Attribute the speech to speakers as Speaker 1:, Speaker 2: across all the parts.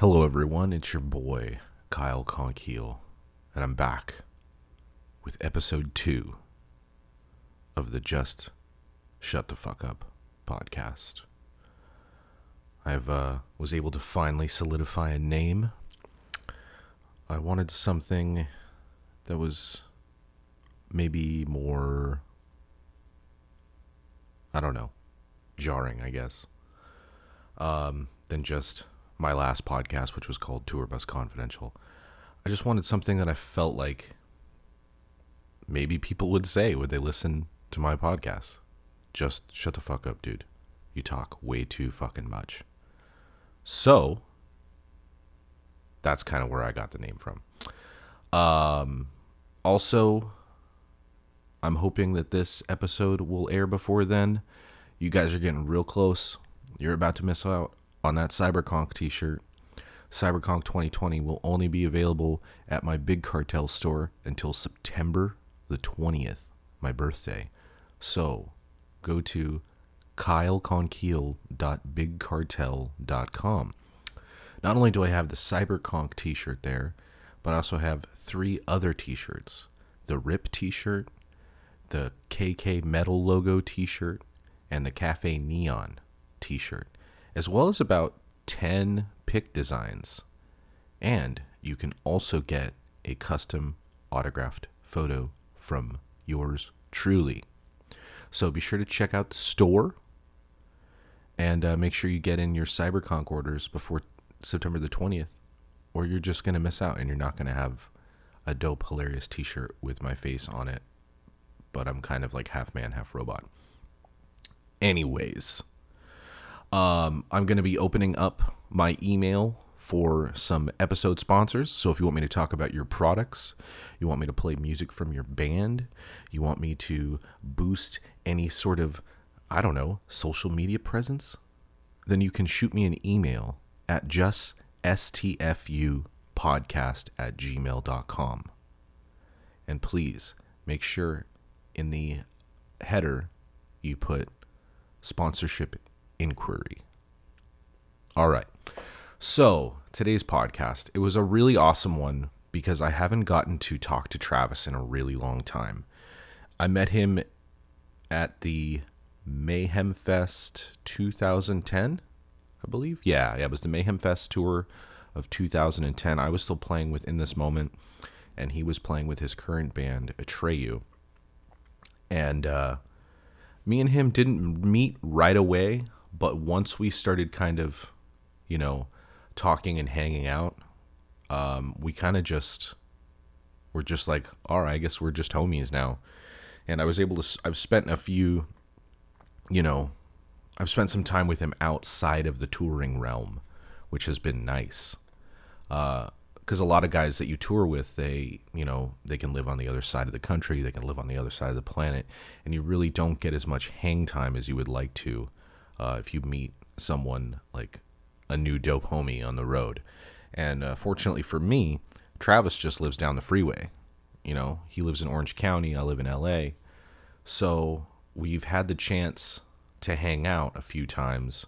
Speaker 1: Hello, everyone. It's your boy, Kyle Conkeel, and I'm back with episode two of the Just Shut the Fuck Up podcast. I've uh, was able to finally solidify a name. I wanted something that was maybe more, I don't know, jarring, I guess than just my last podcast, which was called Tour Bus Confidential. I just wanted something that I felt like maybe people would say when they listen to my podcast. Just shut the fuck up, dude. You talk way too fucking much. So, that's kind of where I got the name from. Um, also, I'm hoping that this episode will air before then. You guys are getting real close. You're about to miss out on that CyberConk t shirt. CyberConk 2020 will only be available at my Big Cartel store until September the 20th, my birthday. So go to kyleconkeel.bigcartel.com. Not only do I have the CyberConk t shirt there, but I also have three other t shirts the RIP t shirt, the KK Metal logo t shirt, and the Cafe Neon t shirt, as well as about 10 pick designs. And you can also get a custom autographed photo from yours truly. So be sure to check out the store and uh, make sure you get in your CyberConk orders before September the 20th, or you're just going to miss out and you're not going to have a dope, hilarious t shirt with my face on it. But I'm kind of like half man, half robot. Anyways. Um, I'm going to be opening up my email for some episode sponsors. So if you want me to talk about your products, you want me to play music from your band, you want me to boost any sort of, I don't know, social media presence, then you can shoot me an email at just stfupodcast at gmail.com. And please make sure in the header you put sponsorship inquiry. All right. So, today's podcast, it was a really awesome one because I haven't gotten to talk to Travis in a really long time. I met him at the Mayhem Fest 2010, I believe. Yeah, yeah, it was the Mayhem Fest tour of 2010. I was still playing with In This Moment, and he was playing with his current band, Atreyu. And uh, me and him didn't meet right away, but once we started kind of, you know, talking and hanging out, um, we kind of just were just like, all right, I guess we're just homies now. And I was able to, s- I've spent a few, you know, I've spent some time with him outside of the touring realm, which has been nice because a lot of guys that you tour with, they you know they can live on the other side of the country, they can live on the other side of the planet, and you really don't get as much hang time as you would like to uh, if you meet someone like a new dope homie on the road. And uh, fortunately for me, Travis just lives down the freeway. You know, he lives in Orange County, I live in L.A. So we've had the chance to hang out a few times,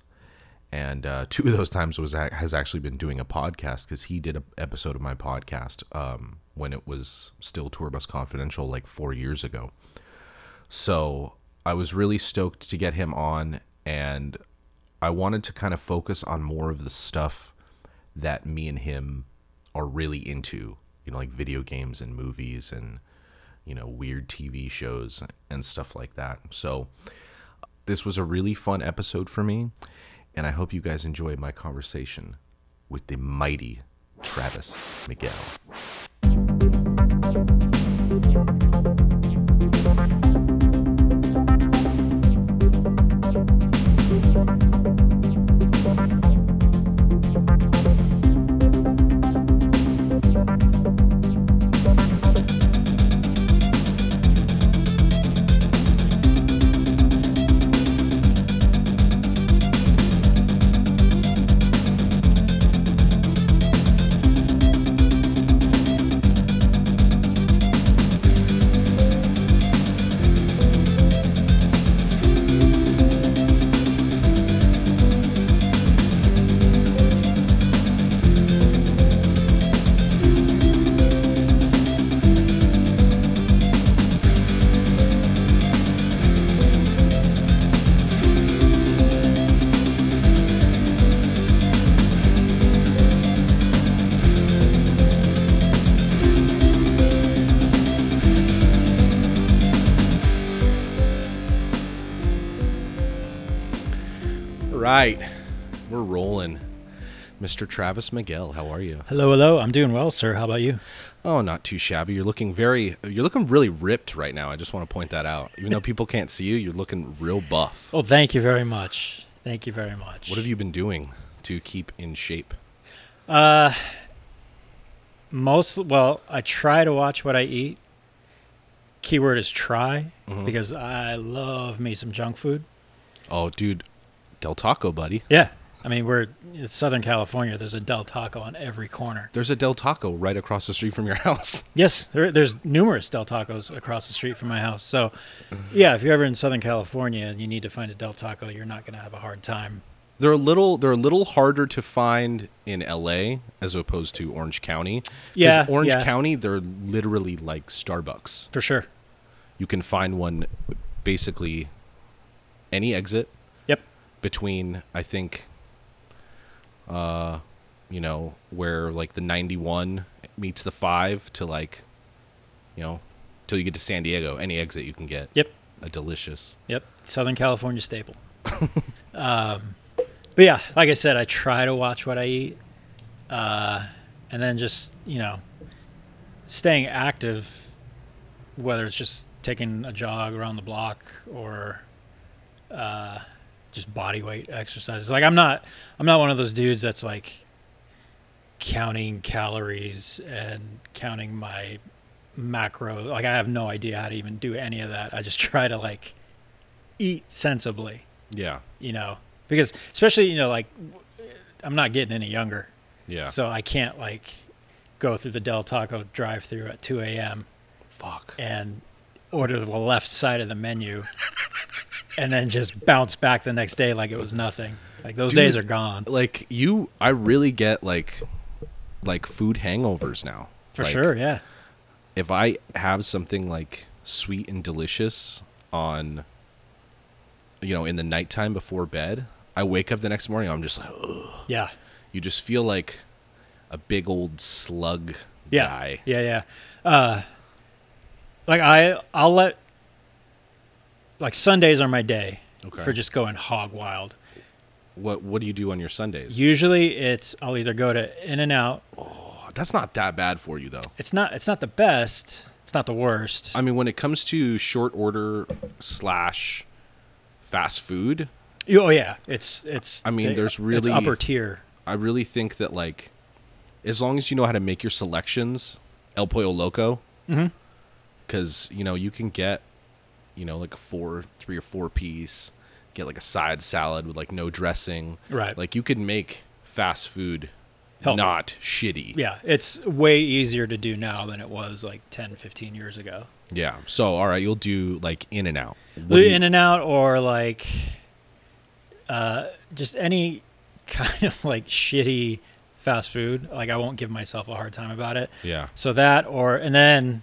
Speaker 1: and uh, two of those times was ac- has actually been doing a podcast because he did an episode of my podcast um, when it was still Tour Bus Confidential like four years ago. So I was really stoked to get him on, and I wanted to kind of focus on more of the stuff that me and him are really into, you know, like video games and movies and, you know, weird TV shows and stuff like that. So this was a really fun episode for me, and I hope you guys enjoy my conversation with the mighty Travis Miguel. right. We're rolling. Mr. Travis Miguel, how are you?
Speaker 2: Hello, hello. I'm doing well, sir. How about you?
Speaker 1: Oh, not too shabby. You're looking very you're looking really ripped right now. I just want to point that out. Even though people can't see you, you're looking real buff.
Speaker 2: Oh, thank you very much. Thank you very much.
Speaker 1: What have you been doing to keep in shape?
Speaker 2: Uh, most well, I try to watch what I eat. Keyword is try
Speaker 1: Mhm.
Speaker 2: because I love me some junk food.
Speaker 1: Oh, dude, Del Taco, buddy.
Speaker 2: Yeah, I mean we're it's Southern California. There's a Del Taco on every corner.
Speaker 1: There's a Del Taco right across the street from your house.
Speaker 2: Yes, there, there's numerous Del Tacos across the street from my house. So, yeah, if you're ever in Southern California and you need to find a Del Taco, you're not going to have a hard time.
Speaker 1: They're a little they're a little harder to find in LA as opposed to Orange County. 'Cause
Speaker 2: Yeah,
Speaker 1: Orange
Speaker 2: yeah.
Speaker 1: County, they're literally like Starbucks.
Speaker 2: For sure.
Speaker 1: You can find one basically any exit
Speaker 2: Yep.
Speaker 1: between I think uh you know where like the 91 meets the 5 to like you know till you get to San Diego any exit you can get
Speaker 2: Yep.
Speaker 1: a delicious
Speaker 2: Yep, Southern California staple. um, but yeah, like I said, I try to watch what I eat, uh, and then just you know, staying active, whether it's just taking a jog around the block or uh, just body weight exercises. Like I'm not, I'm not one of those dudes that's like counting calories and counting my macro. Like I have no idea how to even do any of that. I just try to like eat sensibly,
Speaker 1: yeah
Speaker 2: you know, because especially, you know, like I'm not getting any younger.
Speaker 1: yeah
Speaker 2: So I can't like go through the Del Taco drive through at 2 a.m.
Speaker 1: fuck
Speaker 2: and order the left side of the menu and then just bounce back the next day like it was nothing. Like those days are
Speaker 1: Dude.
Speaker 2: gone.
Speaker 1: like you I really get like like food hangovers now
Speaker 2: For
Speaker 1: Like,
Speaker 2: sure. Yeah.
Speaker 1: if I have something like sweet and delicious on, you know, in the nighttime before bed, I wake up the next morning, I'm just like, Ugh.
Speaker 2: Yeah.
Speaker 1: you just feel like a big old slug
Speaker 2: yeah
Speaker 1: guy.
Speaker 2: yeah yeah uh like i i'll let like sundays are my day
Speaker 1: Okay.
Speaker 2: for just going hog wild
Speaker 1: What What do you do on your Sundays?
Speaker 2: usually it's i'll either go to in and out
Speaker 1: Oh, that's not that bad for you though.
Speaker 2: it's not it's not the best it's not the worst
Speaker 1: I mean, when it comes to short order slash fast food,
Speaker 2: You- oh yeah it's it's
Speaker 1: I mean,
Speaker 2: the-
Speaker 1: there's
Speaker 2: it's
Speaker 1: really-
Speaker 2: upper tier
Speaker 1: I really think that like, as long as you know how to make your selections, El Pollo Loco,
Speaker 2: Mm-hmm.
Speaker 1: because you know you can get, you know, like a four, three or four piece, get like a side salad with like no dressing,
Speaker 2: Right.
Speaker 1: Like you can make fast food
Speaker 2: Healthy.
Speaker 1: not shitty,
Speaker 2: yeah it's way easier to do now than it was like 10 15 years ago
Speaker 1: Yeah. So all right, you'll do like In and Out.
Speaker 2: in and out or like uh just any kind of like shitty fast food like i won't give myself a hard time about it
Speaker 1: Yeah.
Speaker 2: so that or and then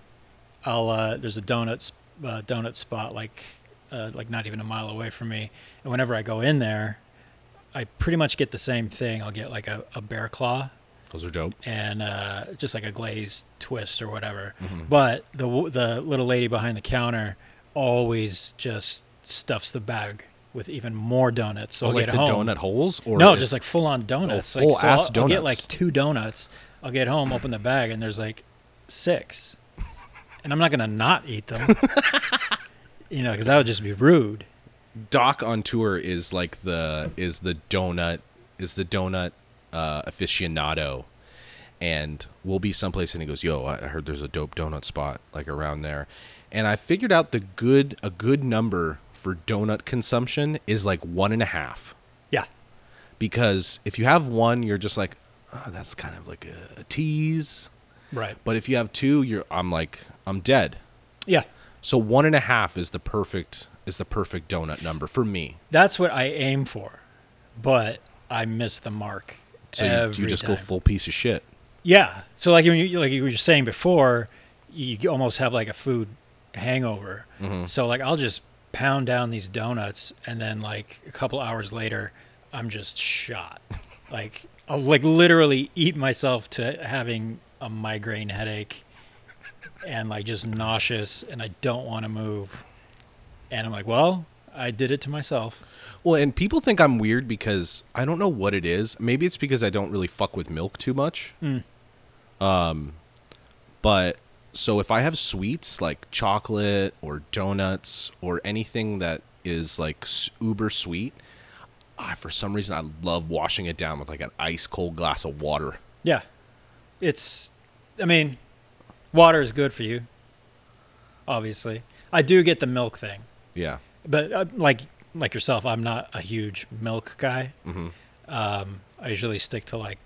Speaker 2: i'll uh there's a donuts uh, donut spot like uh, like not even a mile away from me and whenever i go in there i pretty much get the same thing i'll get like a, a bear claw
Speaker 1: Those are dope.
Speaker 2: and uh, just like a glazed twist or whatever.
Speaker 1: Mm-hmm.
Speaker 2: But the w- the little lady behind the counter always just stuffs the bag with even more donuts. So
Speaker 1: Oh,
Speaker 2: I'll
Speaker 1: like
Speaker 2: get
Speaker 1: the
Speaker 2: home.
Speaker 1: donut holes, or
Speaker 2: no,
Speaker 1: if-
Speaker 2: just like full on donuts.
Speaker 1: full
Speaker 2: like, so
Speaker 1: ass
Speaker 2: I'll, I'll get like
Speaker 1: Oh, donuts.
Speaker 2: two donuts. I'll get home, open the bag, and there's like six, and I'm not gonna not eat them. You know, because that would just be rude.
Speaker 1: Doc on tour is like the is the donut is the donut uh, aficionado, and we'll be someplace and he goes, "Yo, I I heard there's a dope donut spot like around there," and I figured out the good a good number for donut consumption is like one and a half
Speaker 2: Yeah,
Speaker 1: because if you have one, you're just like, oh, that's kind of like a, a tease,
Speaker 2: right.
Speaker 1: but if you have two, you're I'm like I'm dead.
Speaker 2: Yeah,
Speaker 1: So one and a half is the perfect is the perfect donut number for me.
Speaker 2: that's what I aim for, but I miss the mark.
Speaker 1: So you-
Speaker 2: every
Speaker 1: you, just go
Speaker 2: time.
Speaker 1: full piece of shit.
Speaker 2: Yeah. So like you- you like you were saying before, you almost have like a food hangover. So like I'll just pound down these donuts and then like a couple hours later I'm just shot. Like I'll like literally eat myself to having a migraine headache and like just nauseous and I don't want to move. And I'm like, well, I did it to myself.
Speaker 1: Well, and people think I'm weird because I don't know what it is. Maybe it's because I don't really fuck with milk too much.
Speaker 2: Hmm.
Speaker 1: Um, but so if I have sweets like chocolate or donuts or anything that is like s- uber sweet, I, for some reason I love washing it down with like an ice cold glass of water.
Speaker 2: Yeah. It's I mean, water is good for you. Obviously. I do get the milk thing.
Speaker 1: Yeah,
Speaker 2: But uh, like like yourself, I'm not a huge milk guy. Mm-hmm. Um, I usually stick to like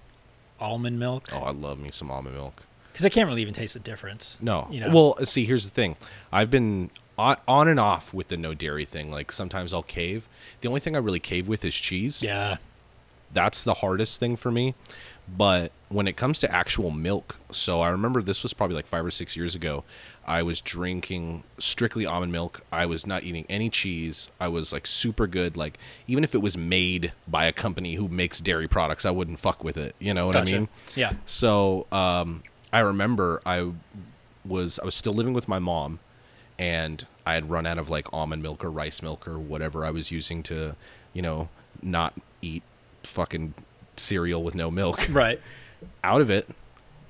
Speaker 2: almond milk
Speaker 1: Oh, I love me some almond milk.
Speaker 2: because I can't really even taste the difference.
Speaker 1: No.
Speaker 2: You know?
Speaker 1: Well, see, here's the thing. I've been on, on and off with the no dairy thing. Like sometimes I'll cave. The only thing I really cave with is cheese.
Speaker 2: yeah,
Speaker 1: That's the hardest thing for me. But when it comes to actual milk, so I remember this was probably like five or six years ago. I was drinking strictly almond milk. I was not eating any cheese. I was like super good. Like even if it was made by a company who makes dairy products, I wouldn't fuck with it. You know what
Speaker 2: Gotcha.
Speaker 1: I mean?
Speaker 2: yeah,
Speaker 1: So um, I remember I was I was still living with my mom, and I had run out of like almond milk or rice milk or whatever I was using to, you know, not eat fucking cereal with no milk
Speaker 2: right.
Speaker 1: out of it.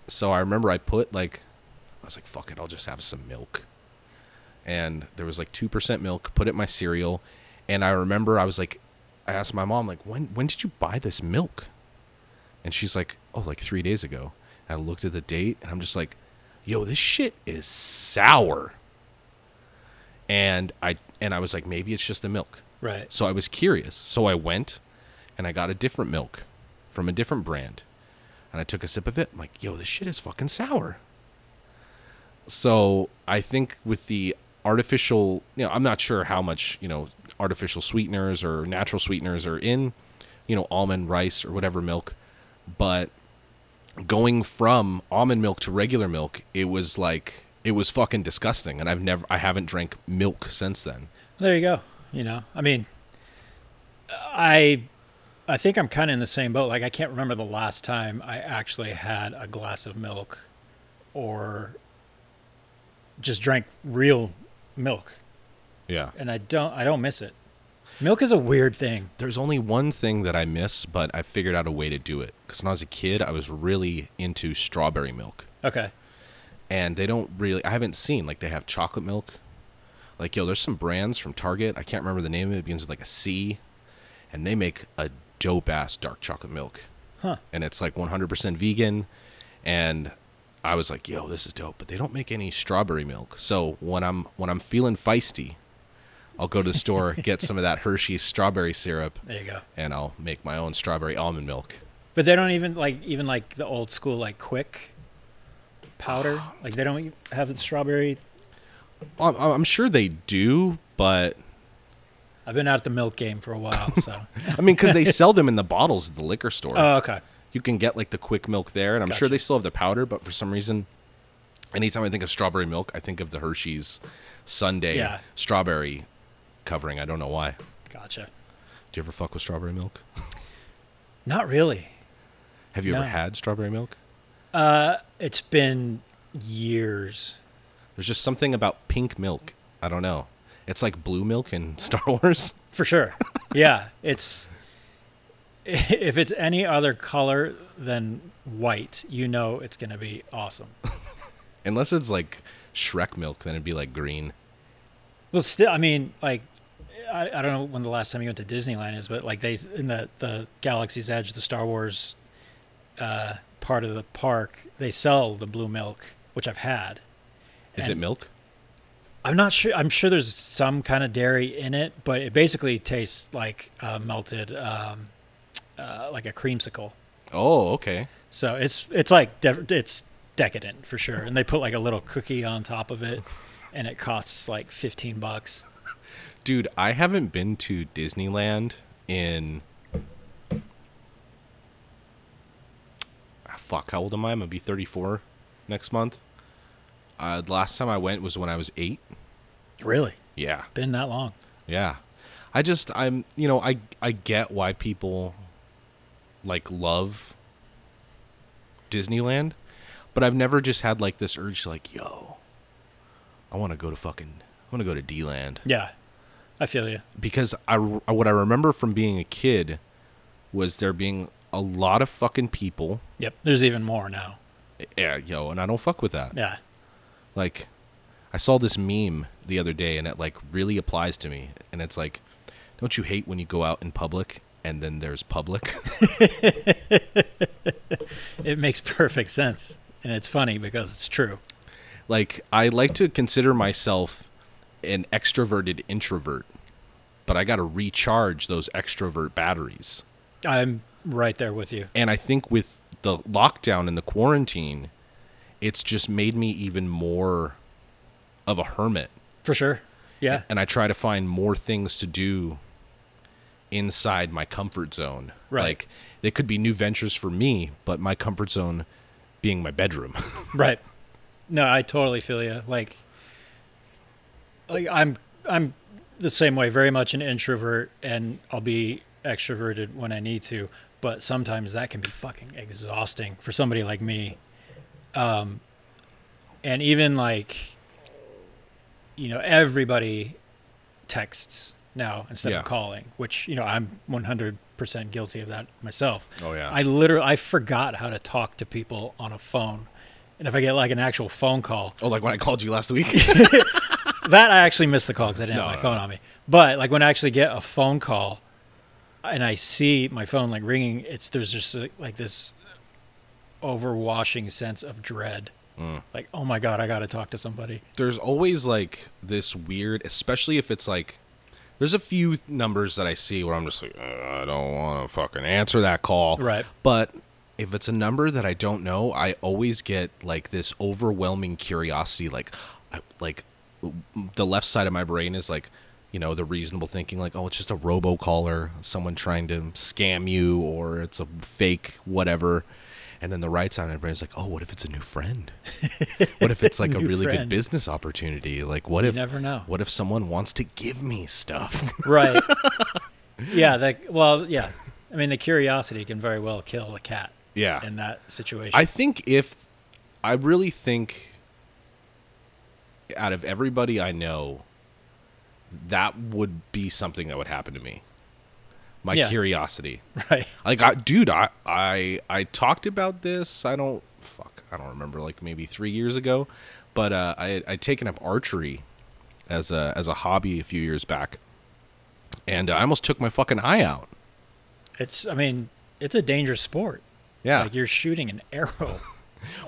Speaker 1: So I remember I put like I was like, fuck it, I'll just have some milk. And there was like two percent milk, put it in my cereal, and I remember I was like I asked my mom, like, when when did you buy this milk? And she's like, Oh, like three days ago. And I looked at the date and I'm just like, yo, this shit is sour. And I and I was like, maybe it's just the milk.
Speaker 2: Right.
Speaker 1: So I was curious. So I went and I got a different milk from a different brand. And I took a sip of it. I'm like, yo, this shit is fucking sour. So I think with the artificial, you know, I'm not sure how much, you know, artificial sweeteners or natural sweeteners are in, you know, almond, rice, or whatever milk. But going from almond milk to regular milk, it was like, it was fucking disgusting. And I've never, I haven't drank milk since then.
Speaker 2: There you go. You know, I mean, I, I think I'm kind of in the same boat. Like I can't remember the last time I actually had a glass of milk, or just drank real milk,
Speaker 1: Yeah.
Speaker 2: and I don't. I don't miss it. Milk is a weird thing.
Speaker 1: There's only one thing that I miss, but I figured out a way to do it. Because when I was a kid, I was really into strawberry milk.
Speaker 2: Okay.
Speaker 1: And they don't really, I haven't seen, like, they have chocolate milk. Like, yo, there's some brands from Target. I can't remember the name of it. It begins with, like, a C. And they make a dope ass dark chocolate milk.
Speaker 2: Huh.
Speaker 1: And it's, like, 100% vegan. And. I was like, "Yo, this is dope," but they don't make any strawberry milk. So when I'm when I'm feeling feisty, I'll go to the store, get some of that Hershey's strawberry syrup,
Speaker 2: There you go.
Speaker 1: and I'll make my own strawberry almond milk.
Speaker 2: But they don't even like even like the old school like quick powder. Like they don't e, have the strawberry.
Speaker 1: I'm, I'm sure they do, but
Speaker 2: I've been out at the milk game for a while, so.
Speaker 1: I mean, because they sell them in the bottles at the liquor store.
Speaker 2: oh, okay.
Speaker 1: you can get like the quick milk there, and I'm sure
Speaker 2: Gotcha.
Speaker 1: they still have the powder, but for some reason, anytime I think of strawberry milk, I think of the Hershey's Sunday
Speaker 2: Yeah.
Speaker 1: strawberry covering. I don't know why.
Speaker 2: Gotcha.
Speaker 1: Do you ever fuck with strawberry milk?
Speaker 2: Not really.
Speaker 1: Have you ever
Speaker 2: No.
Speaker 1: had strawberry milk?
Speaker 2: Uh, it's been years.
Speaker 1: There's just something about pink milk. I don't know. It's like blue milk in Star Wars.
Speaker 2: For sure. Yeah, it's if it's any other color than white, you know it's going to be awesome.
Speaker 1: Unless it's like Shrek milk, then it'd be like green.
Speaker 2: Well, still, I mean, like, I, I don't know when the last time you went to Disneyland is, but like they in the the Galaxy's Edge, the Star Wars uh, part of the park, they sell the blue milk, which I've had.
Speaker 1: Is it
Speaker 2: And-
Speaker 1: milk?
Speaker 2: I'm not sure. I'm sure there's some kind of dairy in it, but it basically tastes like uh, melted, um, uh, like a creamsicle.
Speaker 1: Oh, okay.
Speaker 2: So it's it's like de- it's decadent for sure, and they put like a little cookie on top of it, and it costs like 15 bucks.
Speaker 1: Dude, I haven't been to Disneyland in. Ah, Fuck, how old am I? I'm going to be 34 next month. Uh, the last time I went was when I was eight.
Speaker 2: Really,
Speaker 1: Yeah.
Speaker 2: been that long?
Speaker 1: Yeah. I just, I'm, you know, I, I get why people like love Disneyland, but I've never just had like this urge to like, yo, I want to go to fucking, I want to go to D land.
Speaker 2: Yeah. I feel you.
Speaker 1: because I what I remember from being a kid was there being a lot of fucking people.
Speaker 2: Yep. There's even more now.
Speaker 1: Yeah, yo, and I don't fuck with that.
Speaker 2: Yeah.
Speaker 1: Like, I saw this meme the other day, and it like really applies to me. And it's like, don't you hate when you go out in public and then there's public?
Speaker 2: It makes perfect sense. And it's funny because it's true.
Speaker 1: like, I like to consider myself an extroverted introvert, but I got to recharge those extrovert batteries.
Speaker 2: I'm right there with you.
Speaker 1: and I think with the lockdown and the quarantine, it's just made me even more of a hermit.
Speaker 2: For sure. Yeah.
Speaker 1: And I try to find more things to do inside my comfort zone.
Speaker 2: Right.
Speaker 1: Like they could be new ventures for me, but my comfort zone being my bedroom.
Speaker 2: Right. No, I totally feel you. Like, like I'm, I'm the same way. Very much an introvert, and I'll be extroverted when I need to. But sometimes that can be fucking exhausting for somebody like me. Um, and even like, you know, everybody texts now instead
Speaker 1: Yeah.
Speaker 2: of calling, which you know I'm 100% guilty of that myself.
Speaker 1: Oh, yeah.
Speaker 2: I literally I forgot how to talk to people on a phone. And if I get like an actual phone call,
Speaker 1: oh, like when I called you last week?
Speaker 2: that I actually missed the call because I didn't
Speaker 1: No,
Speaker 2: have my
Speaker 1: no,
Speaker 2: phone on me. But like when I actually get a phone call, and I see my phone like ringing, it's there's just like, like this overwashing sense of dread.
Speaker 1: Mm.
Speaker 2: Like oh my god, I got to talk to somebody.
Speaker 1: there's always like this weird, especially if it's like, there's a few numbers that I see where I'm just like, "Uh, I don't want to fucking answer that call.
Speaker 2: Right.
Speaker 1: But if it's a number that I don't know, I always get like this overwhelming curiosity. Like, I, like w- the left side of my brain is like, you know, the reasonable thinking, like, oh, it's just a robocaller, someone trying to scam you, or it's a fake whatever. And then the right side of my brain is like, oh, what if it's a new friend? what if it's like a
Speaker 2: New
Speaker 1: really good
Speaker 2: friend.
Speaker 1: business opportunity? Like, what if
Speaker 2: never know.
Speaker 1: What if someone wants to give me stuff?
Speaker 2: Right. yeah. That well. Yeah. I mean, the curiosity can very well kill a cat
Speaker 1: yeah,
Speaker 2: in that situation.
Speaker 1: I think if I really think out of everybody I know, that would be something that would happen to me. My
Speaker 2: Yeah.
Speaker 1: curiosity.
Speaker 2: right.
Speaker 1: Like, I, dude, I, I, I talked about this. I don't, fuck, I don't remember. Like maybe three years ago, but uh, I, had- I'd taken up archery as a as a hobby a few years back, and I almost took my fucking eye out.
Speaker 2: It's. I mean, it's a dangerous sport.
Speaker 1: Yeah,
Speaker 2: Like you're shooting an arrow.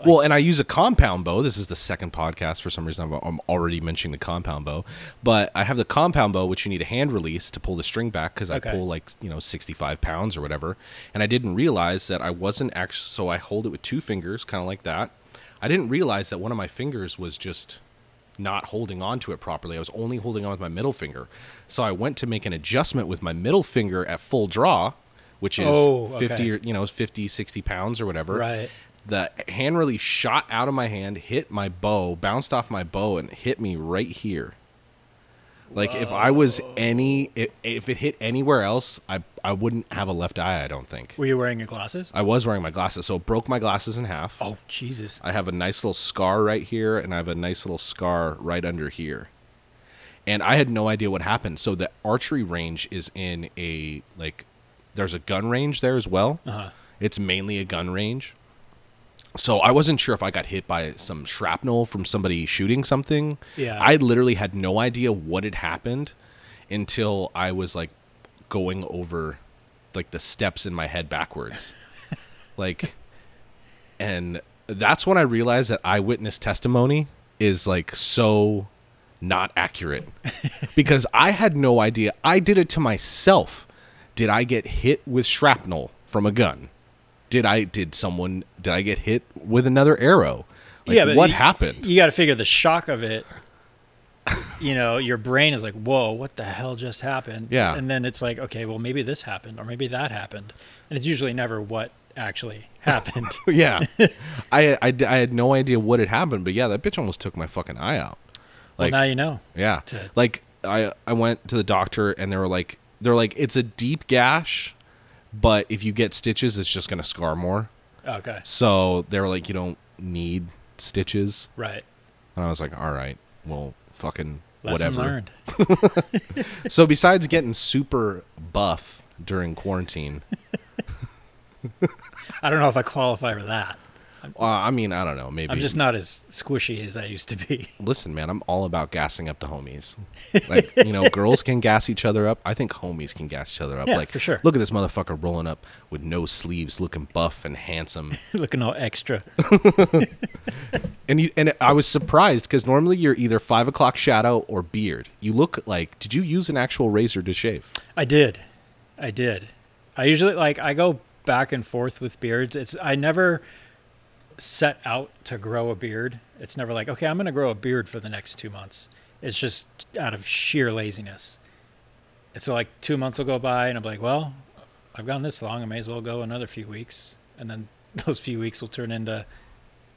Speaker 1: Well, and I use a compound bow. This is the second podcast for some reason. I'm, I'm already mentioning the compound bow, but I have the compound bow, which you need a hand release to pull the string back because I
Speaker 2: Okay.
Speaker 1: pull like you know 65 pounds or whatever. And I didn't realize that I wasn't actually. So I hold it with two fingers, kind of like that. I didn't realize that one of my fingers was just not holding on to it properly. I was only holding on with my middle finger. So I went to make an adjustment with my middle finger at full draw, which is
Speaker 2: Oh,
Speaker 1: 50
Speaker 2: okay.
Speaker 1: or, you know, 50, 60 pounds or whatever
Speaker 2: Right.
Speaker 1: the hand really shot out of my hand, hit my bow, bounced off my bow, and hit me right here. Like if I was any, if, if it hit anywhere else, I I wouldn't have a left eye. I don't think.
Speaker 2: Were you wearing your glasses?
Speaker 1: I was wearing my glasses, so it broke my glasses in half.
Speaker 2: Oh Jesus.
Speaker 1: I have a nice little scar right here, and I have a nice little scar right under here. And I had no idea what happened. So the archery range is in a like, there's a gun range there as well.
Speaker 2: Uh-huh.
Speaker 1: It's mainly a gun range. So I wasn't sure if I got hit by some shrapnel from somebody shooting something.
Speaker 2: Yeah.
Speaker 1: I literally had no idea what had happened until I was like going over like the steps in my head backwards. like and that's when I realized that eyewitness testimony is like so not accurate because I had no idea. I did it to myself. Did I get hit with shrapnel from a gun? Did I did someone did I get hit with another arrow? Like, what
Speaker 2: you-
Speaker 1: happened?
Speaker 2: You got to figure the shock of it. You know, your brain is like, "Whoa, what the hell just happened?"
Speaker 1: Yeah.
Speaker 2: and then it's like, "Okay, well, maybe this happened, or maybe that happened," and it's usually never what actually happened.
Speaker 1: yeah. I, I d- I had no idea what had happened, but yeah, that bitch almost took my fucking eye out.
Speaker 2: well,
Speaker 1: Like
Speaker 2: now you know.
Speaker 1: Yeah.
Speaker 2: to-
Speaker 1: Like I I went to the doctor and they were like they're like it's a deep gash, but if you get stitches it's just going to scar more.
Speaker 2: Okay,
Speaker 1: So they were like you don't need stitches.
Speaker 2: right.
Speaker 1: And I was like all right. Well, fucking
Speaker 2: Lesson
Speaker 1: whatever.
Speaker 2: learned.
Speaker 1: So besides getting super buff during quarantine,
Speaker 2: I don't know if I qualify for that.
Speaker 1: uh, I mean, I don't know, maybe
Speaker 2: I'm just not as squishy as I used to be.
Speaker 1: listen, man, I'm all about gassing up the homies. Like, you know, girls can gas each other up. I think homies can gas each other up.
Speaker 2: Yeah,
Speaker 1: like,
Speaker 2: for sure.
Speaker 1: Look at this motherfucker rolling up with no sleeves, looking buff and handsome.
Speaker 2: Looking all extra.
Speaker 1: And you, and I was surprised because normally you're either five o'clock shadow or beard. You look like. Did you use an actual razor to shave?
Speaker 2: I did. I did. I usually like I go back and forth with beards. It's I never set out to grow a beard. It's never like, okay, I'm going to grow a beard for the next 2 months. It's just out of sheer laziness. And so like 2 months will go by and I'm like, well, I've gone this long, I may as well go another few weeks. And then those few weeks will turn into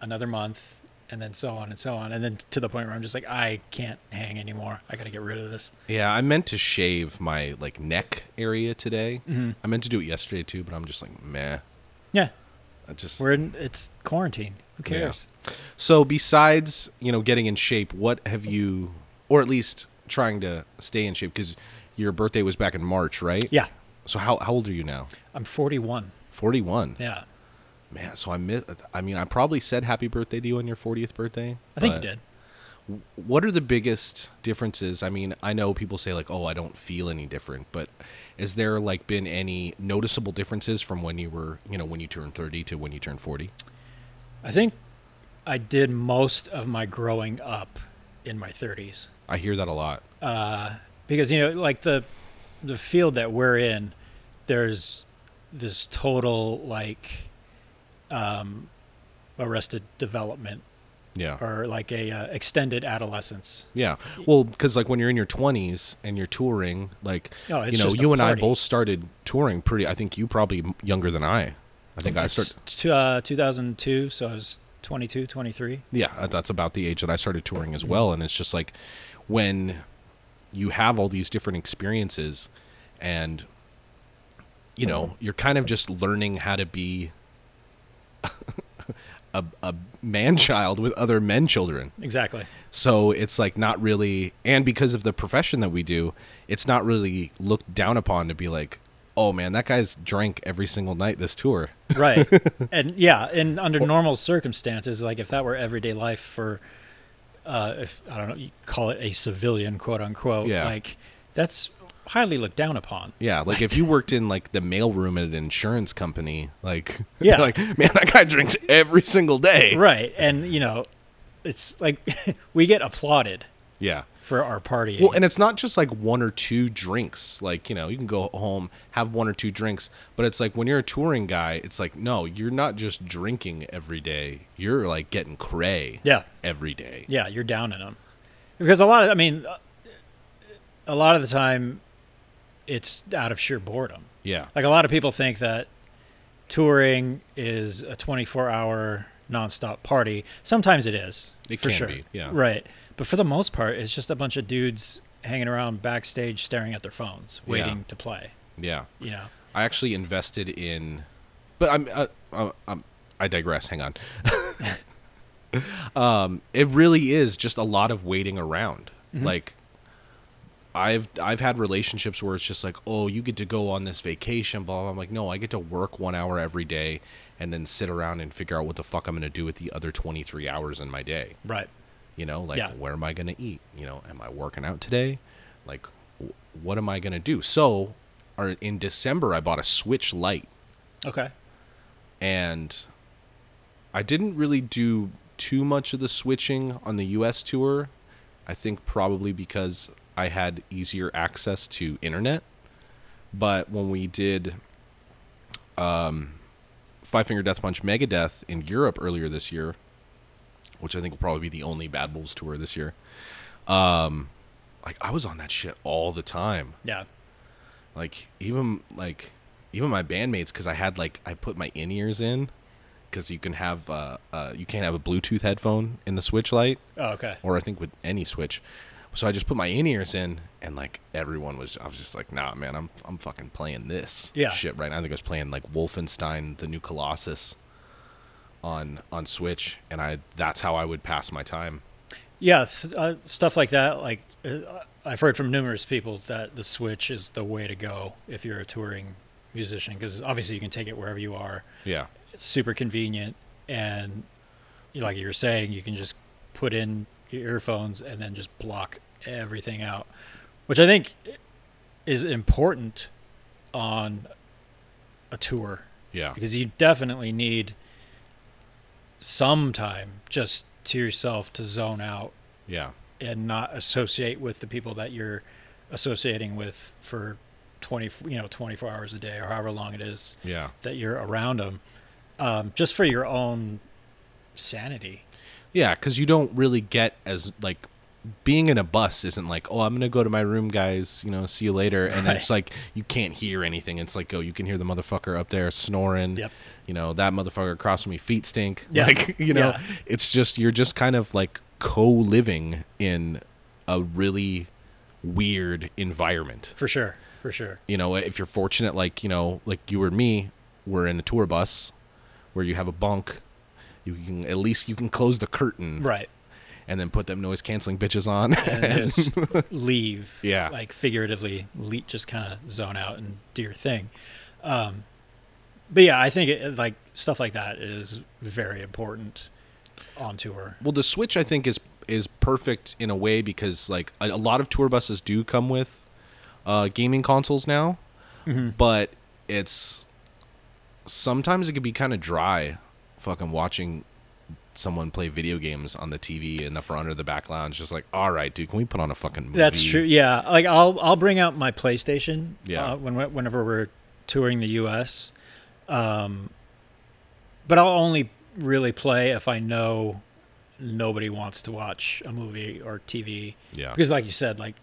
Speaker 2: another month and then so on and so on and then to the point where I'm just like I can't hang anymore. I got to get rid of this.
Speaker 1: Yeah, I meant to shave my like neck area today. I meant to do it yesterday too, but I'm just like meh.
Speaker 2: Yeah.
Speaker 1: I just
Speaker 2: We're in it's quarantine. Who
Speaker 1: Yeah.
Speaker 2: cares?
Speaker 1: So besides, you know, getting in shape, what have you or at least trying to stay in shape cuz your birthday was back in March, right?
Speaker 2: Yeah.
Speaker 1: So how how old are you now?
Speaker 2: I'm 41.
Speaker 1: 41.
Speaker 2: Yeah.
Speaker 1: Man, so I miss I mean, I probably said happy birthday to you on your 40th birthday.
Speaker 2: I think
Speaker 1: but
Speaker 2: you did.
Speaker 1: What are the biggest differences? I mean, I know people say like, "Oh, I don't feel any different," but is there like been any noticeable differences from when you were, you know, when you turned 30 to when you turned 40?
Speaker 2: I think I did most of my growing up in my 30s.
Speaker 1: I hear that a lot.
Speaker 2: uh, because you know like the the field that we're in there's this total like um, arrested development
Speaker 1: Yeah.
Speaker 2: or like a uh, extended adolescence
Speaker 1: Yeah. Well, because like when you're in your 20s and you're touring, like
Speaker 2: No, Oh, it's
Speaker 1: you know,
Speaker 2: just a
Speaker 1: you and I
Speaker 2: party.
Speaker 1: both started touring pretty. I think you probably m- younger than I. I think I started.
Speaker 2: It's, uh, 2002 so i was 22 23
Speaker 1: Yeah, uh, that's about the age that I started touring as well. And it's just like when you have all these different experiences, and you know, you're kind of just learning how to be. A, a man child with other men children.
Speaker 2: exactly
Speaker 1: So it's like not really, and because of the profession that we do, it's not really looked down upon to be like, oh man, that guy's drank every single night this tour.
Speaker 2: right and yeah and under normal circumstances like if that were everyday life for uh if i don't know you call it a civilian quote unquote
Speaker 1: Yeah.
Speaker 2: like that's highly looked down upon
Speaker 1: Yeah, like if you worked in like the mailroom at an insurance company, like
Speaker 2: Yeah.
Speaker 1: like man, that guy drinks every single day.
Speaker 2: right and you know it's like we get applauded
Speaker 1: Yeah.
Speaker 2: for our party
Speaker 1: Well, and it's not just like one or two drinks. Like, you know, you can go home, have one or two drinks, but it's like when you're a touring guy, it's like, no, you're not just drinking every day. You're like getting cray
Speaker 2: yeah
Speaker 1: every day.
Speaker 2: yeah you're down in them because a lot of i mean uh, a lot of the time it's out of sheer boredom
Speaker 1: Yeah.
Speaker 2: like a lot of people think that touring is a 24 hour nonstop party sometimes it is
Speaker 1: It
Speaker 2: for
Speaker 1: can
Speaker 2: sure
Speaker 1: be, yeah.
Speaker 2: right but for the most part it's just a bunch of dudes hanging around backstage staring at their phones
Speaker 1: Yeah.
Speaker 2: waiting to play
Speaker 1: Yeah.
Speaker 2: you know
Speaker 1: I actually invested in, but I'm, uh, uh, I'm I digress. Hang on. um, it really is just a lot of waiting around. Like, I've I've had relationships where it's just like, oh, you get to go on this vacation, blah. blah. I'm like, no, I get to work one hour every day, and then sit around and figure out what the fuck I'm gonna do with the other 23 hours in my day.
Speaker 2: right
Speaker 1: You know, like
Speaker 2: Yeah.
Speaker 1: where am I going to eat? You know, am I working out today? Like, w- what am I going to do? So, or in December, I bought a Switch Lite,
Speaker 2: okay
Speaker 1: and I didn't really do too much of the switching on the U.S. tour. I think probably because I had easier access to internet. But when we did um, Five Finger Death Punch Megadeth in Europe earlier this year, which I think will probably be the only Bad Wolves tour this year, um, like I was on that shit all the time
Speaker 2: yeah
Speaker 1: like even like even my bandmates because i had like i put my in ears in because you can have uh, uh you can't have a bluetooth headphone in the switch light
Speaker 2: oh, okay
Speaker 1: or i think with any switch so i just put my in ears in and like everyone was i was just like nah man i'm i'm fucking playing this
Speaker 2: Yeah.
Speaker 1: shit right now i think i was playing like wolfenstein the new colossus on on switch and i that's how i would pass my time
Speaker 2: Yeah, th- uh, stuff like that. Like uh, I've heard from numerous people that the Switch is the way to go if you're a touring musician because obviously you can take it wherever you are.
Speaker 1: Yeah.
Speaker 2: It's super convenient, and you- like you were saying, you can just put in your earphones and then just block everything out, which I think is important on a tour
Speaker 1: Yeah.
Speaker 2: because you definitely need some time just to yourself to zone out
Speaker 1: Yeah.
Speaker 2: and not associate with the people that you're associating with for 20 you know 24 hours a day or however long it is
Speaker 1: Yeah.
Speaker 2: that you're around them um, just for your own sanity
Speaker 1: Yeah, because you don't really get as like being in a bus isn't like oh I'm gonna go to my room guys you know see you later and
Speaker 2: Right.
Speaker 1: it's like you can't hear anything it's like oh you can hear the motherfucker up there snoring
Speaker 2: Yep.
Speaker 1: you know that motherfucker across from me feet stink
Speaker 2: Yeah.
Speaker 1: like you know
Speaker 2: Yeah.
Speaker 1: it's just you're just kind of like co-living in a really weird environment
Speaker 2: for sure for sure
Speaker 1: you know if you're fortunate like you know like you or me we're in a tour bus where you have a bunk you can at least you can close the curtain
Speaker 2: right
Speaker 1: and then put them noise canceling bitches on.
Speaker 2: and just leave
Speaker 1: Yeah.
Speaker 2: like figuratively le- just kind of zone out and do your thing um, but yeah i think it, like stuff like that is very important on tour
Speaker 1: well, the Switch I think is is perfect in a way because like a, a lot of tour buses do come with uh, gaming consoles now,
Speaker 2: Mm-hmm.
Speaker 1: but it's sometimes it can be kind of dry, fucking watching someone play video games on the TV in the front or the back lounge. Just like, all right, dude, can we put on a fucking movie?
Speaker 2: That's true. Yeah, like I'll I'll bring out my PlayStation.
Speaker 1: Yeah.
Speaker 2: Uh, when whenever we're touring the U.S., um, but I'll only really play if I know nobody wants to watch a movie or TV.
Speaker 1: Yeah.
Speaker 2: Because, like you said, like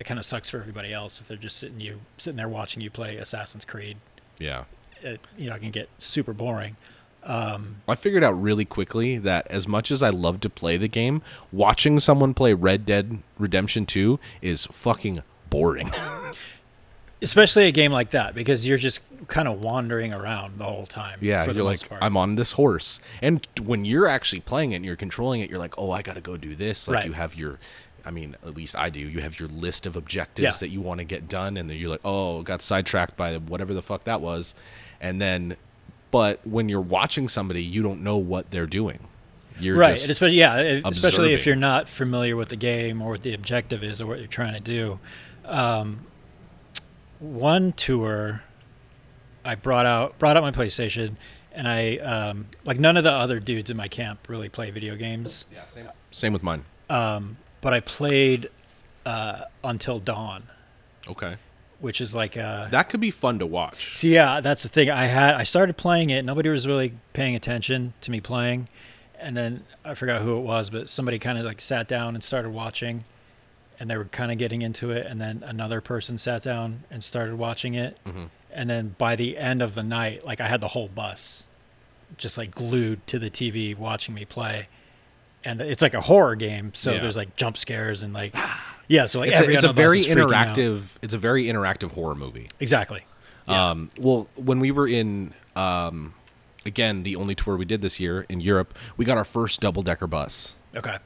Speaker 2: it kind of sucks for everybody else if they're just sitting you sitting there watching you play Assassin's Creed.
Speaker 1: Yeah.
Speaker 2: It, you know, it can get super boring.
Speaker 1: I figured out really quickly that as much as I love to play the game, watching someone play Red Dead Redemption 2 is fucking boring.
Speaker 2: Especially a game like that, because you're just kind of wandering around the whole time.
Speaker 1: Yeah,
Speaker 2: for the
Speaker 1: you're
Speaker 2: most
Speaker 1: like,
Speaker 2: part.
Speaker 1: I'm on this horse. And when you're actually playing it and you're controlling it, you're like, oh, I got to go do this. Like,
Speaker 2: Right.
Speaker 1: you have your, I mean, at least I do, you have your list of objectives
Speaker 2: Yeah.
Speaker 1: that you want to get done. And then you're like, oh, got sidetracked by whatever the fuck that was. And then, but when you're watching somebody, you don't know what they're doing. You're
Speaker 2: right
Speaker 1: just-
Speaker 2: and especially yeah e- especially
Speaker 1: observing.
Speaker 2: if you're not familiar with the game or what the objective is or what you're trying to do um, one tour i brought out brought out my playstation and i um, like none of the other dudes in my camp really play video games
Speaker 1: yeah, same, same with mine.
Speaker 2: um, but i played uh, until dawn
Speaker 1: Okay.
Speaker 2: which is like a
Speaker 1: That could be fun to watch.
Speaker 2: So yeah, that's the thing. I had I started playing it. Nobody was really paying attention to me playing, and then I forgot who it was, but somebody kind of like sat down and started watching, and they were kind of getting into it. And then another person sat down and started watching it,
Speaker 1: Mm-hmm.
Speaker 2: and then by the end of the night, like I had the whole bus, just like glued to the TV watching me play, and it's like a horror game, so
Speaker 1: Yeah.
Speaker 2: there's like jump scares and like yeah, so like
Speaker 1: It's a,
Speaker 2: every
Speaker 1: it's a
Speaker 2: other bus
Speaker 1: very
Speaker 2: is freaking out.
Speaker 1: interactive. It's a very interactive horror movie.
Speaker 2: exactly.
Speaker 1: Um, well, when we were in, um, again, the only tour we did this year in Europe, we got our first double decker bus.
Speaker 2: Okay.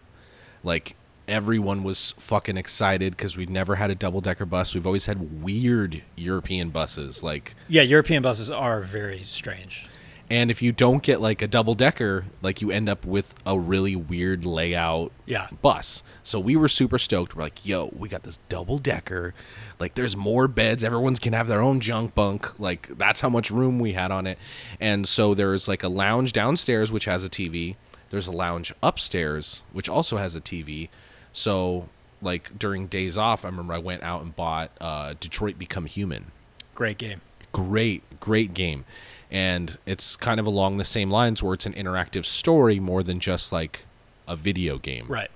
Speaker 1: Like everyone was fucking excited because we'd never had a double decker bus. We've always had weird European buses. Like,
Speaker 2: Yeah, European buses are very strange.
Speaker 1: and if you don't get like a double decker, like you end up with a really weird layout
Speaker 2: Yeah.
Speaker 1: bus. So we were super stoked. We're like, yo, we got this double decker. Like, there's more beds. Everyone's can have their own junk bunk. Like, that's how much room we had on it. And so there's like a lounge downstairs, which has a TV. There's a lounge upstairs, which also has a TV. So, like, during days off, I remember I went out and bought uh, Detroit Become Human
Speaker 2: Great game.
Speaker 1: great great game and it's kind of along the same lines where it's an interactive story more than just like a video game
Speaker 2: Right.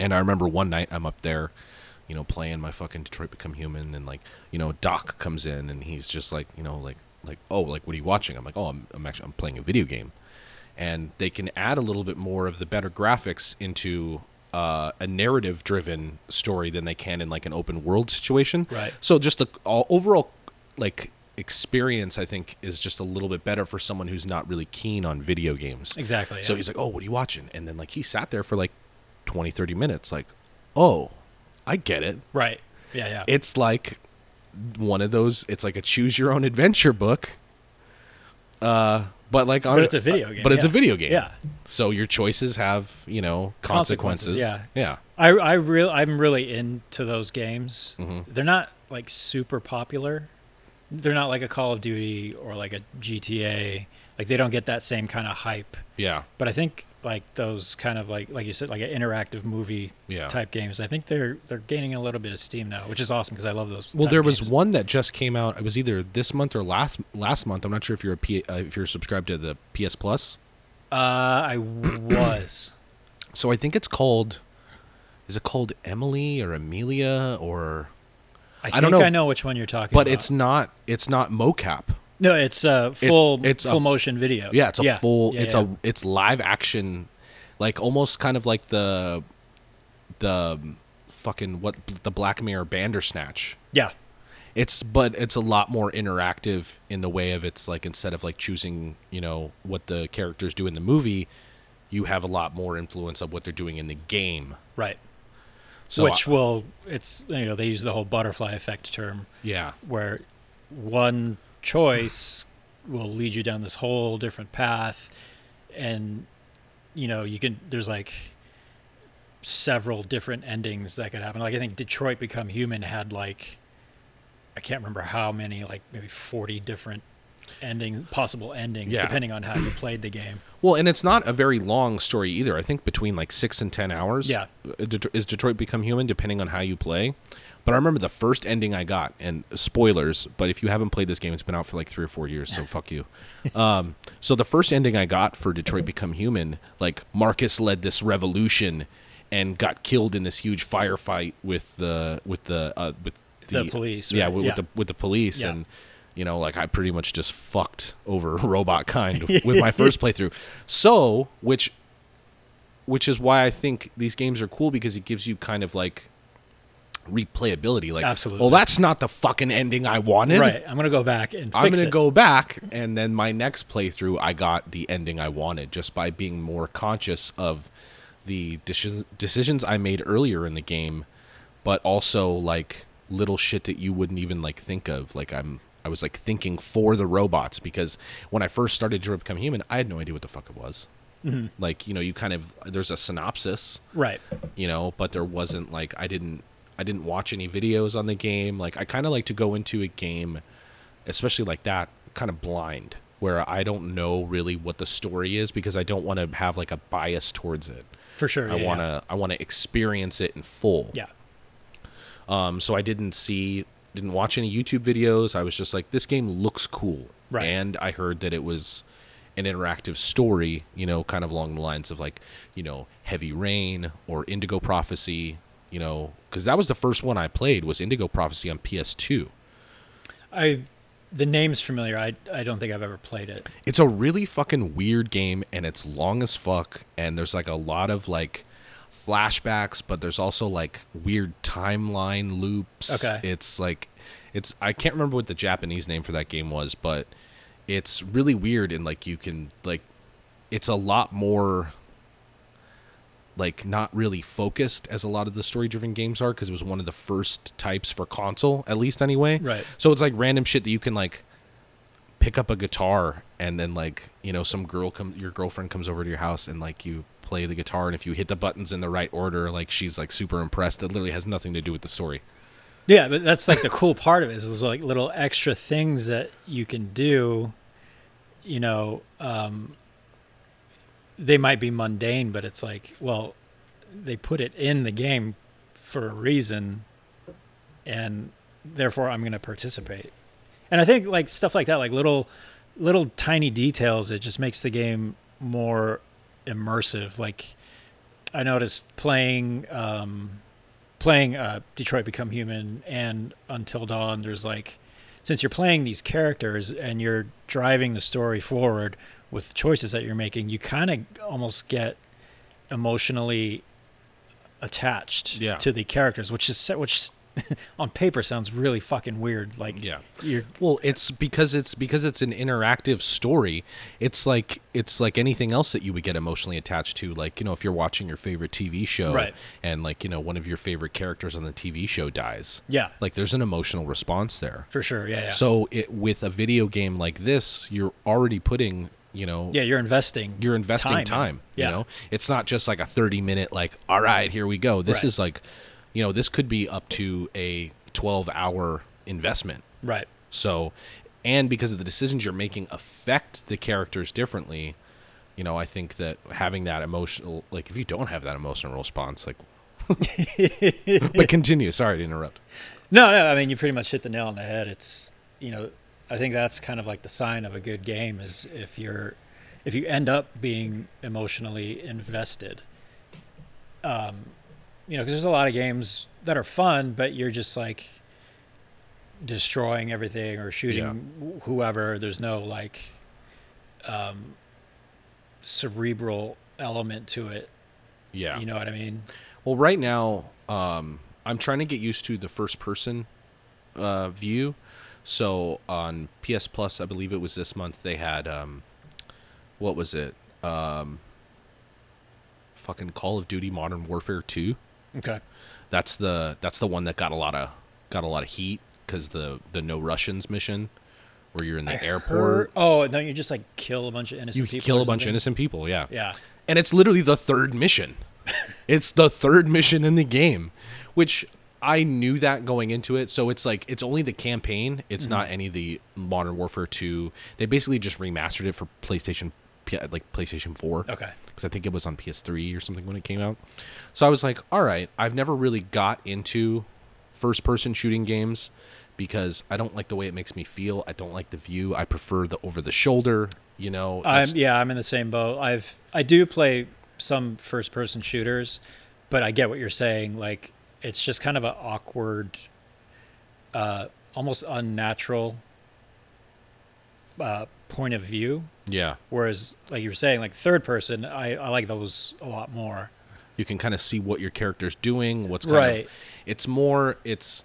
Speaker 1: and i remember one night i'm up there you know playing my fucking detroit become human and like you know doc comes in and he's just like you know like like oh like what are you watching i'm like oh i'm, I'm actually i'm playing a video game and they can add a little bit more of the better graphics into uh, a narrative driven story than they can in like an open world situation
Speaker 2: Right.
Speaker 1: so just the all, overall like experience i think is just a little bit better for someone who's not really keen on video games
Speaker 2: Exactly.
Speaker 1: so
Speaker 2: yeah.
Speaker 1: he's like, "Oh, what are you watching?" And then like he sat there for like 20, 30 minutes. Like, oh, I get it.
Speaker 2: Right. Yeah, yeah.
Speaker 1: It's like one of those, it's like a choose your own adventure book. Uh, but like on uh,
Speaker 2: But it's a video game,
Speaker 1: But it's a
Speaker 2: yeah.
Speaker 1: video game.
Speaker 2: Yeah.
Speaker 1: So your choices have, you know, consequences.
Speaker 2: Consequences, yeah.
Speaker 1: Yeah.
Speaker 2: I I real I'm really into those games.
Speaker 1: Mm-hmm.
Speaker 2: They're not like super popular. They're not like a Call of Duty or like a GTA. Like they don't get that same kind of hype.
Speaker 1: Yeah.
Speaker 2: But I think like those kind of like like you said like an interactive movie
Speaker 1: Yeah.
Speaker 2: type games. I think they're they're gaining a little bit of steam now, which is awesome because I love those.
Speaker 1: Well,
Speaker 2: type
Speaker 1: there was
Speaker 2: games.
Speaker 1: one that just came out. It was either this month or last last month. I'm not sure if you're a P, uh, if you're subscribed to the PS Plus.
Speaker 2: Uh, I was.
Speaker 1: So I think it's called. Is it called Emily or Amelia or?
Speaker 2: I think
Speaker 1: I
Speaker 2: I,
Speaker 1: don't know.
Speaker 2: know which one you're talking
Speaker 1: But
Speaker 2: about.
Speaker 1: it's not. It's not mocap.
Speaker 2: no, it's uh full
Speaker 1: it's
Speaker 2: it's,
Speaker 1: a-
Speaker 2: full motion video.
Speaker 1: Yeah, it's a full.
Speaker 2: Yeah,
Speaker 1: it's
Speaker 2: yeah.
Speaker 1: a. It's live action, like almost kind of like the, the, fucking what the Black Mirror Bandersnatch.
Speaker 2: yeah.
Speaker 1: It's but it's a lot more interactive in the way of it's like instead of like choosing, you know, what the characters do in the movie, you have a lot more influence of what they're doing in the game.
Speaker 2: Right.
Speaker 1: So
Speaker 2: Which
Speaker 1: I-
Speaker 2: will it's you know they use the whole butterfly effect term
Speaker 1: yeah.
Speaker 2: where one choice will lead you down this whole different path, and you know you can there's like several different endings that could happen. Like I think Detroit Become Human had like I can't remember how many like maybe forty different endings possible endings
Speaker 1: Yeah.
Speaker 2: depending on how you played the game.
Speaker 1: Well, and it's not a very long story either. I think between like 6 and 10 hours.
Speaker 2: Yeah.
Speaker 1: uh, Det- Is Detroit Become Human depending on how you play. But I remember the first ending I got and spoilers, but if you haven't played this game it's been out for like 3 or 4 years, so fuck you. Um, so the first ending I got for Detroit Become Human, like Marcus led this revolution and got killed in this huge firefight with the with the uh, with
Speaker 2: The police,
Speaker 1: Yeah,
Speaker 2: right?
Speaker 1: with,
Speaker 2: Yeah.
Speaker 1: with the with the police
Speaker 2: Yeah.
Speaker 1: and you know like i pretty much just fucked over robot kind with my first playthrough so which which is why i think these games are cool because it gives you kind of like replayability like
Speaker 2: Absolutely.
Speaker 1: well that's not the fucking ending i wanted
Speaker 2: Right. I'm gonna go back and fix
Speaker 1: i'm gonna
Speaker 2: it.
Speaker 1: go back and then my next playthrough i got the ending i wanted just by being more conscious of the deci- decisions i made earlier in the game but also like little shit that you wouldn't even like think of like i'm i was like thinking for the robots because when i first started to become human i had no idea what the fuck it was
Speaker 2: Mm-hmm.
Speaker 1: like you know you kind of there's a synopsis
Speaker 2: Right.
Speaker 1: you know but there wasn't like i didn't i didn't watch any videos on the game like i kind of like to go into a game especially like that kind of blind where i don't know really what the story is because i don't want to have like a bias towards it
Speaker 2: For sure.
Speaker 1: i
Speaker 2: yeah,
Speaker 1: want to i want to experience it in full
Speaker 2: Yeah. yeah.
Speaker 1: um so i didn't see didn't watch any youtube videos i was just like this game looks cool
Speaker 2: Right.
Speaker 1: and i heard that it was an interactive story you know kind of along the lines of like you know heavy rain or indigo prophecy you know because that was the first one i played was indigo prophecy on ps2
Speaker 2: I the name's familiar. I I don't think I've ever played it.
Speaker 1: it's a really fucking weird game and it's long as fuck and there's like a lot of like flashbacks but there's also like weird timeline loops
Speaker 2: Okay.
Speaker 1: it's like it's i can't remember what the japanese name for that game was but it's really weird and like you can like it's a lot more like not really focused as a lot of the story driven games are because it was one of the first types for console at least anyway
Speaker 2: Right.
Speaker 1: so it's like random shit that you can like pick up a guitar and then like you know some girl come your girlfriend comes over to your house and like you play the guitar and if you hit the buttons in the right order like she's like super impressed it literally has nothing to do with the story
Speaker 2: Yeah, but that's like the cool part of it is those like little extra things that you can do. You know, um, they might be mundane, but it's like, well, they put it in the game for a reason, and therefore I'm going to participate. And I think like stuff like that, like little, little tiny details, it just makes the game more immersive. Like I noticed playing. Um, playing uh, Detroit Become Human and Until Dawn, there's like, since you're playing these characters and you're driving the story forward with the choices that you're making, you kind of almost get emotionally attached
Speaker 1: Yeah.
Speaker 2: to the characters, which is which on paper sounds really fucking weird. Like
Speaker 1: Yeah.
Speaker 2: you're
Speaker 1: Well, it's because it's because it's an interactive story. It's like it's like anything else that you would get emotionally attached to. Like you know, if you're watching your favorite TV show,
Speaker 2: Right.
Speaker 1: and like you know, one of your favorite characters on the TV show dies.
Speaker 2: Yeah.
Speaker 1: like there's an emotional response there.
Speaker 2: for sure. Yeah, yeah.
Speaker 1: So it with a video game like this, you're already putting you know
Speaker 2: yeah, you're investing.
Speaker 1: you're investing time,
Speaker 2: in it.
Speaker 1: you
Speaker 2: yeah.
Speaker 1: know it's not just like a 30 minute like all right here we go this
Speaker 2: Right.
Speaker 1: is like you know this could be up to a 12 hour investment
Speaker 2: Right.
Speaker 1: so and because of the decisions you're making affect the characters differently you know i think that having that emotional like if you don't have that emotional response like but continue sorry to interrupt
Speaker 2: No, no. I mean, you pretty much hit the nail on the head. It's you know, I think that's kind of like the sign of a good game is if you're if you end up being emotionally invested. Um, you know, because there's a lot of games that are fun, but you're just like destroying everything or shooting wh- whoever. There's no like um, cerebral element to it.
Speaker 1: yeah
Speaker 2: You know what I mean?
Speaker 1: Well, right now, um, I'm trying to get used to the first person uh, view. So on PS Plus, I believe it was this month, they had um, what was it? Um, fucking Call of Duty Modern Warfare Two.
Speaker 2: Okay.
Speaker 1: That's the that's the one that got a lot of got a lot of heat because the the no Russians mission, where you're in the airport,
Speaker 2: Or oh, don't you just like kill a bunch of innocent
Speaker 1: you
Speaker 2: people?
Speaker 1: kill
Speaker 2: or
Speaker 1: a bunch of
Speaker 2: something?
Speaker 1: innocent people. Yeah,
Speaker 2: Yeah.
Speaker 1: and it's literally the third mission. it's the third mission in the game, which I knew that going into it. So it's like it's only the campaign. It's
Speaker 2: Mm-hmm.
Speaker 1: not any of the Modern Warfare two. They basically just remastered it for PlayStation, P- like PlayStation four.
Speaker 2: Okay.
Speaker 1: Because I think it was on PS three or something when it came out. So I was like, all right, I've never really got into first person shooting games because I don't like the way it makes me feel. I don't like the view. I prefer the over the shoulder. You know,
Speaker 2: I'm
Speaker 1: it's-
Speaker 2: yeah, I'm in the same boat. I've I do play some first person shooters, but I get what you're saying. Like it's just kind of an awkward, uh, almost unnatural uh, point of view.
Speaker 1: yeah.
Speaker 2: Whereas, like you were saying, like third person, I, I like those a lot more.
Speaker 1: you can kind of see what your character's doing what's kind
Speaker 2: Right.
Speaker 1: of it's more it's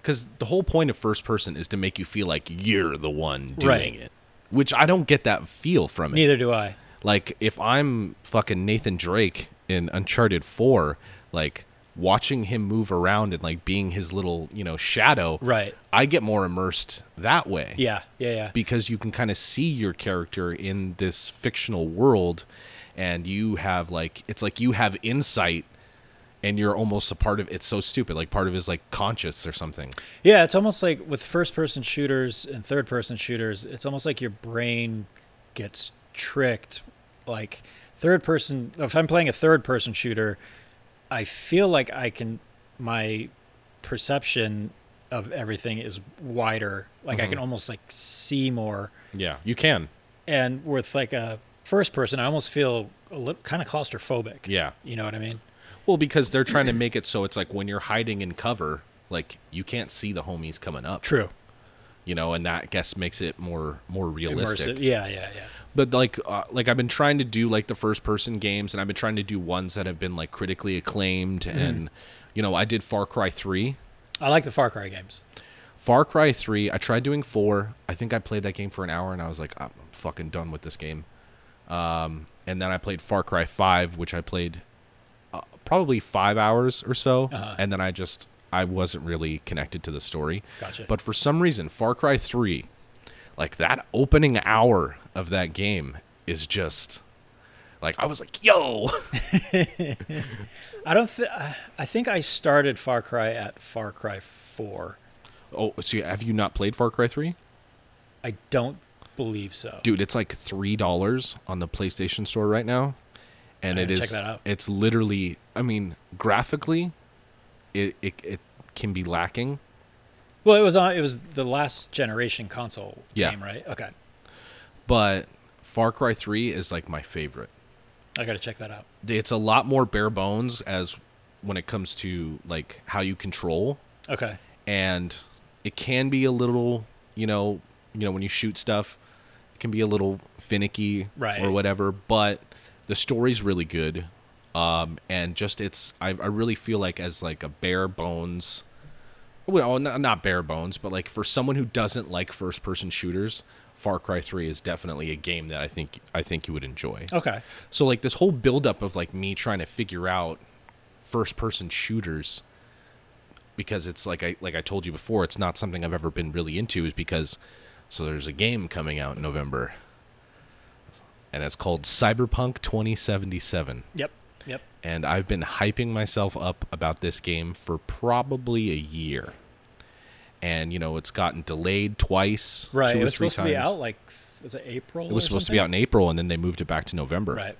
Speaker 1: because the whole point of first person is to make you feel like you're the one doing
Speaker 2: Right.
Speaker 1: it which i don't get that feel from it
Speaker 2: Neither do I.
Speaker 1: like if i'm fucking nathan drake in uncharted 4 like watching him move around and like being his little you know shadow
Speaker 2: Right.
Speaker 1: i get more immersed that way
Speaker 2: Yeah. Yeah. Yeah.
Speaker 1: because you can kind of see your character in this fictional world and you have like it's like you have insight and you're almost a part of it's so stupid like part of his like conscious or something
Speaker 2: Yeah, it's almost like with first person shooters and third person shooters, it's almost like your brain gets tricked. Like third person if I'm playing a third person shooter, I feel like I can my perception of everything is wider. Like I can almost like see more.
Speaker 1: yeah you can
Speaker 2: And with like a first person, I almost feel a little, kind of claustrophobic.
Speaker 1: Yeah.
Speaker 2: You know what I mean?
Speaker 1: well because they're trying to make it so it's like when you're hiding in cover like you can't see the homies coming up
Speaker 2: True.
Speaker 1: you know and that I guess makes it more more realistic
Speaker 2: Immersive. Yeah, yeah, yeah.
Speaker 1: but like uh, like I've been trying to do like the first person games and I've been trying to do ones that have been like critically acclaimed and you know I did Far Cry 3
Speaker 2: I like the Far Cry games.
Speaker 1: Far Cry 3 I tried doing 4 I think I played that game for an hour and I was like I'm fucking done with this game um and then I played Far Cry 5 which I played uh, probably 5 hours or so and then I just I wasn't really connected to the story
Speaker 2: Gotcha.
Speaker 1: but for some reason Far Cry 3 like that opening hour of that game is just like I was like, yo,
Speaker 2: I don't. Th- I- I think I started Far Cry at Far Cry Four.
Speaker 1: oh, so have you not played Far Cry Three,
Speaker 2: I don't believe so.
Speaker 1: dude? It's like three dollars on the PlayStation Store right now, and
Speaker 2: I
Speaker 1: it
Speaker 2: gotta
Speaker 1: is
Speaker 2: check that out.
Speaker 1: it's literally, I mean, graphically, it it, it can be lacking,
Speaker 2: Well, it was on. It was the last generation console
Speaker 1: Yeah.
Speaker 2: game, right? Okay,
Speaker 1: but Far Cry Three is like my favorite.
Speaker 2: I gotta check that out.
Speaker 1: It's a lot more bare bones as when it comes to like how you control
Speaker 2: Okay,
Speaker 1: and it can be a little, you know, you know when you shoot stuff, it can be a little finicky
Speaker 2: Right.
Speaker 1: or whatever. But the story's really good. um, and just it's I, I really feel like as like a bare bones well not, not bare bones but like for someone who doesn't like first person shooters far cry 3 is definitely a game that i think i think you would enjoy
Speaker 2: Okay.
Speaker 1: so like this whole buildup of like me trying to figure out first person shooters because it's like I like I told you before, it's not something I've ever been really into is because so there's a game coming out in November. And it's called Cyberpunk 2077.
Speaker 2: Yep. Yep.
Speaker 1: And I've been hyping myself up about this game for probably a year. And you know, it's gotten delayed twice.
Speaker 2: Right.
Speaker 1: Two
Speaker 2: It
Speaker 1: or
Speaker 2: was
Speaker 1: three
Speaker 2: supposed
Speaker 1: times.
Speaker 2: to be out like f- was it April?
Speaker 1: It was supposed to be out in April and then they moved it back to November.
Speaker 2: Right.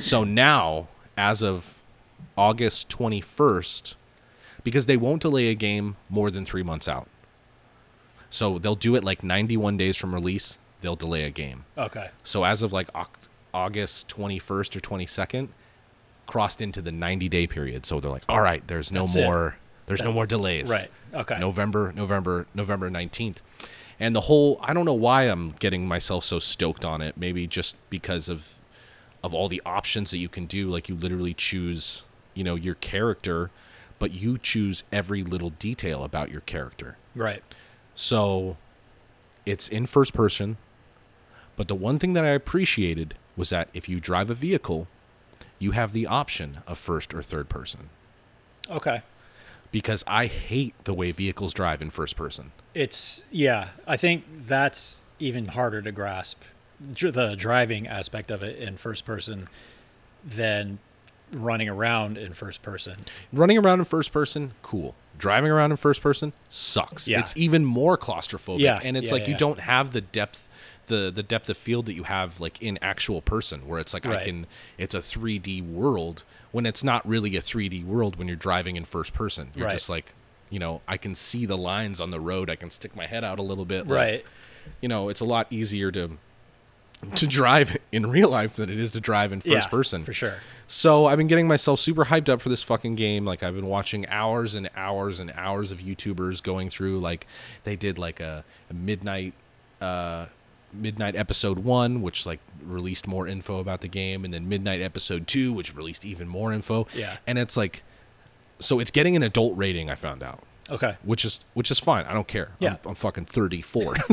Speaker 1: So now, as of August 21st, because they won't delay a game more than three months out. So they'll do it like 91 days from release, they'll delay a game.
Speaker 2: Okay.
Speaker 1: So as of like Oct- August 21st or 22nd, crossed into the 90 day period. So they're like, all right, there's no
Speaker 2: That's it.
Speaker 1: more. There's no
Speaker 2: That's-
Speaker 1: more delays.
Speaker 2: Right. Okay.
Speaker 1: November, November, November 19th. And the whole I don't know why I'm getting myself so stoked on it. Maybe just because of of all the options that you can do like you literally choose, you know, your character, but you choose every little detail about your character.
Speaker 2: Right.
Speaker 1: So it's in first person. But the one thing that I appreciated was that if you drive a vehicle, you have the option of first or third person
Speaker 2: Okay.
Speaker 1: because I hate the way vehicles drive in first person.
Speaker 2: It's yeah. I think that's even harder to grasp dr- the driving aspect of it in first person than running around in first person.
Speaker 1: running around in first person, cool. Driving around in first person sucks.
Speaker 2: Yeah.
Speaker 1: It's even more claustrophobic.
Speaker 2: Yeah,
Speaker 1: And it's
Speaker 2: yeah,
Speaker 1: like you
Speaker 2: yeah.
Speaker 1: don't have the depth the the depth of field that you have like in actual person where it's like I
Speaker 2: Right.
Speaker 1: can it's a 3D world when it's not really a 3D world when you're driving in first person. You're
Speaker 2: Right.
Speaker 1: just like, you know, I can see the lines on the road. I can stick my head out a little bit. like,
Speaker 2: Right.
Speaker 1: you know, it's a lot easier to to drive in real life than it is to drive in first
Speaker 2: yeah,
Speaker 1: person.
Speaker 2: for sure.
Speaker 1: So I've been getting myself super hyped up for this fucking game. Like I've been watching hours and hours and hours of YouTubers going through. Like they did like a, a midnight, uh, midnight episode one, which like released more info about the game, and then midnight episode two, which released even more info.
Speaker 2: Yeah.
Speaker 1: And it's like, so it's getting an adult rating. I found out
Speaker 2: Okay.
Speaker 1: which is which is fine. I don't care. I'm-
Speaker 2: Yeah.
Speaker 1: I'm, fucking 34.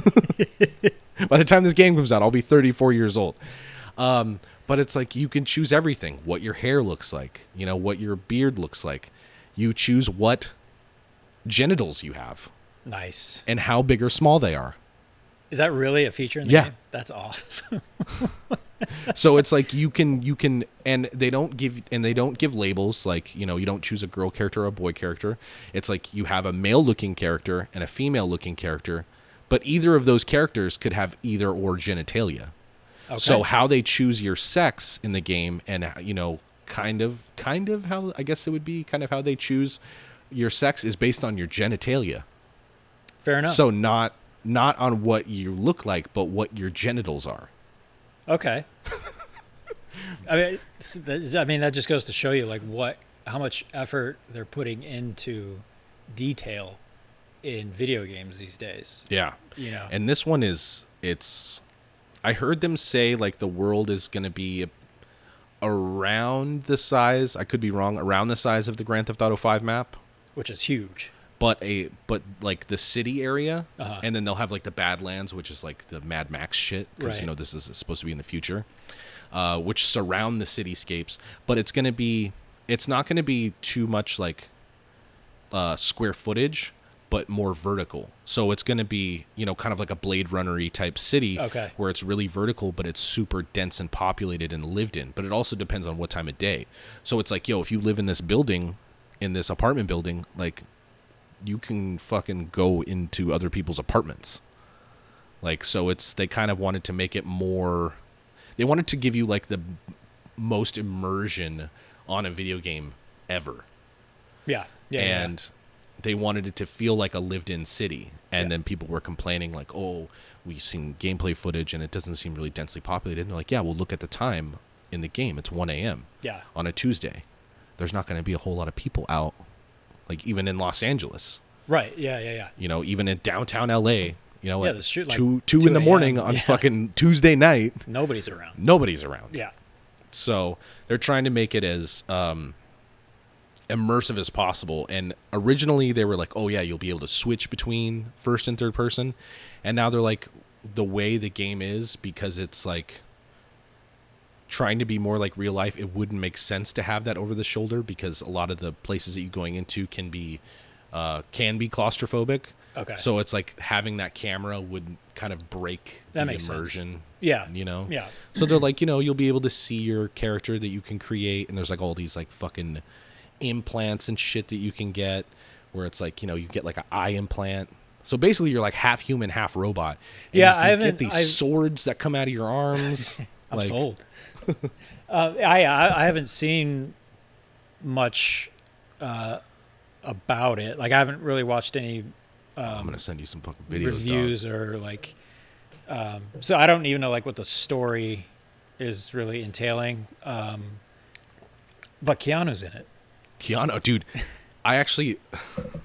Speaker 1: By the time this game comes out, I'll be 34 years old. Um, but it's like you can choose everything: what your hair looks like, you know, what your beard looks like. You choose what genitals you have
Speaker 2: Nice.
Speaker 1: and how big or small they are.
Speaker 2: Is that really a feature in the
Speaker 1: Yeah.
Speaker 2: game? That's awesome.
Speaker 1: so it's like you can you can and they don't give and they don't give labels like you know you don't choose a girl character or a boy character it's like you have a male looking character and a female looking character but either of those characters could have either or genitalia
Speaker 2: Okay.
Speaker 1: so how they choose your sex in the game and you know kind of kind of how i guess it would be kind of how they choose your sex is based on your genitalia
Speaker 2: fair enough.
Speaker 1: so not not on what you look like but what your genitals are
Speaker 2: Okay. I mean, it's- that- I mean that just goes to show you like what how much effort they're putting into detail in video games these days.
Speaker 1: yeah
Speaker 2: You know.
Speaker 1: And this one is it's I heard them say like the world is going to be around the size, I could be wrong, around the size of the Grand Theft Auto 5 map,
Speaker 2: which is huge.
Speaker 1: but a but like the city area
Speaker 2: Uh-huh.
Speaker 1: and then they'll have like the Badlands, which is like the Mad Max shit cuz you
Speaker 2: Right.
Speaker 1: know this is supposed to be in the future. Uh, which surround the cityscapes, but it's going to be it's not going to be too much like uh, square footage, but more vertical. So it's going to be, you know, kind of like a Blade Runner type city
Speaker 2: Okay.
Speaker 1: where it's really vertical, but it's super dense and populated and lived in. But it also depends on what time of day. So it's like, yo, if you live in this building, in this apartment building, like you can fucking go into other people's apartments. Like, so it's, they kind of wanted to make it more, they wanted to give you like the most immersion on a video game ever
Speaker 2: Yeah. Yeah. yeah,
Speaker 1: and they wanted it to feel like a lived-in city. And then people were complaining, like, "Oh, we've seen gameplay footage, and it doesn't seem really densely populated." And they're like, "Yeah, well, look at the time in the game. It's 1 a.m.
Speaker 2: yeah.
Speaker 1: on a Tuesday. There's not going to be a whole lot of people out, like even in Los Angeles.
Speaker 2: Right. Yeah, yeah, yeah.
Speaker 1: You know, even in downtown L.A. You know,
Speaker 2: Yeah,
Speaker 1: at
Speaker 2: the street, like,
Speaker 1: two two
Speaker 2: 2
Speaker 1: in the morning
Speaker 2: a.m.,
Speaker 1: on
Speaker 2: yeah.
Speaker 1: fucking Tuesday night,
Speaker 2: Nobody's around.
Speaker 1: nobody's around.
Speaker 2: Yeah.
Speaker 1: So they're trying to make it as um, immersive as possible. And originally they were like, oh, yeah, you'll be able to switch between first and third person. And now they're like, the way the game is, because it's like trying to be more like real life, it wouldn't make sense to have that over the shoulder because a lot of the places that you're going into can be uh, can be claustrophobic.
Speaker 2: Okay.
Speaker 1: So it's like having that camera would kind of break
Speaker 2: That
Speaker 1: the
Speaker 2: makes sense.
Speaker 1: immersion.
Speaker 2: Yeah.
Speaker 1: You know?
Speaker 2: Yeah.
Speaker 1: So they're like, you know, you'll be able to see your character that you can create, and there's like all these like fucking implants and shit that you can get, where it's like, you know, you get like an eye implant. So basically, you're like half human, half robot. And
Speaker 2: Yeah,
Speaker 1: you
Speaker 2: I haven't-
Speaker 1: get these
Speaker 2: I've-
Speaker 1: swords that come out of your arms.
Speaker 2: I'm
Speaker 1: like,
Speaker 2: sold. uh, I, I I haven't seen much uh, about it. Like I haven't really watched any
Speaker 1: I'm gonna send you some fucking videos.
Speaker 2: reviews or like. Um, so I don't even know like what the story is really entailing. Um, but Keanu's in it.
Speaker 1: Dog. Keanu, dude, I actually,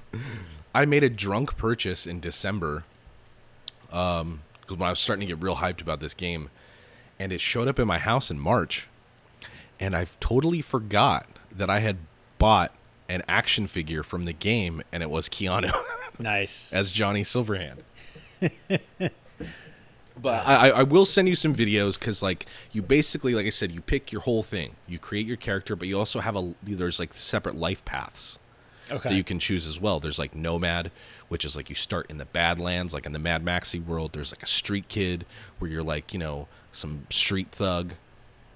Speaker 1: I made a drunk purchase in December, um, because when I was starting to get real hyped about this game, and it showed up in my house in March, and I've totally forgot that I had bought an action figure from the game, and it was Keanu.
Speaker 2: Nice.
Speaker 1: as Johnny Silverhand. but I, I I will send you some videos because, like, you basically, like I said, you pick your whole thing. You create your character, but you also have a there's like separate life paths that
Speaker 2: okay.
Speaker 1: you can choose as well. There's like Nomad, which is like you start in the Badlands, like in the Mad Maxi world. There's like a street kid where you're like, you know, some street thug.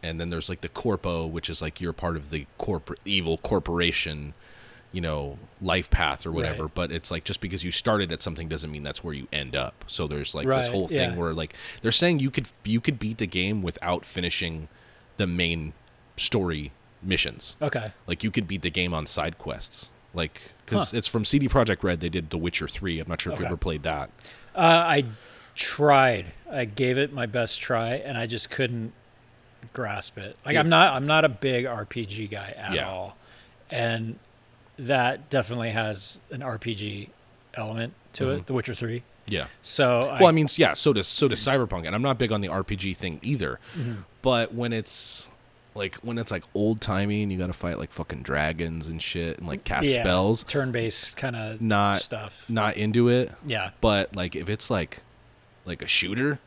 Speaker 1: And then there's like the Corpo, which is like you're part of the corporate evil corporation, you know, life path or whatever.
Speaker 2: Right.
Speaker 1: But it's like just because you started at something doesn't mean that's where you end up. So there's like this
Speaker 2: Right,
Speaker 1: whole thing
Speaker 2: yeah.
Speaker 1: where like they're saying you could you could beat the game without finishing the main story missions.
Speaker 2: okay.
Speaker 1: Like you could beat the game on side quests. Like because it's from CD Project Red. They did The Witcher Three. I'm not sure if you
Speaker 2: Okay.
Speaker 1: ever played that.
Speaker 2: Uh, I tried. I gave it my best try, and I just couldn't grasp it. Like I'm not. I'm not a big RPG guy at
Speaker 1: Yeah.
Speaker 2: all, and that definitely has an RPG element to it. The Witcher Three.
Speaker 1: Yeah.
Speaker 2: So
Speaker 1: Mm-hmm. Well, I mean, yeah. So does so does Cyberpunk, and I'm not big on the RPG thing either.
Speaker 2: Mm-hmm.
Speaker 1: But when it's like when it's like old timey and you got to fight like fucking dragons and shit and like cast
Speaker 2: yeah,
Speaker 1: spells,
Speaker 2: turn-based kind of
Speaker 1: Not-
Speaker 2: stuff.
Speaker 1: not into it.
Speaker 2: yeah.
Speaker 1: But like if it's like like a shooter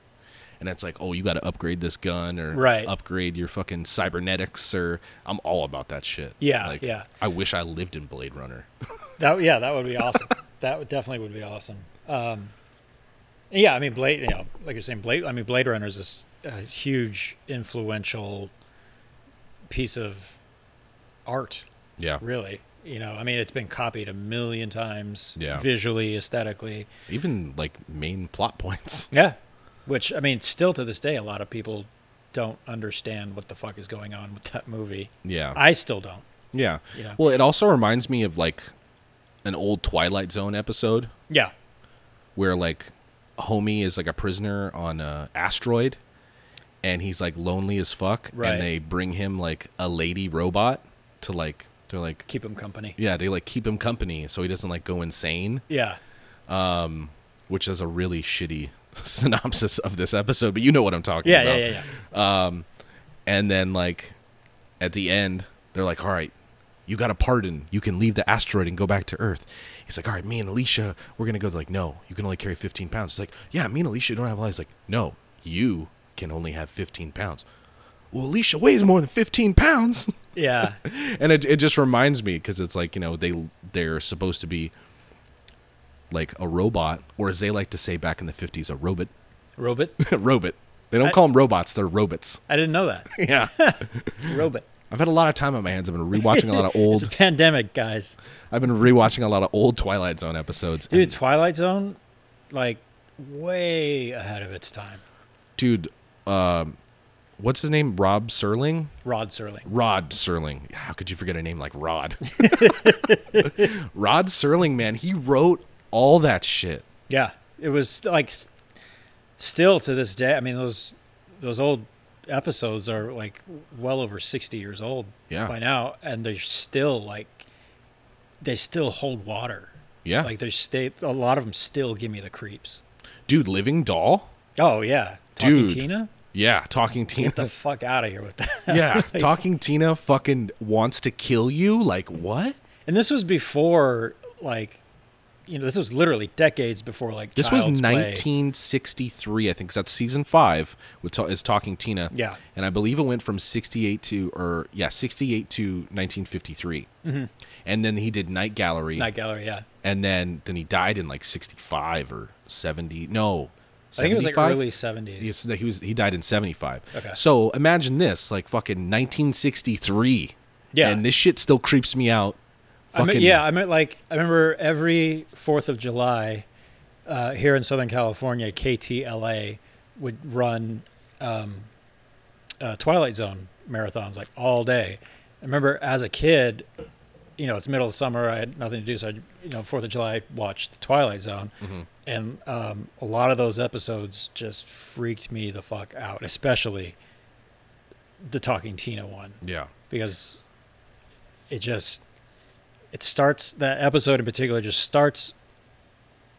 Speaker 1: and it's like, oh, you got to upgrade this gun or
Speaker 2: Right.
Speaker 1: upgrade your fucking cybernetics or I'm all about that shit.
Speaker 2: Yeah,
Speaker 1: Like,
Speaker 2: yeah.
Speaker 1: I wish I lived in Blade Runner.
Speaker 2: That yeah, that would be awesome. that would definitely would be awesome. Um, yeah, I mean Blade. You know, like you're saying, Blade. I mean Blade Runner is this uh, huge, influential piece of art.
Speaker 1: Yeah.
Speaker 2: Really, you know, I mean, it's been copied a million times.
Speaker 1: Yeah.
Speaker 2: Visually, aesthetically.
Speaker 1: Even like main plot points.
Speaker 2: Yeah. Which I mean, still to this day, a lot of people don't understand what the fuck is going on with that movie.
Speaker 1: Yeah.
Speaker 2: I still don't.
Speaker 1: yeah.
Speaker 2: Yeah.
Speaker 1: Well, it also reminds me of like an old Twilight Zone episode
Speaker 2: Yeah.
Speaker 1: where like Homie is like a prisoner on a asteroid and he's like lonely as fuck
Speaker 2: Right.
Speaker 1: and they bring him like a lady robot to like they're like
Speaker 2: Keep them company.
Speaker 1: yeah, they like keep him company so he doesn't like go insane,
Speaker 2: Yeah.
Speaker 1: which is a really shitty synopsis of this episode, but you know what I'm talking
Speaker 2: Yeah.
Speaker 1: about.
Speaker 2: Yeah. Yeah. yeah.
Speaker 1: And then like at the end, they're like, "All right, you got a pardon. You can leave the asteroid and go back to Earth." He's like, "All right, me and Alicia, we're gonna go." They're like, "No, you can only carry 15 pounds." He's like, "Yeah, me and Alicia don't have lives." Like, "No, you can only have 15 pounds." Well, Alicia weighs more than 15 pounds.
Speaker 2: Yeah.
Speaker 1: and it, it just reminds me because it's like you know they they're supposed to be like a robot or as they like to say back in the 50s a robot
Speaker 2: Robot.
Speaker 1: robot they don't call them robots they're robots
Speaker 2: I didn't know that.
Speaker 1: yeah
Speaker 2: Robot.
Speaker 1: i've had a lot of time on my hands i've been rewatching a lot of
Speaker 2: It's a
Speaker 1: old
Speaker 2: pandemic, guys.
Speaker 1: i've been rewatching a lot of old twilight zone episodes
Speaker 2: Dude,
Speaker 1: and,
Speaker 2: Twilight Zone, like way ahead of its time.
Speaker 1: dude um what's his name rob serling
Speaker 2: Rod Serling.
Speaker 1: Rod Serling. How could you forget a name like Rod? Rod Serling, man, he wrote all that shit.
Speaker 2: Yeah, it was like s- still to this day. I mean, those those old episodes are like well over sixty years old
Speaker 1: Yeah.
Speaker 2: by now, and they're still like they still hold water.
Speaker 1: Yeah.
Speaker 2: Like they're stay a lot of them still give me the creeps.
Speaker 1: dude, Living Doll?
Speaker 2: Oh yeah, Talking
Speaker 1: Dude.
Speaker 2: Tina.
Speaker 1: Yeah, talking Tina.
Speaker 2: Get the fuck out of here with that.
Speaker 1: yeah, talking Tina fucking wants to kill you. Like what?
Speaker 2: And this was before, like, you know, this was literally decades before, like,
Speaker 1: This was
Speaker 2: Child's Play.
Speaker 1: 1963, I think, 'cause that's season five with ta- is talking Tina.
Speaker 2: Yeah.
Speaker 1: and I believe it went from 68 to or yeah 68 to 1953, mm-hmm. and then he did Night Gallery,
Speaker 2: Night Gallery, yeah.
Speaker 1: and then then he died in like 65 or 70. No, 75?
Speaker 2: I think it was like early 70s.
Speaker 1: Yes, he was he died in 75.
Speaker 2: Okay.
Speaker 1: So imagine this, like fucking 1963.
Speaker 2: Yeah.
Speaker 1: And this shit still creeps me out.
Speaker 2: I
Speaker 1: Fucking
Speaker 2: mean, yeah, I mean, like, I remember every 4th of July uh, here in Southern California, KTLA would run um, uh, Twilight Zone marathons like all day. I remember as a kid, you know, it's middle of summer, I had nothing to do. So, I, you know, 4th of July, watched the Twilight Zone. And um, a lot of those episodes just freaked me the fuck out, especially the Talking Tina one
Speaker 1: Yeah.
Speaker 2: because it just it starts that episode in particular just starts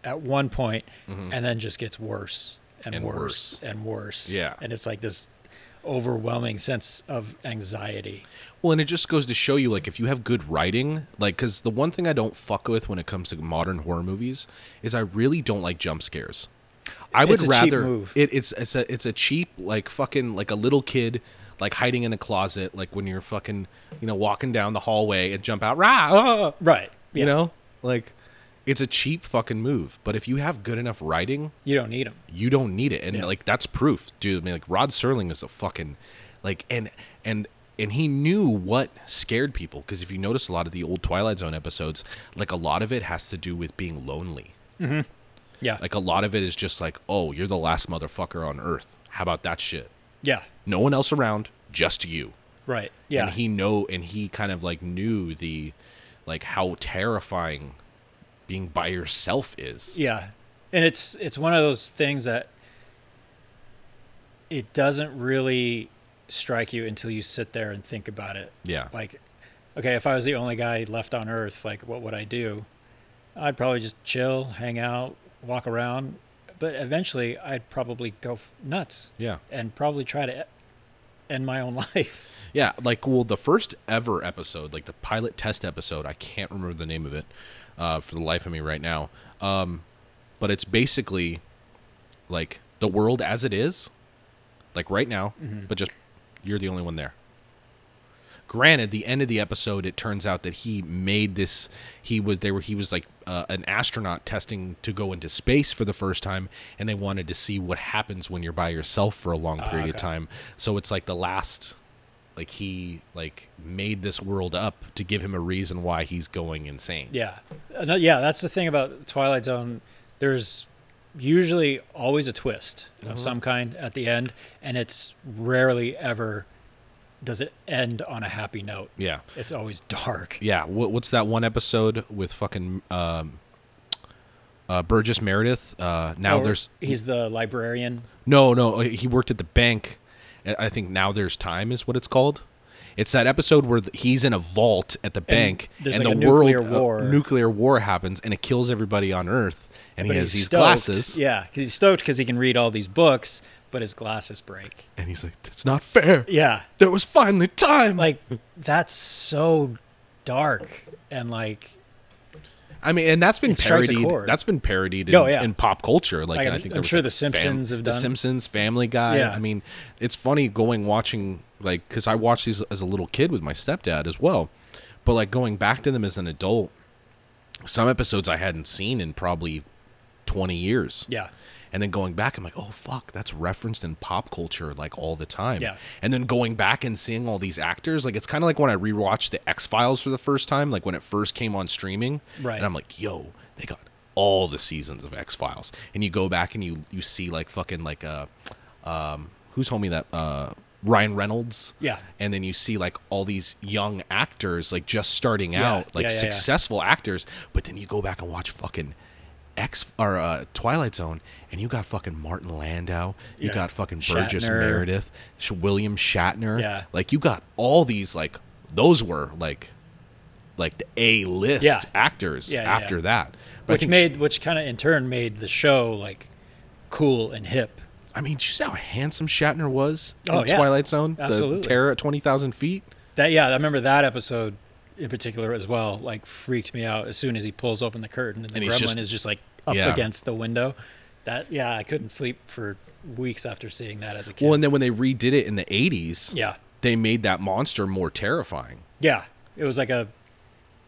Speaker 2: at one point and then just gets worse and,
Speaker 1: Mm-hmm. And
Speaker 2: worse,
Speaker 1: worse.
Speaker 2: and worse
Speaker 1: Yeah.
Speaker 2: and it's like this overwhelming sense of anxiety
Speaker 1: Well, and it just goes to show you, like, if you have good writing, like, because the one thing I don't fuck with when it comes to modern horror movies is I really don't like jump scares. I would
Speaker 2: It's a cheap
Speaker 1: rather
Speaker 2: move.
Speaker 1: it, it's it's a it's a cheap like fucking like a little kid like hiding in a closet like when you're fucking you know walking down the hallway and jump out rah ah,
Speaker 2: right
Speaker 1: you know like it's a cheap fucking move but if you have good enough writing
Speaker 2: you don't need them
Speaker 1: you don't need it and
Speaker 2: Yeah.
Speaker 1: like that's proof dude i mean like rod serling is a fucking like and and and he knew what scared people because if you notice a lot of the old twilight zone episodes like a lot of it has to do with being lonely
Speaker 2: yeah
Speaker 1: like a lot of it is just like oh you're the last motherfucker on earth how about that shit
Speaker 2: yeah
Speaker 1: no one else around just you
Speaker 2: right yeah
Speaker 1: and he know and he kind of like knew the like how terrifying being by yourself is
Speaker 2: Yeah. And it's it's one of those things that it doesn't really strike you until you sit there and think about it.
Speaker 1: Yeah.
Speaker 2: Like okay, if I was the only guy left on earth, like what would I do? I'd probably just chill, hang out, walk around, but eventually I'd probably go f- nuts
Speaker 1: yeah
Speaker 2: and probably try to e- end my own life.
Speaker 1: Yeah, like well, the first ever episode, like the pilot test episode, I can't remember the name of it uh, for the life of me right now. Um, but it's basically like the world as it is, like right now, but just you're the only one there. Granted, the end of the episode, it turns out that he made this. He was they were he was like uh, an astronaut testing to go into space for the first time, and they wanted to see what happens when you're by yourself for a long period of
Speaker 2: okay.
Speaker 1: time. So it's like the last like he like made this world up to give him a reason why he's going insane.
Speaker 2: Yeah. Uh, no, yeah, that's the thing about Twilight Zone. There's usually always a twist
Speaker 1: Mm-hmm.
Speaker 2: of some kind at the end, and it's rarely ever does it end on a happy note.
Speaker 1: Yeah.
Speaker 2: It's always dark.
Speaker 1: Yeah. What, what's that one episode with fucking um uh Burgess Meredith? Uh now
Speaker 2: Or
Speaker 1: there's
Speaker 2: he's the librarian.
Speaker 1: No, no, uh, he worked at the bank. I I think now there's time is what it's called. It's that episode where th- he's in a vault at the bank,
Speaker 2: there's
Speaker 1: and
Speaker 2: like
Speaker 1: the
Speaker 2: a
Speaker 1: world
Speaker 2: nuclear
Speaker 1: uh,
Speaker 2: war.
Speaker 1: nuclear war happens, and it kills everybody on Earth, and
Speaker 2: but
Speaker 1: he has
Speaker 2: he's
Speaker 1: these
Speaker 2: stoked.
Speaker 1: glasses,
Speaker 2: Yeah, because he's stoked because he can read all these books, but his glasses break.
Speaker 1: and he's like, "It's not fair.
Speaker 2: Yeah,
Speaker 1: There was finally time."
Speaker 2: like that's so dark and like
Speaker 1: I mean, and that's been
Speaker 2: It strikes a
Speaker 1: parodied.
Speaker 2: chord.
Speaker 1: That's been parodied in,
Speaker 2: Oh, yeah.
Speaker 1: in pop culture. Like,
Speaker 2: Like,
Speaker 1: and I
Speaker 2: I'm-
Speaker 1: think
Speaker 2: I'm
Speaker 1: there was,
Speaker 2: sure
Speaker 1: like,
Speaker 2: The Simpsons have
Speaker 1: The
Speaker 2: done-
Speaker 1: Simpsons, Family Guy.
Speaker 2: Yeah.
Speaker 1: I mean, it's funny going watching like because I watched these as a little kid with my stepdad as well, but like going back to them as an adult, some episodes I hadn't seen in probably twenty years.
Speaker 2: yeah,
Speaker 1: And then going back, I'm like, oh fuck, that's referenced in pop culture like all the time.
Speaker 2: Yeah.
Speaker 1: And then going back and seeing all these actors, like it's kind of like when I rewatched the X Files for the first time, like when it first came on streaming.
Speaker 2: Right.
Speaker 1: And I'm like, yo, they got all the seasons of X Files, and you go back and you you see like fucking like uh, um, who's homie that uh. Ryan Reynolds,
Speaker 2: Yeah.
Speaker 1: and then you see like all these young actors, like just starting
Speaker 2: Yeah,
Speaker 1: out, like
Speaker 2: yeah, yeah, yeah.
Speaker 1: successful actors, but then you go back and watch fucking X or uh, Twilight Zone, and you got fucking Martin Landau, you
Speaker 2: Yeah.
Speaker 1: got fucking Burgess
Speaker 2: Shatner.
Speaker 1: Meredith, Sh- William Shatner,
Speaker 2: Yeah.
Speaker 1: like you got all these like those were like like the A list
Speaker 2: Yeah.
Speaker 1: actors
Speaker 2: Yeah, yeah,
Speaker 1: after
Speaker 2: yeah.
Speaker 1: that, But I
Speaker 2: which
Speaker 1: think-
Speaker 2: made which kind of in turn made the show like cool and hip
Speaker 1: I mean, did you see how handsome Shatner was in
Speaker 2: Oh, yeah.
Speaker 1: Twilight Zone?
Speaker 2: Absolutely.
Speaker 1: The terror at 20,000 feet?
Speaker 2: That yeah, I remember that episode in particular as well. Like freaked me out as soon as he pulls open the curtain and the
Speaker 1: And he's
Speaker 2: gremlin
Speaker 1: just-
Speaker 2: is just like up
Speaker 1: Yeah.
Speaker 2: against the window. That yeah, I couldn't sleep for weeks after seeing that as a kid.
Speaker 1: Well, and then when they redid it in the 80s,
Speaker 2: yeah,
Speaker 1: they made that monster more terrifying.
Speaker 2: yeah, it was like a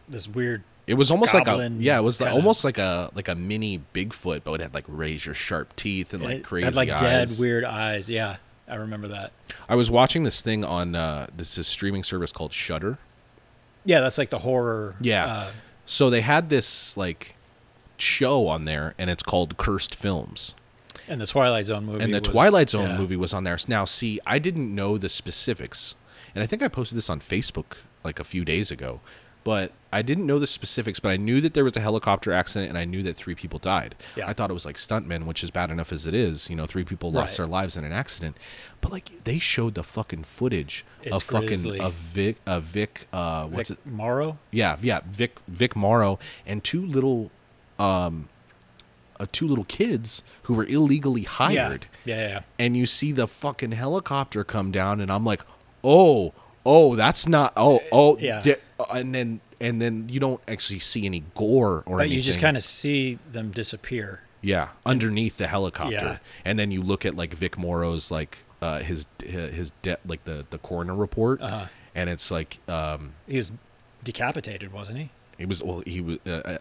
Speaker 2: this weird.
Speaker 1: It was almost like
Speaker 2: Goblin
Speaker 1: a yeah, it was like,
Speaker 2: kinda-
Speaker 1: almost like a like a mini Bigfoot, but it had like razor sharp teeth and like
Speaker 2: it
Speaker 1: crazy
Speaker 2: had like dead
Speaker 1: eyes.
Speaker 2: weird eyes. Yeah, I remember that.
Speaker 1: I was watching this thing on uh, this is streaming service called Shudder.
Speaker 2: Yeah, that's like the horror.
Speaker 1: Yeah.
Speaker 2: uh,
Speaker 1: so they had this like show on there, and it's called Cursed Films.
Speaker 2: and the Twilight Zone movie.
Speaker 1: and the
Speaker 2: was-
Speaker 1: Twilight Zone
Speaker 2: yeah.
Speaker 1: movie was on there. Now, see, I didn't know the specifics, and I think I posted this on Facebook like a few days ago, but I didn't know the specifics. But I knew that there was a helicopter accident, and I knew that three people died.
Speaker 2: Yeah.
Speaker 1: I thought it was like stuntmen, which is bad enough as it is. You know, three people lost
Speaker 2: Right.
Speaker 1: their lives in an accident, but like they showed the fucking footage
Speaker 2: It's
Speaker 1: of fucking
Speaker 2: grisly.
Speaker 1: a Vic, a Vic, uh, what's
Speaker 2: Vic
Speaker 1: it?
Speaker 2: Morrow.
Speaker 1: Yeah, yeah, Vic Vic Morrow and two little. Um, uh, two little kids who were illegally
Speaker 2: Yeah.
Speaker 1: hired
Speaker 2: yeah, yeah, yeah.
Speaker 1: and you see the fucking helicopter come down and I'm like, "Oh, oh, that's not oh, oh."
Speaker 2: Uh, Yeah.
Speaker 1: di- and then and then you don't actually see any gore or
Speaker 2: But
Speaker 1: anything.
Speaker 2: you just kind of see them disappear.
Speaker 1: yeah, underneath the helicopter.
Speaker 2: Yeah.
Speaker 1: And then you look at like Vic Morrow's like uh his his debt like the the coroner report
Speaker 2: Uh-huh.
Speaker 1: and it's like um
Speaker 2: He was decapitated, wasn't he?
Speaker 1: he was well he was uh, uh,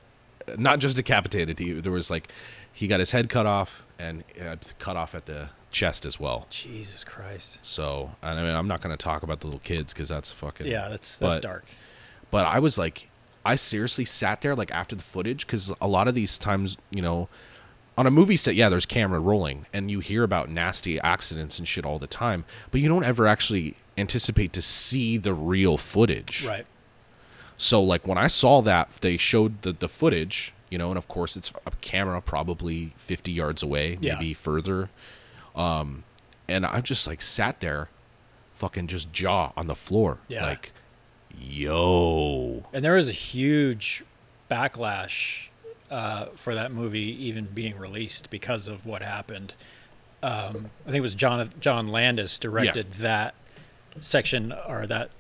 Speaker 1: not just decapitated he there was like he got his head cut off and uh, cut off at the chest as well
Speaker 2: Jesus Christ.
Speaker 1: So, and I mean, I'm not going to talk about the little kids because that's fucking.
Speaker 2: Yeah, that's that's
Speaker 1: but,
Speaker 2: dark.
Speaker 1: But I was like, I seriously sat there like after the footage because a lot of these times, you know, on a movie set, yeah, there's camera rolling and you hear about nasty accidents and shit all the time, but you don't ever actually anticipate to see the real footage.
Speaker 2: Right.
Speaker 1: So like when I saw that, they showed the the footage, you know, and of course it's a camera probably 50 yards away,
Speaker 2: Yeah.
Speaker 1: maybe further. Um, and I just like sat there, fucking just jaw on the floor,
Speaker 2: Yeah.
Speaker 1: like, yo,
Speaker 2: And there was a huge backlash uh, for that movie even being released because of what happened. Um, I think it was John John Landis directed that section or that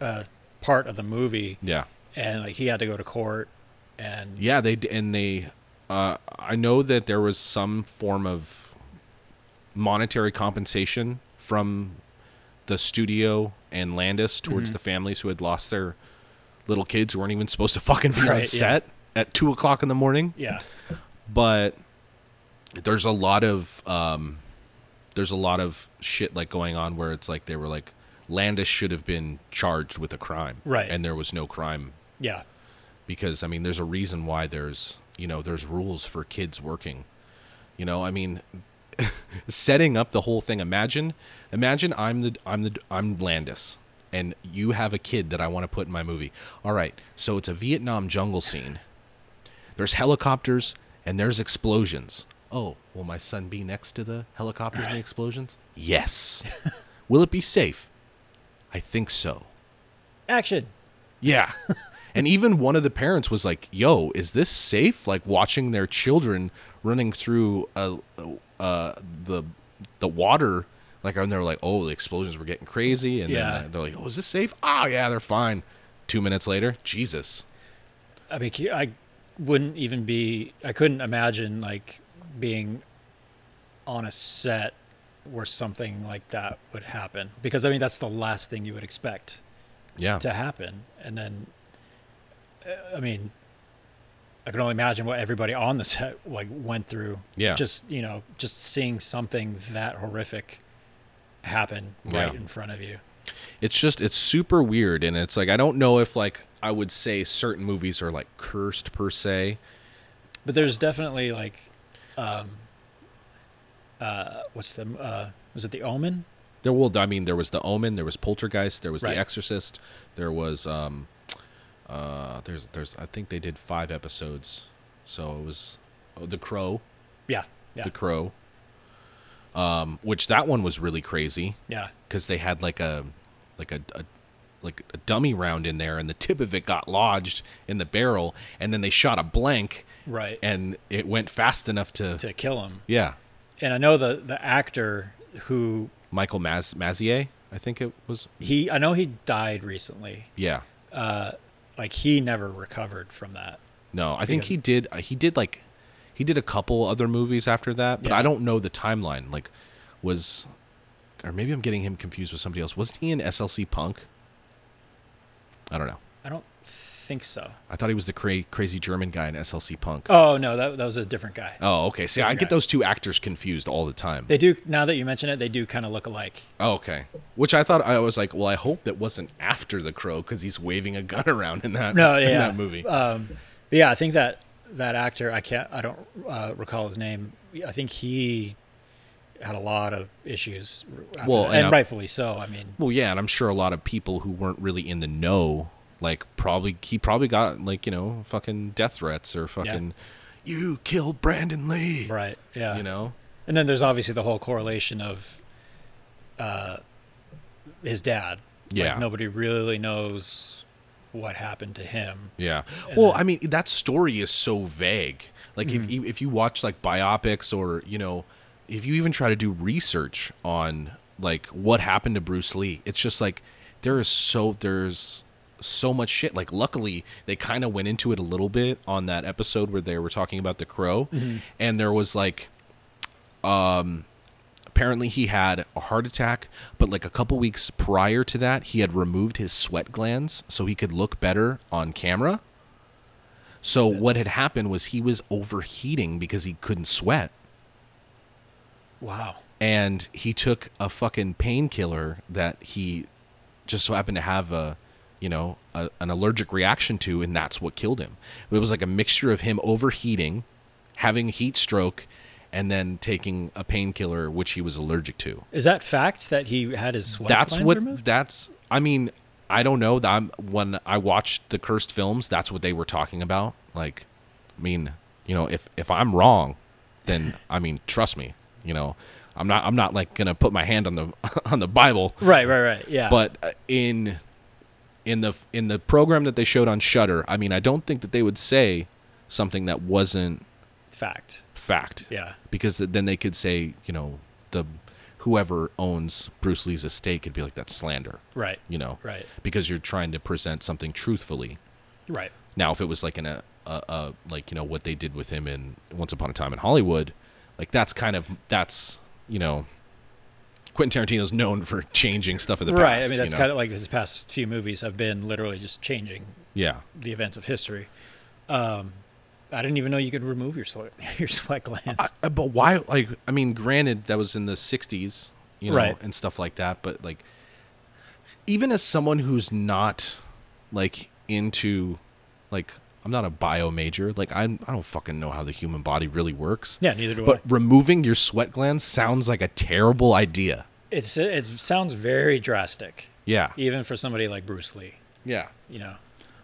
Speaker 2: uh, part of the movie,
Speaker 1: yeah,
Speaker 2: and like he had to go to court. And
Speaker 1: yeah. They d- and they, uh, I know that there was some form of monetary compensation from the studio and Landis towards
Speaker 2: Mm-hmm.
Speaker 1: the families who had lost their little kids who weren't even supposed to fucking be
Speaker 2: Right,
Speaker 1: on
Speaker 2: yeah.
Speaker 1: set at two o'clock in the morning.
Speaker 2: yeah,
Speaker 1: But there's a lot of um, there's a lot of shit like going on where it's like they were like Landis should have been charged with a crime,
Speaker 2: Right.
Speaker 1: And there was no crime
Speaker 2: yeah,
Speaker 1: because I mean there's a reason why there's you know there's rules for kids working. You know, I mean setting up the whole thing. Imagine imagine I'm the I'm the I'm Landis and you have a kid that I want to put in my movie. All right. So it's a Vietnam jungle scene. There's helicopters and there's explosions. Oh, will my son be next to the helicopters and the explosions? Yes. will it be safe? I think so.
Speaker 2: action.
Speaker 1: Yeah. and even one of the parents was like, "Yo, is this safe? Like watching their children running through uh, uh the the water." Like and they're like, "Oh, the explosions were getting crazy." And
Speaker 2: Yeah.
Speaker 1: then uh, they're like, "Oh, is this safe?" Ah, yeah, they're fine. 2 minutes later, Jesus.
Speaker 2: I mean, c- I wouldn't even be. I couldn't imagine like being on a set where something like that would happen because I mean that's the last thing you would expect
Speaker 1: Yeah.
Speaker 2: to happen. And then, uh, I mean, I can only imagine what everybody on the set like went through.
Speaker 1: Yeah.
Speaker 2: Just you know, just seeing something that horrific happen
Speaker 1: Yeah.
Speaker 2: right in front of you.
Speaker 1: it's just it's super weird and it's like I don't know if like I would say certain movies are like cursed per se.
Speaker 2: But there's definitely like, um, uh, what's the uh, was it the Omen?
Speaker 1: There will. I mean, there was The Omen. There was Poltergeist. There was
Speaker 2: Right.
Speaker 1: The Exorcist. There was. Um, uh, there's. There's. I think they did five episodes. So it was, oh, The Crow.
Speaker 2: Yeah, yeah,
Speaker 1: The Crow. Um, which that one was really crazy
Speaker 2: yeah,
Speaker 1: because they had like a, like a, a, like a dummy round in there, and the tip of it got lodged in the barrel, and then they shot a blank,
Speaker 2: right.
Speaker 1: and it went fast enough to.
Speaker 2: to kill him,
Speaker 1: yeah.
Speaker 2: and I know the the actor who
Speaker 1: Michael Maz- Mazier, I think it was.
Speaker 2: he I know he died recently.
Speaker 1: Yeah.
Speaker 2: Like he never recovered from that.
Speaker 1: No, I think
Speaker 2: Because-
Speaker 1: he did. uh, He did like, he did a couple other movies after that, but
Speaker 2: Yeah.
Speaker 1: I don't know the timeline. Like, was, or maybe I'm getting him confused with somebody else. Wasn't he in SLC Punk? I don't know.
Speaker 2: I don't think so.
Speaker 1: I thought he was the cra- crazy German guy in SLC Punk. Oh,
Speaker 2: Oh no, that that was a different guy.
Speaker 1: okay. See, I get
Speaker 2: guy.
Speaker 1: those two actors confused all the time.
Speaker 2: They do now that you mention it, they do kind of look alike.
Speaker 1: Oh, okay. Which I thought I was like, well, I hope that wasn't after the Crow because he's waving a gun around in that
Speaker 2: No,
Speaker 1: in
Speaker 2: yeah.
Speaker 1: that movie.
Speaker 2: Um, but yeah, I think that that actor, I can't, I don't uh, recall his name. I think he had a lot of issues, after
Speaker 1: Well,
Speaker 2: that,
Speaker 1: and
Speaker 2: and
Speaker 1: I-
Speaker 2: rightfully so. I mean,
Speaker 1: Well, yeah, and I'm sure a lot of people who weren't really in the know, like probably he probably got like you know fucking death threats or fucking you killed Brandon Lee,
Speaker 2: right? Yeah,
Speaker 1: you know.
Speaker 2: And then there's obviously the whole correlation of uh, his dad.
Speaker 1: Yeah.
Speaker 2: like, nobody really knows what happened to him.
Speaker 1: Yeah. Well, I mean, that story is so vague. Like if you, if you watch like biopics or, you know, if you even try to do research on like what happened to Bruce Lee, it's just like there is so there's so much shit. Like luckily, they kind of went into it a little bit on that episode where they were talking about the crow and there was like apparently he had a heart attack but like a couple weeks prior to that he had removed his sweat glands so he could look better on camera so what had happened was he was overheating because he couldn't sweat
Speaker 2: Wow.
Speaker 1: and he took a fucking painkiller that he just so happened to have a you know a, an allergic reaction to and that's what killed him it was like a mixture of him overheating having a heat stroke and then taking a painkiller which he was allergic to
Speaker 2: Is that fact that he had his sweat
Speaker 1: that's
Speaker 2: glands
Speaker 1: what
Speaker 2: removed?
Speaker 1: that's i mean i don't know that i'm when i watched the cursed films that's what they were talking about like i mean you know if if i'm wrong then i mean trust me you know i'm not i'm not like gonna put my hand on the on the bible
Speaker 2: Right, right, right. Yeah.
Speaker 1: but uh, in in the in the program that they showed on shutter i mean i don't think that they would say something that wasn't
Speaker 2: fact.
Speaker 1: fact
Speaker 2: Yeah.
Speaker 1: because th- then they could say you know the whoever owns bruce lee's estate could be like that's slander
Speaker 2: Right.
Speaker 1: you know
Speaker 2: Right.
Speaker 1: because you're trying to present something truthfully
Speaker 2: Right.
Speaker 1: now if it was like in a, a, a like you know what they did with him in once upon a time in hollywood like that's kind of that's you know quentin tarantino's known for changing stuff of the
Speaker 2: right.
Speaker 1: past
Speaker 2: I mean, that's
Speaker 1: you know?
Speaker 2: kind of like his past few movies have been literally just changing
Speaker 1: yeah
Speaker 2: the events of history. Um, I didn't even know you could remove your sweat, your sweat glands.
Speaker 1: Uh, but why like i mean granted that was in the 60s you know
Speaker 2: Right.
Speaker 1: and stuff like that but like even as someone who's not like into like i'm not a bio major like i'm i don't fucking know how the human body really works
Speaker 2: yeah, neither do
Speaker 1: but
Speaker 2: I.
Speaker 1: removing your sweat glands sounds like a terrible idea
Speaker 2: It's it sounds very drastic,
Speaker 1: yeah
Speaker 2: even for somebody like Bruce Lee.
Speaker 1: yeah
Speaker 2: You know,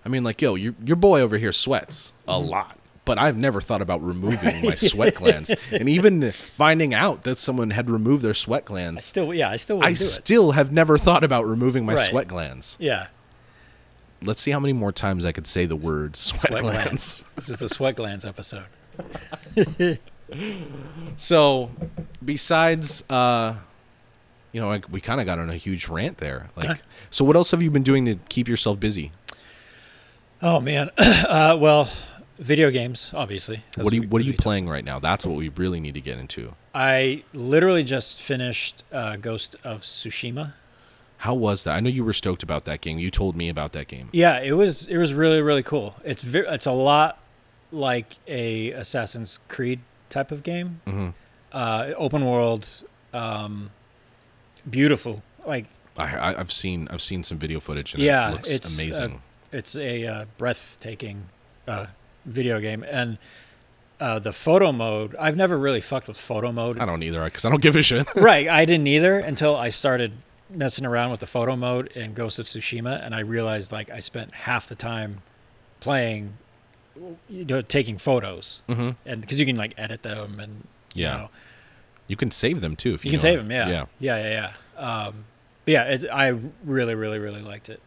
Speaker 1: i mean like yo your, your boy over here sweats a
Speaker 2: Mm-hmm.
Speaker 1: lot but I've never thought about removing my sweat glands, and even finding out that someone had removed their sweat glands
Speaker 2: still, yeah, I still
Speaker 1: I
Speaker 2: wouldn't do it.
Speaker 1: still have never thought about removing my
Speaker 2: Right.
Speaker 1: sweat glands.
Speaker 2: Yeah,
Speaker 1: Let's see how many more times I could say the word sweat,
Speaker 2: sweat
Speaker 1: glands.
Speaker 2: glands. this is the sweat glands episode.
Speaker 1: So, besides, uh, you know, like we kind of got on a huge rant there. Like, so what else have you been doing to keep yourself busy?
Speaker 2: Oh man, uh, well, video games, obviously. That's
Speaker 1: what are you
Speaker 2: we-
Speaker 1: What are you
Speaker 2: we-
Speaker 1: playing right now? That's what we really need to get into.
Speaker 2: I literally just finished uh, Ghost of Tsushima.
Speaker 1: How was that? I know you were stoked about that game. You told me about that game.
Speaker 2: Yeah, it was it was really really cool. It's ve- it's a lot like a Assassin's Creed type of game.
Speaker 1: Mm-hmm.
Speaker 2: Uh, open world, um, beautiful. Like
Speaker 1: I, I, I've seen I've seen some video footage. And
Speaker 2: yeah,
Speaker 1: it looks
Speaker 2: it's uh,
Speaker 1: amazing.
Speaker 2: it's a uh, breathtaking uh, video game, and uh, the photo mode. I've never really fucked with photo mode.
Speaker 1: I don't either because I don't give a shit.
Speaker 2: right, I didn't either until I started messing around with the photo mode in Ghost of Tsushima, and I realized like I spent half the time playing, you know, taking photos, mm-hmm. and because you can like edit them and
Speaker 1: Yeah.
Speaker 2: you, know,
Speaker 1: you can save them too if you,
Speaker 2: you can
Speaker 1: know
Speaker 2: save
Speaker 1: how-
Speaker 2: them. Yeah,
Speaker 1: yeah.
Speaker 2: yeah, yeah, yeah. Um, but yeah, it's, I really, really, really liked it.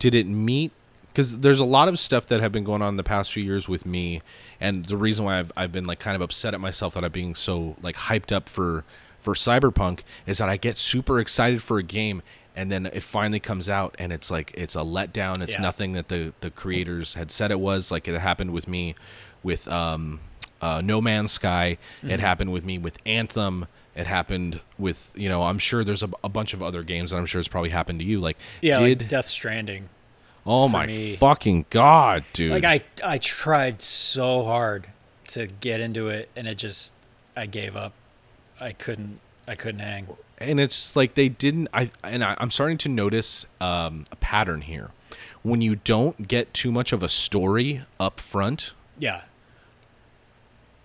Speaker 1: Did it meet because there's a lot of stuff that have been going on in the past few years with me and the reason why I've, I've been like kind of upset at myself that i'm being so like hyped up for for cyberpunk is that i get super excited for a game and then it finally comes out and it's like it's a letdown it's
Speaker 2: Yeah.
Speaker 1: nothing that the the creators had said it was like it happened with me with um uh, no man's sky
Speaker 2: Mm-hmm.
Speaker 1: it happened with me with anthem it happened with you know i'm sure there's a, a bunch of other games and i'm sure it's probably happened to you like
Speaker 2: Yeah,
Speaker 1: did
Speaker 2: like Death Stranding.
Speaker 1: Oh
Speaker 2: for
Speaker 1: my
Speaker 2: me.
Speaker 1: fucking god, dude!
Speaker 2: Like I, I tried so hard to get into it, and it just, I gave up. I couldn't, I couldn't hang.
Speaker 1: and it's like they didn't. I and I, I'm starting to notice um, a pattern here. When you don't get too much of a story up front,
Speaker 2: Yeah,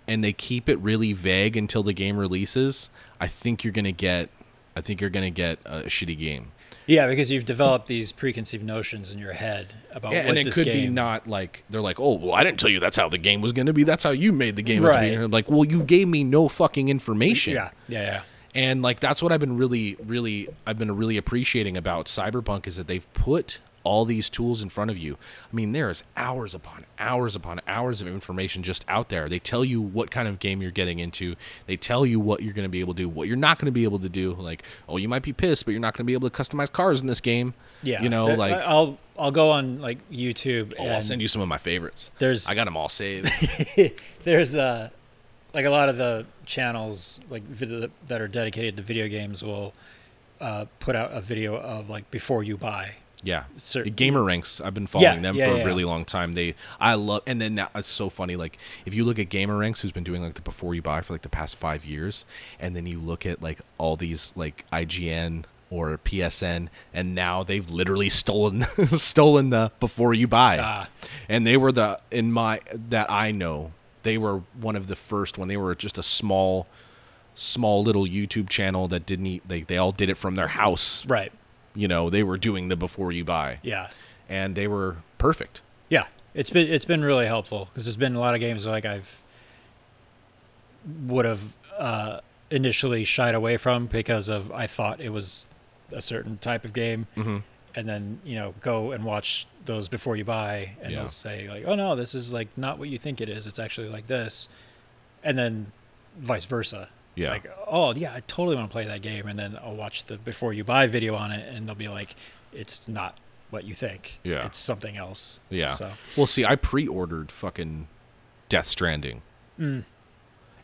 Speaker 1: and they keep it really vague until the game releases, I think you're gonna get. I think you're gonna get a shitty game.
Speaker 2: yeah, because you've developed these preconceived notions in your head about
Speaker 1: Yeah,
Speaker 2: what
Speaker 1: and it
Speaker 2: this
Speaker 1: could
Speaker 2: game.
Speaker 1: be not like they're like, oh, well, I didn't tell you that's how the game was gonna be. That's how you made the game.
Speaker 2: Right.
Speaker 1: And you're like, well, you gave me no fucking information.
Speaker 2: yeah, yeah, yeah.
Speaker 1: and like that's what i've been really really i've been really appreciating about cyberpunk is that they've put all these tools in front of you i mean there is hours upon hours upon hours of information just out there they tell you what kind of game you're getting into they tell you what you're going to be able to do what you're not going to be able to do like oh you might be pissed but you're not going to be able to customize cars in this game
Speaker 2: Yeah,
Speaker 1: you know
Speaker 2: Th-
Speaker 1: like oh,
Speaker 2: I'll, I'll go on like YouTube. and
Speaker 1: i'll send you some of my favorites
Speaker 2: There's-
Speaker 1: i got them all saved
Speaker 2: there's uh like a lot of the channels like vid- that are dedicated to video games will uh, put out a video of like before you buy
Speaker 1: Yeah,
Speaker 2: Cer-
Speaker 1: The gamer ranks. I've been following
Speaker 2: Yeah,
Speaker 1: them
Speaker 2: yeah,
Speaker 1: for
Speaker 2: yeah.
Speaker 1: a really long time. They, I love, and then now, it's so funny. Like if you look at gamer ranks, who's been doing like the before you buy for like the past five years, and then you look at like all these like IGN or PSN, and now they've literally stolen stolen the before you buy,
Speaker 2: Ah.
Speaker 1: and they were the in my that I know they were one of the first when they were just a small small little YouTube channel that didn't eat, they they all did it from their house
Speaker 2: right
Speaker 1: you know they were doing the before you buy
Speaker 2: yeah
Speaker 1: and they were perfect
Speaker 2: yeah it's been it's been really helpful because there's been a lot of games like i've would have uh initially shied away from because of i thought it was a certain type of game
Speaker 1: mm-hmm.
Speaker 2: and then you know go and watch those before you buy and
Speaker 1: Yeah.
Speaker 2: they'll say like oh no this is like not what you think it is it's actually like this and then vice versa
Speaker 1: yeah
Speaker 2: like oh yeah i totally want to play that game and then i'll watch the before you buy video on it and they'll be like it's not what you think
Speaker 1: Yeah.
Speaker 2: it's something else
Speaker 1: yeah
Speaker 2: so
Speaker 1: well see i pre-ordered fucking death stranding
Speaker 2: Mm.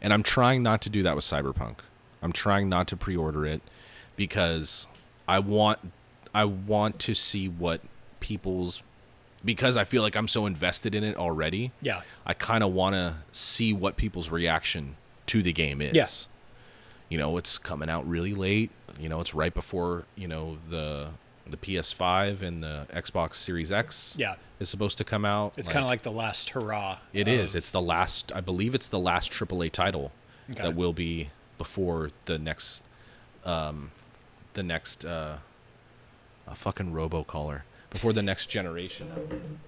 Speaker 1: and i'm trying not to do that with cyberpunk i'm trying not to pre-order it because i want i want to see what people's because i feel like i'm so invested in it already
Speaker 2: yeah
Speaker 1: I kind of want to see what people's reaction to the game is.
Speaker 2: Yeah.
Speaker 1: You know, it's coming out really late. You know, it's right before you know the the PS5 and the Xbox Series X
Speaker 2: yeah
Speaker 1: is supposed to come out.
Speaker 2: it's kind of like uh, the last hurrah
Speaker 1: it is. It's the last. I believe it's the last AAA title
Speaker 2: Okay.
Speaker 1: that will be before the next, um, the next uh, a fucking robocaller before the next generation.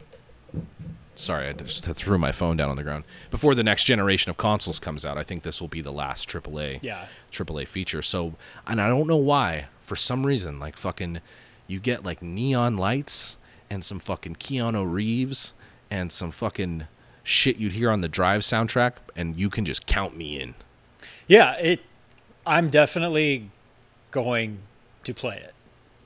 Speaker 1: Sorry, I just threw my phone down on the ground. Before the next generation of consoles comes out, I think this will be the last AAA
Speaker 2: Yeah.
Speaker 1: AAA feature. So, and I don't know why, for some reason, like fucking, you get like neon lights and some fucking Keanu Reeves and some fucking shit you'd hear on the Drive soundtrack, and you can just count me in.
Speaker 2: yeah it i'm definitely going to play it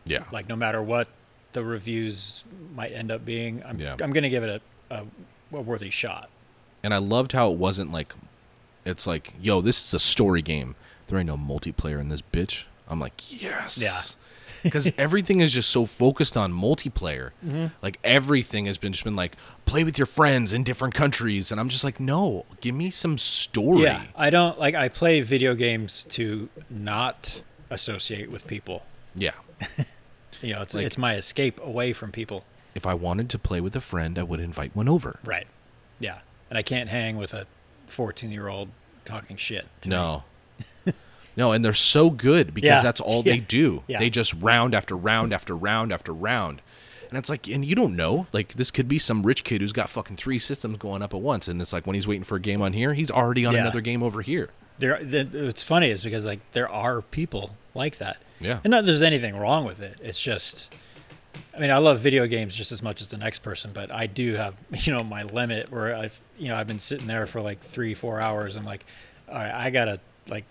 Speaker 1: Yeah,
Speaker 2: like no matter what the reviews might end up being i'm,
Speaker 1: Yeah.
Speaker 2: I'm gonna give it a, a, a worthy shot
Speaker 1: and I loved how it wasn't like, it's like, yo, this is a story game. There ain't no multiplayer in this bitch. I'm like, yes. Because everything is just so focused on multiplayer. Like everything has been just been like, play with your friends in different countries. And I'm just like, no, give me some story.
Speaker 2: yeah i don't like i play video games to not associate with people
Speaker 1: Yeah.
Speaker 2: you know it's
Speaker 1: Like-
Speaker 2: it's my escape away from people
Speaker 1: If I wanted to play with a friend, I would invite one over.
Speaker 2: right yeah and i can't hang with a 14 year old talking shit to me.
Speaker 1: No. no, and they're so good because
Speaker 2: Yeah.
Speaker 1: that's all they
Speaker 2: Yeah.
Speaker 1: do.
Speaker 2: Yeah.
Speaker 1: They just round after round after round after round. And it's like, and you don't know. Like, this could be some rich kid who's got fucking three systems going up at once. And it's like, when he's waiting for a game on here, he's already on
Speaker 2: Yeah.
Speaker 1: another game over here.
Speaker 2: there th- it's funny is because like there are people like that
Speaker 1: Yeah.
Speaker 2: and not that there's anything wrong with it it's just I mean, I love video games just as much as the next person, but I do have, you know, my limit where I've, you know, I've been sitting there for like three, four hours. I'm like, all right, I gotta like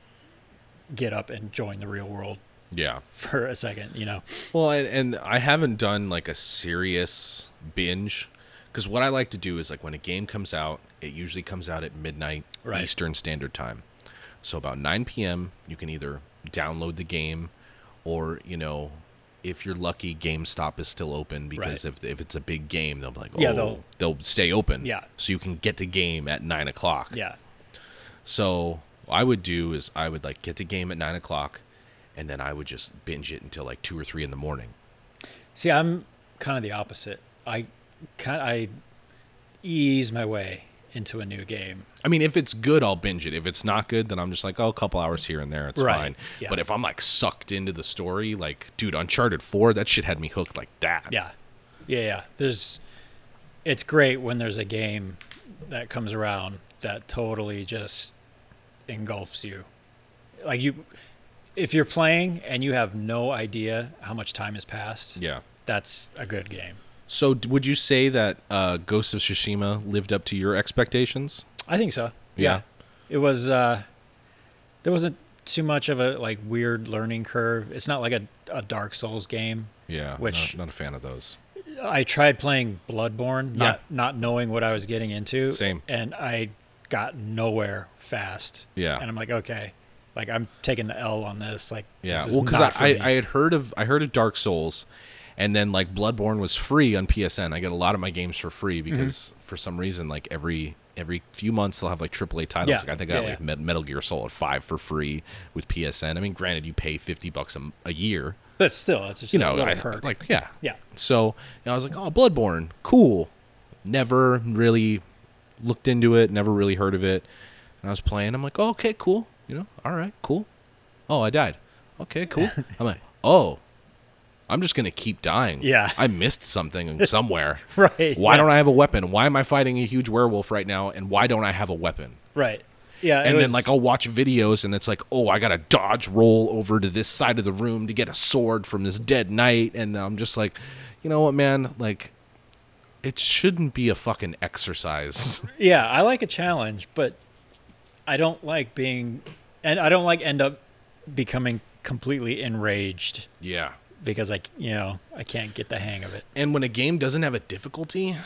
Speaker 2: get up and join the real world
Speaker 1: Yeah.
Speaker 2: for a second, you know.
Speaker 1: Well, and, and I haven't done like a serious binge because what I like to do is like when a game comes out, it usually comes out at midnight
Speaker 2: Right.
Speaker 1: Eastern Standard Time. So about 9 p.m., you can either download the game or, you know, if you're lucky, GameStop is still open because if, if it's a big game, they'll be like, oh,
Speaker 2: Yeah,
Speaker 1: they'll,
Speaker 2: they'll-
Speaker 1: stay open.
Speaker 2: Yeah.
Speaker 1: So you can get the game at 9 o'clock.
Speaker 2: Yeah.
Speaker 1: So what I would do is I would like get the game at 9 o'clock and then I would just binge it until like 2 or 3 in the morning.
Speaker 2: See, I'm kind of the opposite. I kind I ease my way into a new game.
Speaker 1: I mean, if it's good, I'll binge it. If it's not good, then I'm just like, oh, a couple hours here and there, it's
Speaker 2: Right,
Speaker 1: fine.
Speaker 2: yeah.
Speaker 1: But if I'm like sucked into the story, like, dude, Uncharted Four, that shit had me hooked like that.
Speaker 2: Yeah. Yeah, yeah. There's it's great when there's a game that comes around that totally just engulfs you. Like you if you're playing and you have no idea how much time has passed,
Speaker 1: yeah.
Speaker 2: that's a good game.
Speaker 1: So, d- would you say that uh, Ghost of Tsushima lived up to your expectations?
Speaker 2: I think so.
Speaker 1: Yeah.
Speaker 2: It was uh there wasn't too much of a like weird learning curve. It's not like a, a Dark Souls game.
Speaker 1: Yeah,
Speaker 2: Which-
Speaker 1: not, not a fan of those.
Speaker 2: I tried playing Bloodborne, not not knowing what I was getting into.
Speaker 1: Same.
Speaker 2: And I got nowhere fast.
Speaker 1: Yeah.
Speaker 2: And I'm like, okay, like I'm taking the L on this. Like,
Speaker 1: Yeah,
Speaker 2: this is
Speaker 1: well, because
Speaker 2: not for
Speaker 1: I,
Speaker 2: me.
Speaker 1: I, I had heard of I heard of Dark Souls, and then like Bloodborne was free on PSN. I get a lot of my games for free
Speaker 2: Mm-hmm.
Speaker 1: because for some reason, like every every few months they'll have like AAA titles.
Speaker 2: Yeah,
Speaker 1: Like I think I
Speaker 2: yeah,
Speaker 1: got like
Speaker 2: yeah.
Speaker 1: Met- Metal Gear Solid Five for free with PSN. I mean, granted, you pay fifty bucks a, m- a year.
Speaker 2: but still, it's just
Speaker 1: You know,
Speaker 2: a little
Speaker 1: I,
Speaker 2: perk.
Speaker 1: like yeah,
Speaker 2: Yeah.
Speaker 1: So and I was like, oh, Bloodborne, cool. Never really looked into it. Never really heard of it. And I was playing. I'm like, oh, okay, cool. You know, all right, cool. Oh, I died. Okay, cool. I'm like, oh, I'm just gonna keep dying.
Speaker 2: Yeah.
Speaker 1: I missed something somewhere.
Speaker 2: Right,
Speaker 1: Why
Speaker 2: yeah.
Speaker 1: don't I have a weapon? Why am I fighting a huge werewolf right now? And why don't I have a weapon?
Speaker 2: right. Yeah. it
Speaker 1: and
Speaker 2: was-
Speaker 1: then like oh. I'll watch videos and it's like, oh, I gotta dodge roll over to this side of the room to get a sword from this dead knight, and I'm just like, you know what, man, like. It shouldn't be a fucking exercise.
Speaker 2: yeah, I like a challenge, but I don't like being, and I don't like end up becoming completely enraged
Speaker 1: yeah.
Speaker 2: because I, you know, I can't get the hang of it.
Speaker 1: And when a game doesn't have a difficulty,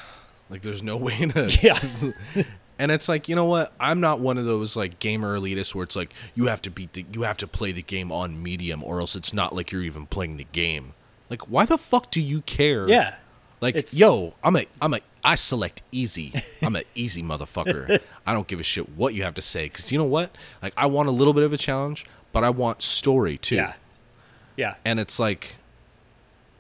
Speaker 1: like there's no way to.
Speaker 2: Yeah.
Speaker 1: and it's like you know what? I'm not one of those like gamer elitists where it's like you have to beat the you have to play the game on medium or else it's not like you're even playing the game. Like why the fuck do you care?
Speaker 2: Yeah.
Speaker 1: Like
Speaker 2: It's-
Speaker 1: yo, I'm a I'm a I select easy. I'm an easy motherfucker. I don't give a shit what you have to say cuz you know what? Like I want a little bit of a challenge, but I want story too
Speaker 2: Yeah. Yeah.
Speaker 1: and it's like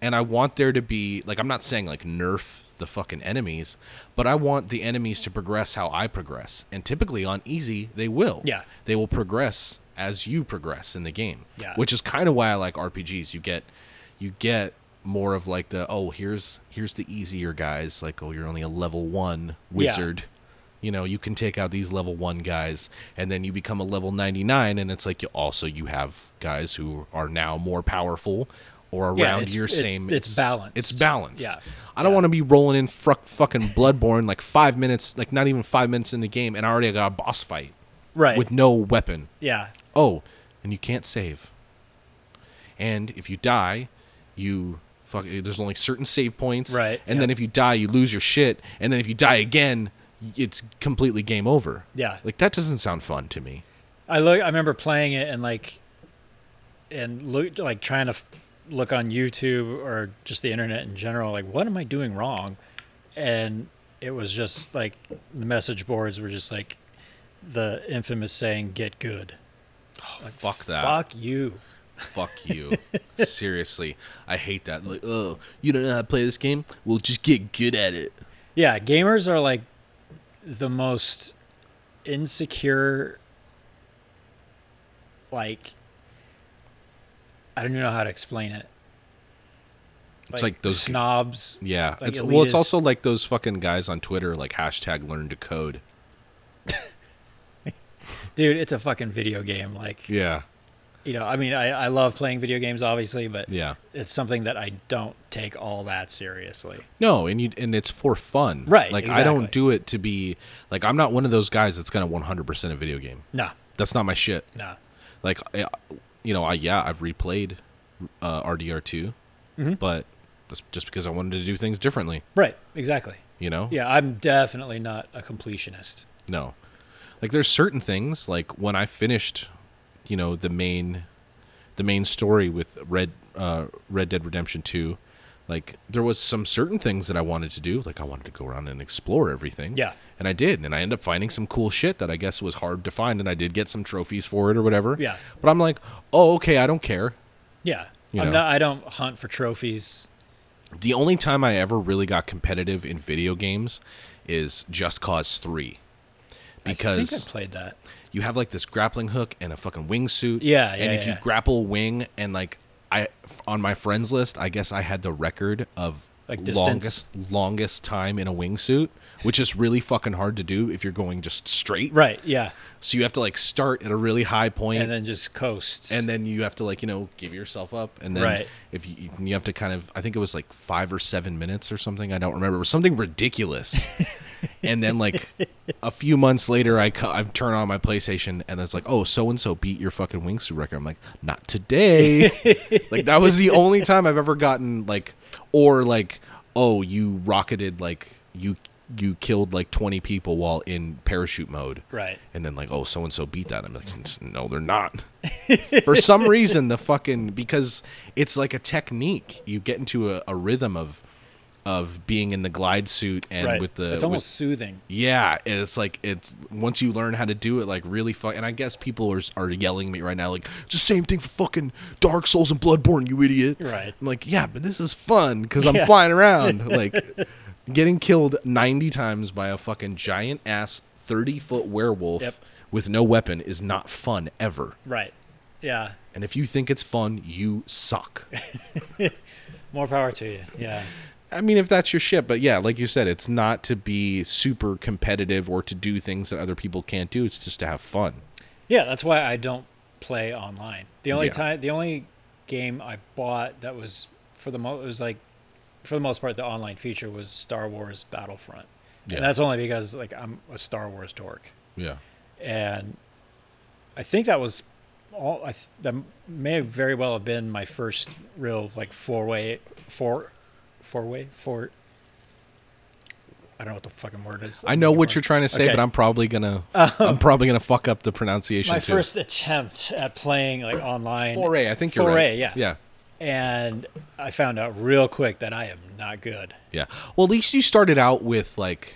Speaker 1: and i want there to be like i'm not saying like nerf the fucking enemies but i want the enemies to progress how i progress and typically on easy they will
Speaker 2: Yeah.
Speaker 1: they will progress as you progress in the game
Speaker 2: Yeah.
Speaker 1: which is kind of why i like rpgs you get you get more of like the oh here's here's the easier guys like oh you're only a level 1 wizard you know you can take out these level 1 guys and then you become a level 99 and it's like you also you have guys who are now more powerful or around
Speaker 2: Yeah, it's-
Speaker 1: your
Speaker 2: it's-
Speaker 1: same
Speaker 2: it's balanced.
Speaker 1: it's balanced
Speaker 2: Yeah.
Speaker 1: i don't want to be rolling in fr- fucking bloodborne like 5 minutes like not even 5 minutes in the game and i already got a boss fight
Speaker 2: Right.
Speaker 1: with no weapon
Speaker 2: yeah.
Speaker 1: Oh, and you can't save. And if you die, you fuck. There's only certain save points.
Speaker 2: Right,
Speaker 1: And
Speaker 2: yeah.
Speaker 1: then if you die, you lose your shit. And then if you die again, it's completely game over.
Speaker 2: Yeah.
Speaker 1: Like that doesn't sound fun to me.
Speaker 2: I look. I remember playing it and like, and look like trying to f- look on YouTube or just the internet in general. Like, what am I doing wrong? And it was just like the message boards were just like the infamous saying "Get good."
Speaker 1: fuck that.
Speaker 2: Fuck you.
Speaker 1: Fuck you. Seriously, I hate that. Like, oh, you don't know how to play this game? Well, just get good at it.
Speaker 2: Yeah, gamers are like the most insecure. Like, I don't even know how to explain it.
Speaker 1: It's like those-
Speaker 2: snobs.
Speaker 1: Yeah.
Speaker 2: Like
Speaker 1: it's well, it's
Speaker 2: elitist.
Speaker 1: also like those fucking guys on Twitter, like hashtag learn to code.
Speaker 2: dude. It's a fucking video game. Like,
Speaker 1: Yeah.
Speaker 2: you know, I mean, I, I love playing video games, obviously, but
Speaker 1: Yeah.
Speaker 2: it's something that I don't take all that seriously.
Speaker 1: No, and you and it's for fun.
Speaker 2: Right,
Speaker 1: Like I don't
Speaker 2: exactly.
Speaker 1: do it to be like I'm not one of those guys that's gonna 100% a video game.
Speaker 2: No,
Speaker 1: That's not my shit.
Speaker 2: no.
Speaker 1: Like I, you know, I yeah, I've replayed uh, RDR2,
Speaker 2: Mm-hmm.
Speaker 1: but that's just because I wanted to do things differently.
Speaker 2: Right, exactly.
Speaker 1: You know.
Speaker 2: Yeah, I'm definitely not a completionist.
Speaker 1: No. Like there's certain things like when I finished, you know, the main the main story with Red uh Red Dead Redemption 2, like there was some certain things that I wanted to do, like I wanted to go around and explore everything.
Speaker 2: Yeah.
Speaker 1: And I did, and I ended up finding some cool shit that I guess was hard to find and I did get some trophies for it or whatever.
Speaker 2: Yeah.
Speaker 1: But I'm like, "Oh, okay, I don't care."
Speaker 2: Yeah,
Speaker 1: You
Speaker 2: I'm
Speaker 1: know.
Speaker 2: not. I don't hunt for trophies.
Speaker 1: The only time I ever really got competitive in video games is Just Cause 3. Because
Speaker 2: I think I played that.
Speaker 1: you have like this grappling hook and a fucking wingsuit.
Speaker 2: Yeah, yeah,
Speaker 1: And if
Speaker 2: yeah.
Speaker 1: you grapple wing and like I f- on my friends list, I guess I had the record of
Speaker 2: Like distance?
Speaker 1: longest longest time in a wingsuit, which is really fucking hard to do if you're going just straight.
Speaker 2: Right. Yeah,
Speaker 1: So you have to like start at a really high point
Speaker 2: and then just coast.
Speaker 1: and then you have to like you know give yourself up and then
Speaker 2: Right.
Speaker 1: if you you have to kind of i think it was like five or seven minutes or something i don't remember it was something ridiculous and then like a few months later i co- i turn on my playstation and it's like oh so and so beat your fucking wingsuit record i'm like not today like that was the only time i've ever gotten like or like oh you rocketed like you you killed like 20 people while in parachute mode
Speaker 2: Right.
Speaker 1: and then like oh so and so beat that i'm like no they're not for some reason the fucking because it's like a technique you get into a, a rhythm of of being in the glide suit and
Speaker 2: right.
Speaker 1: with the
Speaker 2: it's
Speaker 1: with-
Speaker 2: almost soothing.
Speaker 1: yeah and it's like it's once you learn how to do it like really fun and i guess people are, are yelling at me right now like it's the same thing for fucking dark souls and bloodborne you idiot
Speaker 2: Right.
Speaker 1: i'm like yeah but this is fun because i'm
Speaker 2: Yeah.
Speaker 1: flying around like getting killed 90 times by a fucking giant ass 30 foot werewolf
Speaker 2: Yep.
Speaker 1: with no weapon is not fun ever
Speaker 2: Right. Yeah.
Speaker 1: and if you think it's fun, you suck.
Speaker 2: More power to you. Yeah.
Speaker 1: I mean, if that's your shit, but yeah, like you said, it's not to be super competitive or to do things that other people can't do. It's just to have fun.
Speaker 2: Yeah, that's why I don't play online. The only
Speaker 1: Yeah.
Speaker 2: time, the only game I bought that was for the most, it was like, for the most part, the online feature was Star Wars Battlefront,
Speaker 1: Yeah.
Speaker 2: and that's only because like I'm a Star Wars dork,
Speaker 1: Yeah.
Speaker 2: and I think that was all. I th- that may very well have been my first real like four way, four, four way, four. I don't know what the fucking word is.
Speaker 1: I know what you're trying to say,
Speaker 2: Okay. Um,
Speaker 1: but I'm probably gonna I'm probably gonna fuck up the pronunciation
Speaker 2: My
Speaker 1: too.
Speaker 2: first attempt at playing like online
Speaker 1: foray, I think you're
Speaker 2: foray,
Speaker 1: right.
Speaker 2: yeah.
Speaker 1: Yeah.
Speaker 2: and I found out real quick that I am not good.
Speaker 1: Yeah. Well, at least you started out with like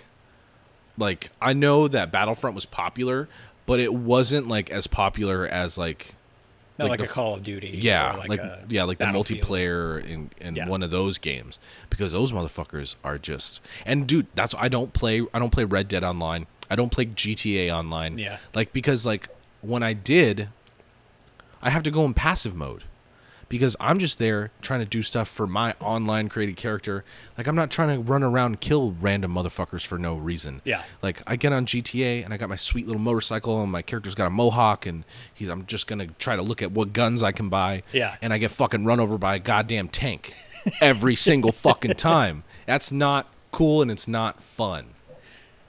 Speaker 1: like I know that Battlefront was popular, but it wasn't like as popular as like
Speaker 2: Not
Speaker 1: Like
Speaker 2: like,
Speaker 1: the
Speaker 2: a Call of Duty.
Speaker 1: yeah,
Speaker 2: or
Speaker 1: like,
Speaker 2: a
Speaker 1: yeah, like the
Speaker 2: Battlefield.
Speaker 1: multiplayer in, in
Speaker 2: Yeah.
Speaker 1: one of those games because those motherfuckers are just and dude, that's I don't play I don't play Red Dead Online. I don't play GTA Online.
Speaker 2: Yeah.
Speaker 1: like because like when I did, I have to go in passive mode because I'm just there trying to do stuff for my online created character. Like I'm not trying to run around and kill random motherfuckers for no reason.
Speaker 2: Yeah.
Speaker 1: Like I get on GTA and I got my sweet little motorcycle and my character's got a mohawk and he's I'm just gonna try to look at what guns I can buy.
Speaker 2: Yeah.
Speaker 1: And I get fucking run over by a goddamn tank every single fucking time. That's not cool and it's not fun.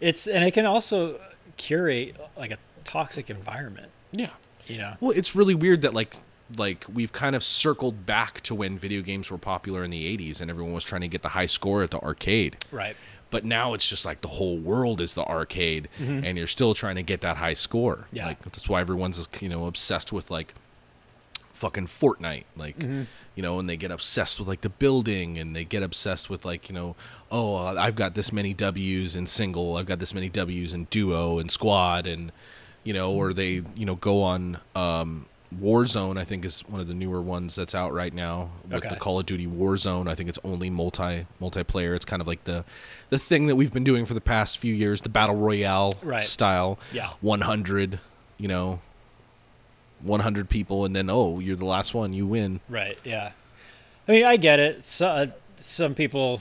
Speaker 2: It's and it can also curate like a toxic environment.
Speaker 1: Yeah.
Speaker 2: You know.
Speaker 1: Well, it's really weird that like like we've kind of circled back to when video games were popular in the 80s and everyone was trying to get the high score at the arcade.
Speaker 2: Right.
Speaker 1: But now it's just like the whole world is the arcade and you're still trying to get that high score.
Speaker 2: Yeah.
Speaker 1: Like that's why everyone's you know obsessed with like fucking Fortnite like you know and they get obsessed with like the building and they get obsessed with like you know oh uh, I've got this many W's in single I've got this many W's in duo and squad and you know or they you know go on um Warzone I think is one of the newer ones that's out right now with
Speaker 2: Okay.
Speaker 1: the Call of Duty Warzone I think it's only multi multiplayer it's kind of like the the thing that we've been doing for the past few years the battle royale
Speaker 2: Right.
Speaker 1: style
Speaker 2: Yeah.
Speaker 1: 100 you know 100 people and then oh you're the last one you win
Speaker 2: Right. Yeah. I mean, I get it. So, uh, some people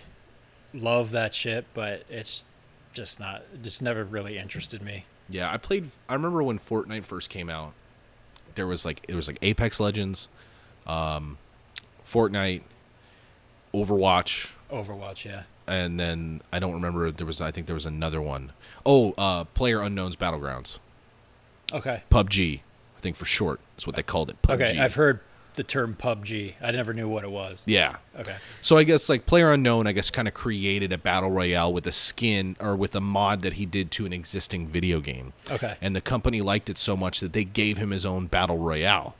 Speaker 2: love that shit, but it's just not. Just never really interested me.
Speaker 1: yeah i played i remember when fortnite first came out there was like it was like Apex Legends, um, Fortnite, Overwatch,
Speaker 2: Overwatch, yeah.
Speaker 1: and then I don't remember there was I think there was another one. Oh, uh, Player Unknown's Battlegrounds,
Speaker 2: Okay.
Speaker 1: PUBG, I think for short is what they called it. PUBG.
Speaker 2: Okay, I've heard the term PUBG. I never knew what it was.
Speaker 1: Yeah.
Speaker 2: Okay.
Speaker 1: So I guess like Player Unknown, I guess kind of created a battle royale with a skin or with a mod that he did to an existing video game.
Speaker 2: Okay.
Speaker 1: And the company liked it so much that they gave him his own battle royale.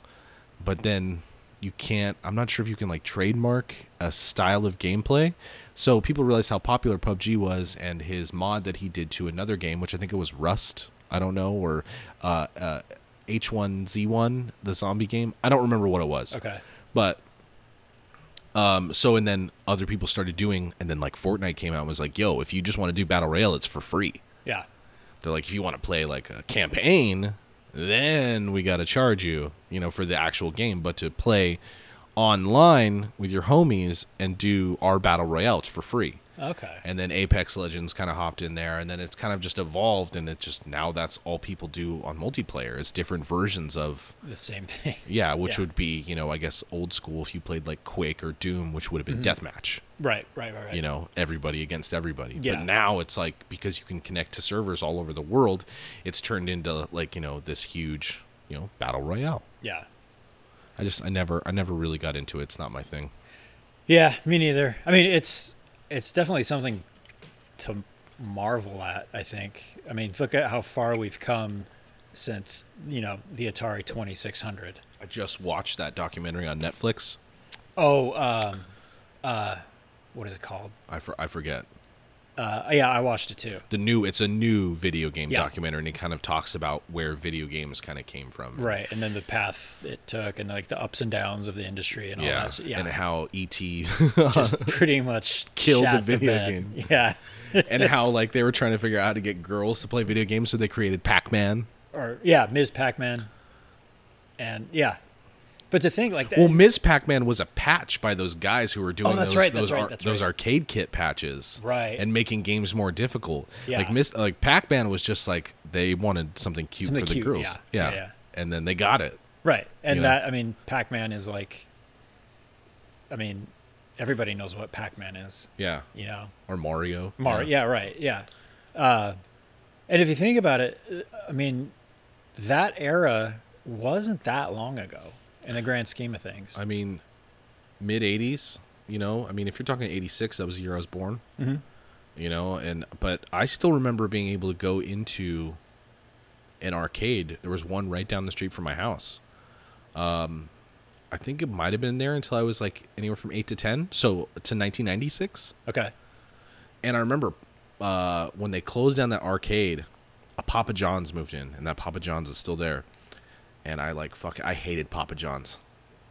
Speaker 1: But then you can't. I'm not sure if you can like trademark a style of gameplay. So people realized how popular PUBG was, and his mod that he did to another game, which I think it was Rust. I don't know or uh, uh, H1Z1, the zombie game. I don't remember what it was.
Speaker 2: Okay.
Speaker 1: But um, so and then other people started doing, and then like Fortnite came out and was like, "Yo, if you just want to do battle royale, it's for free."
Speaker 2: Yeah.
Speaker 1: They're like, "If you want to play like a campaign, then we gotta charge you, you know, for the actual game. But to play online with your homies and do our battle royale, it's for free."
Speaker 2: Okay.
Speaker 1: And then Apex Legends kind of hopped in there, and then it's kind of just evolved, and it just now that's all people do on multiplayer is different versions of
Speaker 2: The same thing.
Speaker 1: yeah, which
Speaker 2: Yeah.
Speaker 1: would be, you know, I guess old school if you played like Quake or Doom, which would have been deathmatch,
Speaker 2: Right, right, right, right.
Speaker 1: you know, everybody against everybody.
Speaker 2: Yeah.
Speaker 1: But now it's like because you can connect to servers all over the world, it's turned into like, you know, this huge, you know, battle royale.
Speaker 2: Yeah.
Speaker 1: I just I never I never really got into it. It's not my thing.
Speaker 2: Yeah, me neither. I mean, it's it's definitely something to marvel at, I think. I mean, look at how far we've come since, you know, the Atari 2600.
Speaker 1: I just watched that documentary on Netflix.
Speaker 2: Oh, um uh what is it called?
Speaker 1: I for, I forget.
Speaker 2: Uh yeah, I watched it too.
Speaker 1: The new it's a new video game
Speaker 2: Yeah.
Speaker 1: documentary and it kind of talks about where video games kind of came from.
Speaker 2: Right, and then the path it took and like the ups and downs of the industry and all
Speaker 1: Yeah.
Speaker 2: that. shit. Yeah.
Speaker 1: And how E E.T.
Speaker 2: just pretty much
Speaker 1: Killed
Speaker 2: shat
Speaker 1: the video
Speaker 2: bed.
Speaker 1: game.
Speaker 2: Yeah.
Speaker 1: and how like they were trying to figure out how to get girls to play video games, so they created Pac-Man.
Speaker 2: Or yeah, Ms. Pac-Man. And yeah. But to think like that
Speaker 1: Well, Ms. Pac-Man was a patch by those guys who were doing
Speaker 2: Oh, that's
Speaker 1: those
Speaker 2: right, that's
Speaker 1: those,
Speaker 2: right, that's
Speaker 1: those
Speaker 2: right.
Speaker 1: arcade kit patches,
Speaker 2: Right.
Speaker 1: and making games more difficult.
Speaker 2: Yeah.
Speaker 1: Like Ms. Like Pac-Man was just like they wanted something cute
Speaker 2: Something
Speaker 1: for the
Speaker 2: cute,
Speaker 1: girls,
Speaker 2: yeah, yeah, yeah.
Speaker 1: and then they got it.
Speaker 2: Right. And
Speaker 1: You know?
Speaker 2: that, I mean, Pac Man is like, I mean, everybody knows what Pac Man is,
Speaker 1: Yeah,
Speaker 2: you know?
Speaker 1: or Mario.
Speaker 2: Mario. Yeah. right. Yeah. Uh, and if you think about it, uh, I mean, that era wasn't that long ago in the grand scheme of things.
Speaker 1: I mean, mid '80s. You know, I mean, if you're talking '86, that was the year I was born. Mm-hmm. You know, and but I still remember being able to go into an arcade. There was one right down the street from my house. Um, I think it might have been there until I was like anywhere from eight to ten, so to 1996.
Speaker 2: Okay.
Speaker 1: And I remember uh, when they closed down that arcade, a Papa John's moved in, and that Papa John's is still there. And I like fuck, I hated Papa John's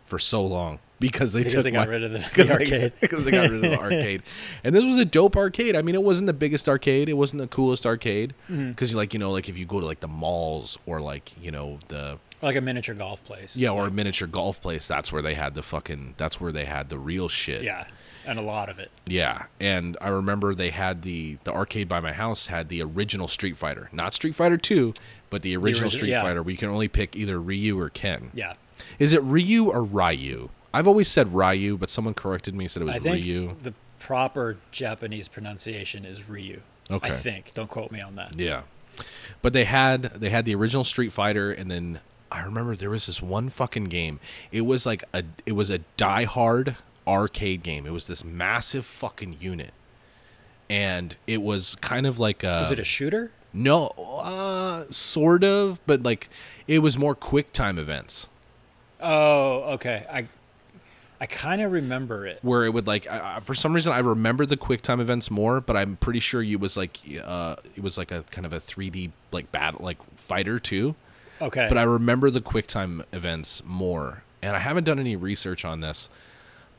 Speaker 1: for so long because they
Speaker 2: Because
Speaker 1: took
Speaker 2: they got
Speaker 1: my-
Speaker 2: rid of the, the
Speaker 1: because they-
Speaker 2: arcade.
Speaker 1: because they got rid of the arcade. And this was a dope arcade. I mean, it wasn't the biggest arcade. It wasn't the coolest arcade.
Speaker 2: Mm-hmm.
Speaker 1: Because like you know, like if you go to like the malls or like you know the
Speaker 2: like a miniature golf place.
Speaker 1: yeah or a miniature golf place, that's where they had the fucking that's where they had the real shit.
Speaker 2: Yeah. And a lot of it.
Speaker 1: Yeah, and I remember they had the the arcade by my house had the original Street Fighter, not Street Fighter Two, but the original
Speaker 2: origi-
Speaker 1: Street
Speaker 2: yeah.
Speaker 1: Fighter. where you can only pick either Ryu or Ken.
Speaker 2: Yeah.
Speaker 1: Is it Ryu or Ryu? I've always said Ryu, but someone corrected me and said it was
Speaker 2: I think
Speaker 1: Ryu.
Speaker 2: the proper Japanese pronunciation is Ryu.
Speaker 1: Okay.
Speaker 2: I think. Don't quote me on that.
Speaker 1: Yeah, but they had they had the original Street Fighter, and then I remember there was this one fucking game. It was like a it was a Die Hard arcade game. It was this massive fucking unit, and it was kind of like a
Speaker 2: Was it a shooter?
Speaker 1: No, uh, sort of, but like it was more quick time events
Speaker 2: Oh, okay. I I kind of remember it.
Speaker 1: where it would like I, I- for some reason I remember the quick time events more, but I'm pretty sure you was like uh, it was like a kind of a 3D like battle like fighter too.
Speaker 2: Okay.
Speaker 1: But I remember the quick time events more, and I haven't done any research on this.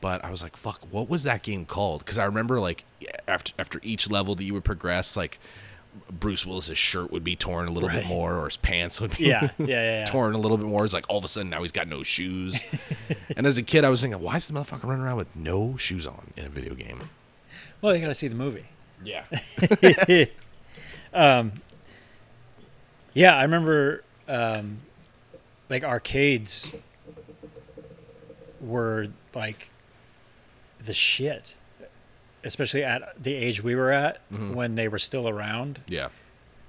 Speaker 1: But I was like, "Fuck, what was that game called?" Because I remember like after after each level that you would progress, like Bruce Willis's shirt would be torn a little bit
Speaker 2: Right.
Speaker 1: more, or his pants would be
Speaker 2: yeah, yeah, yeah. yeah.
Speaker 1: torn a little bit more. It's like all of a sudden now he's got no shoes. and as a kid, I was thinking, why is the motherfucker running around with no shoes on in a video game?
Speaker 2: Well, you got to see the movie.
Speaker 1: Yeah.
Speaker 2: Yeah, I remember um, like arcades were like the shit, especially at the age we were at
Speaker 1: Mm-hmm.
Speaker 2: when they were still around.
Speaker 1: Yeah.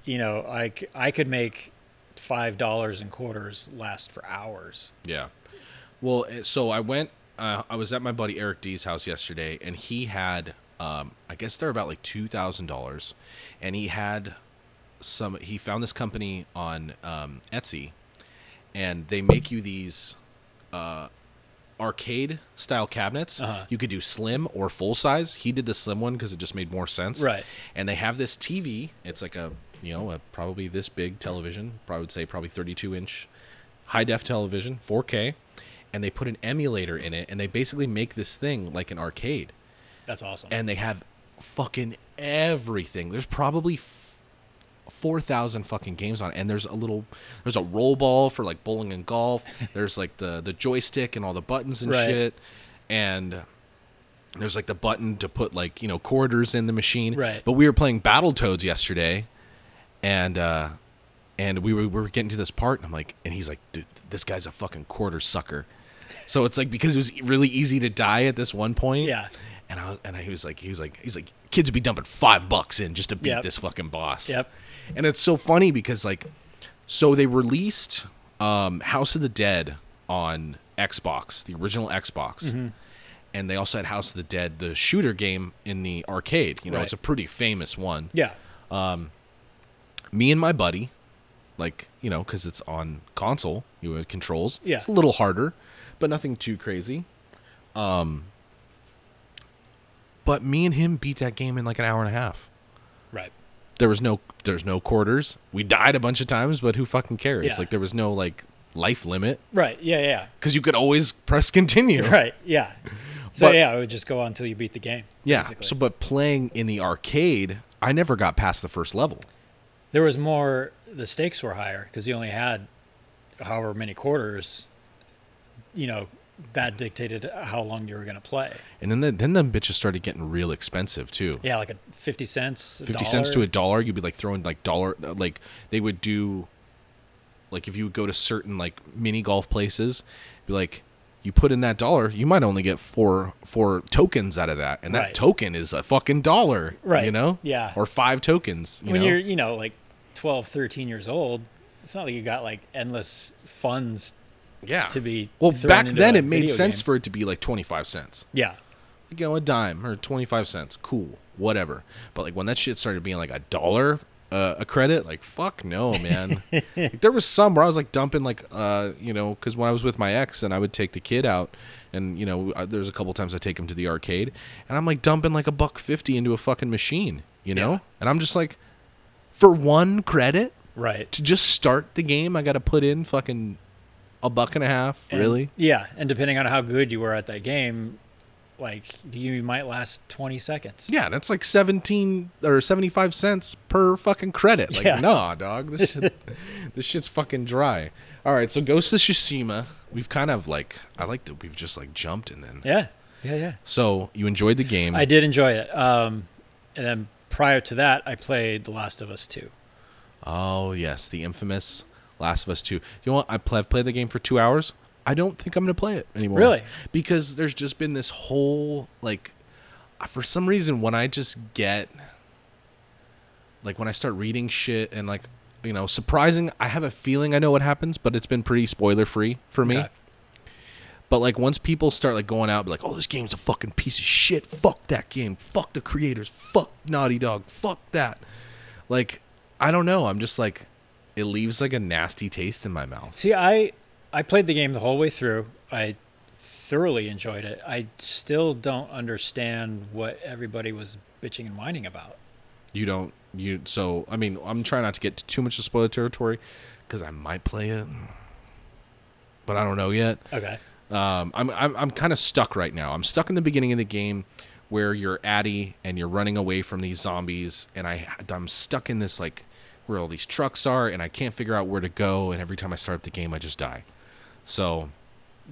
Speaker 2: You know, like I could make five dollars and quarters last for hours.
Speaker 1: Yeah. Well, eh, so I went. Uh, I was at my buddy Eric D's house yesterday, and he had, um, I guess they're about like two thousand dollars, and he had some. He found this company on um, Etsy, and they make you these uh, arcade style cabinets.
Speaker 2: Uh-huh.
Speaker 1: You could do slim or full size. He did the slim one because it just made more sense.
Speaker 2: Right.
Speaker 1: And they have this TV. It's like a you know a, probably this big television. Probably would say probably 32 inch high def television, 4K, and they put an emulator in it, and they basically make this thing like an arcade,
Speaker 2: That's awesome.
Speaker 1: and they have fucking everything. There's probably f- 4,000 fucking games on, it. and there's a little, there's a roll ball for like bowling and golf. There's like the the joystick and all the buttons and
Speaker 2: Right.
Speaker 1: shit, and there's like the button to put like you know quarters in the machine.
Speaker 2: Right.
Speaker 1: But we were playing Battletoads yesterday, and uh, and we were, we were getting to this part, and I'm like, and he's like, dude, this guy's a fucking quarter sucker. So it's like because it was really easy to die at this one point.
Speaker 2: Yeah.
Speaker 1: And I was, and I, he was like, he was like, he's like, kids would be dumping five bucks in just to beat
Speaker 2: Yep.
Speaker 1: this fucking boss.
Speaker 2: Yep.
Speaker 1: And it's so funny because like, so they released um, House of the Dead on Xbox, the original Xbox.
Speaker 2: Mm-hmm.
Speaker 1: And they also had House of the Dead, the shooter game in the arcade. You know,
Speaker 2: Right.
Speaker 1: it's a pretty famous one
Speaker 2: yeah.
Speaker 1: me and my buddy, like you know, because it's on console, you have controls.
Speaker 2: Yeah.
Speaker 1: it's a little harder, but nothing too crazy. Um, but me and him beat that game in like an hour and a half.
Speaker 2: Right.
Speaker 1: There was no, there's no quarters. We died a bunch of times, but who fucking cares?
Speaker 2: Yeah.
Speaker 1: Like there was no like life limit
Speaker 2: Right. Yeah. Yeah.
Speaker 1: because you could always press continue.
Speaker 2: Right. Yeah. So
Speaker 1: But-
Speaker 2: yeah, it would just go on until you beat the game.
Speaker 1: Yeah.
Speaker 2: basically.
Speaker 1: So, but playing in the arcade, I never got past the first level.
Speaker 2: there was more. The stakes were higher because you only had however many quarters. You know that dictated how long you were going to play.
Speaker 1: And then, the, then them bitches started getting real expensive too.
Speaker 2: Yeah, like a fifty cents. A
Speaker 1: 50 cents to
Speaker 2: dollar.
Speaker 1: a dollar you'd be like throwing like dollar uh, like they would do like if you would go to certain like mini golf places be like you put in that dollar you might only get four four tokens out of that and that
Speaker 2: Right.
Speaker 1: token is a fucking dollar you
Speaker 2: Right.
Speaker 1: know
Speaker 2: Yeah.
Speaker 1: or five tokens you
Speaker 2: when
Speaker 1: know
Speaker 2: you're you know like 12 13 years old it's not like you got like endless funds
Speaker 1: yeah
Speaker 2: to be
Speaker 1: well
Speaker 2: thrown
Speaker 1: back
Speaker 2: into
Speaker 1: then
Speaker 2: a
Speaker 1: it made
Speaker 2: video
Speaker 1: sense
Speaker 2: game.
Speaker 1: for it to be like 25 cents
Speaker 2: yeah
Speaker 1: like, you know, a dime or 25 cents. Cool. Whatever. But like when that shit started being like a dollar uh, a credit, like fuck no, man. like, there was some where I was like dumping like uh, you know, cuz when I was with my ex and I would take the kid out and you know, I- there's a couple times I take him to the arcade and I'm like dumping like a buck 50 into a fucking machine, you know?
Speaker 2: Yeah.
Speaker 1: And I'm just like for one credit
Speaker 2: right
Speaker 1: to just start the game, I got to put in fucking a buck and a half,
Speaker 2: And-
Speaker 1: really?
Speaker 2: yeah and depending on how good you were at that game like you might last 20 seconds
Speaker 1: Yeah, that's like seventeen or seventy-five cents per fucking credit. Like,
Speaker 2: Yeah.
Speaker 1: nah, dog, this shit, this shit's fucking dry. All right, so Ghost of Tsushima, we've kind of like, I like to, we've just like jumped in then.
Speaker 2: yeah yeah yeah
Speaker 1: So you enjoyed the game?
Speaker 2: i did enjoy it um and then prior to that i played the last of us 2
Speaker 1: Oh yes, the infamous Last of Us Two. You know what? I play, I've played the game for two hours. I don't think I'm gonna play it anymore.
Speaker 2: Really?
Speaker 1: Because there's just been this whole like, I- for some reason when I just get, like when I start reading shit and like, you know, surprising. I have a feeling I know what happens, but it's been pretty spoiler free for me.
Speaker 2: Okay.
Speaker 1: But like once people start like going out, be like, oh, this game's a fucking piece of shit. Fuck that game. Fuck the creators. Fuck Naughty Dog. Fuck that. Like, I don't know. I'm just like, it leaves like a nasty taste in my mouth.
Speaker 2: See, I I played the game the whole way through. I thoroughly enjoyed it. I still don't understand what everybody was bitching and whining about.
Speaker 1: You don't. You so. I mean, I'm trying not to get too much of spoiler territory because I might play it, but I don't know yet.
Speaker 2: Okay.
Speaker 1: Um, I'm I'm, I'm kind of stuck right now. I'm stuck in the beginning of the game where you're Addy and you're running away from these zombies, and I I'm stuck in this like where all these trucks are, and I can't figure out where to go. And every time I start up the game, I just die. So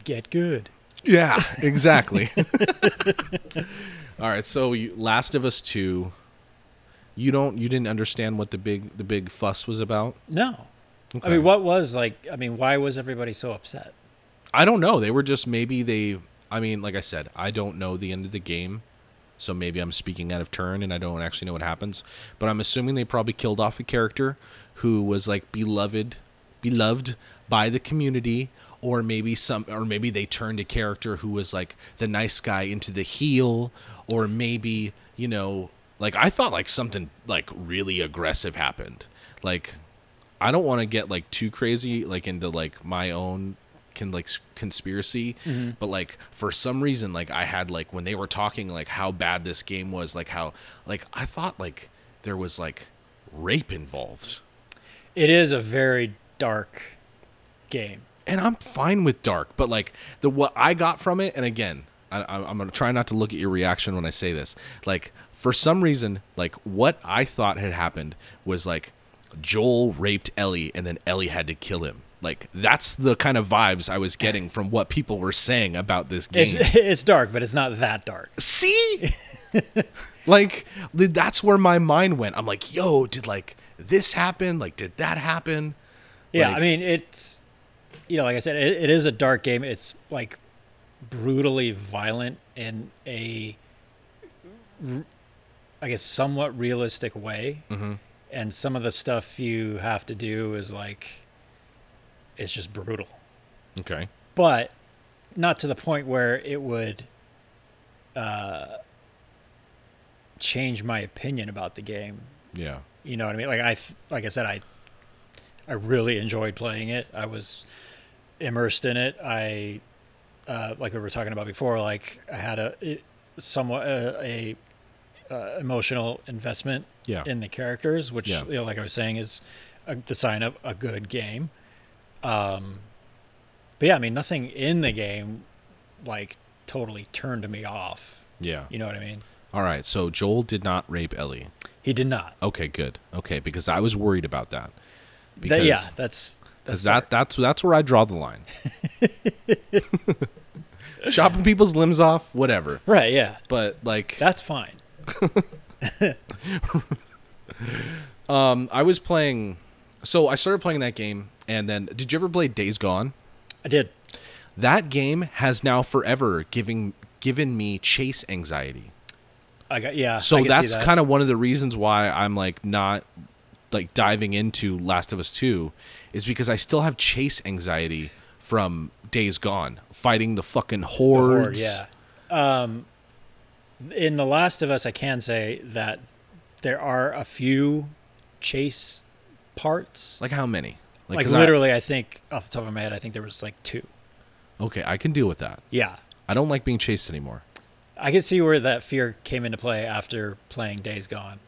Speaker 2: Get good.
Speaker 1: yeah, exactly. all right, so you, Last of Us Two. You don't you didn't understand what the big the big fuss was about.
Speaker 2: No. I mean, what was like? I mean, why was everybody so upset?
Speaker 1: I don't know. They were just maybe they. I mean, like I said, I don't know the end of the game, so maybe I'm speaking out of turn and I don't actually know what happens. But I'm assuming they probably killed off a character who was like beloved, beloved by the community, or maybe some, or maybe they turned a character who was like the nice guy into the heel, or maybe you know, like I thought like something like really aggressive happened, like. I don't want to get like too crazy like into like my own can like s- conspiracy but like for some reason like I had like when they were talking like how bad this game was like how like I thought like there was like rape involved
Speaker 2: It is a very dark game.
Speaker 1: and I'm fine with dark, but like the what I got from it, and again, I, I- I'm gonna try not to look at your reaction when I say this. Like for some reason, like what I thought had happened was like Joel raped Ellie, and then Ellie had to kill him. Like that's the kind of vibes I was getting from what people were saying about this game.
Speaker 2: It's it's dark, but it's not that dark.
Speaker 1: See? like th- that's where my mind went. I'm like, yo, did like this happen? Like did that happen?
Speaker 2: Yeah,
Speaker 1: Like-
Speaker 2: I mean, it's you know, like I said, it, it is a dark game. It's like brutally violent in a, r- I guess, somewhat realistic way. Mm-hmm. And some of the stuff you have to do is like, it's just brutal,
Speaker 1: Okay.
Speaker 2: but not to the point where it would uh, change my opinion about the game.
Speaker 1: Yeah.
Speaker 2: You know what I mean? Like I, th- like I said, I, I really enjoyed playing it. I was immersed in it. I, uh, like we were talking about before, like I had a it, somewhat uh, a uh, emotional investment
Speaker 1: Yeah.
Speaker 2: in the characters, which,
Speaker 1: Yeah.
Speaker 2: you know, like I was saying, is a, the sign of a good game. Um, but yeah, I mean, nothing in the game like totally turned me off.
Speaker 1: Yeah.
Speaker 2: You know what I mean?
Speaker 1: All right, so Joel did not rape Ellie.
Speaker 2: He did not.
Speaker 1: Okay, good. Okay, because I was worried about that. Because
Speaker 2: That, yeah, that's
Speaker 1: because that that's that's where I draw the line. Chopping people's limbs off, whatever.
Speaker 2: right. Yeah.
Speaker 1: But like
Speaker 2: That's fine.
Speaker 1: um I was playing so I started playing that game and then did you ever play Days Gone?
Speaker 2: I did.
Speaker 1: That game has now forever giving given me chase anxiety.
Speaker 2: I got yeah.
Speaker 1: So that's kind of one of the reasons why I'm like not like diving into Last of Us 2 is because I still have chase anxiety from Days Gone, fighting the fucking hordes.
Speaker 2: yeah. Um, in The Last of Us, I can say that there are a few chase parts.
Speaker 1: Like how many?
Speaker 2: Like,
Speaker 1: 'cause I-
Speaker 2: literally, I, think off the top of my head, I think there was like two.
Speaker 1: okay, I can deal with that.
Speaker 2: Yeah,
Speaker 1: I don't like being chased anymore.
Speaker 2: I can see where that fear came into play after playing Days Gone,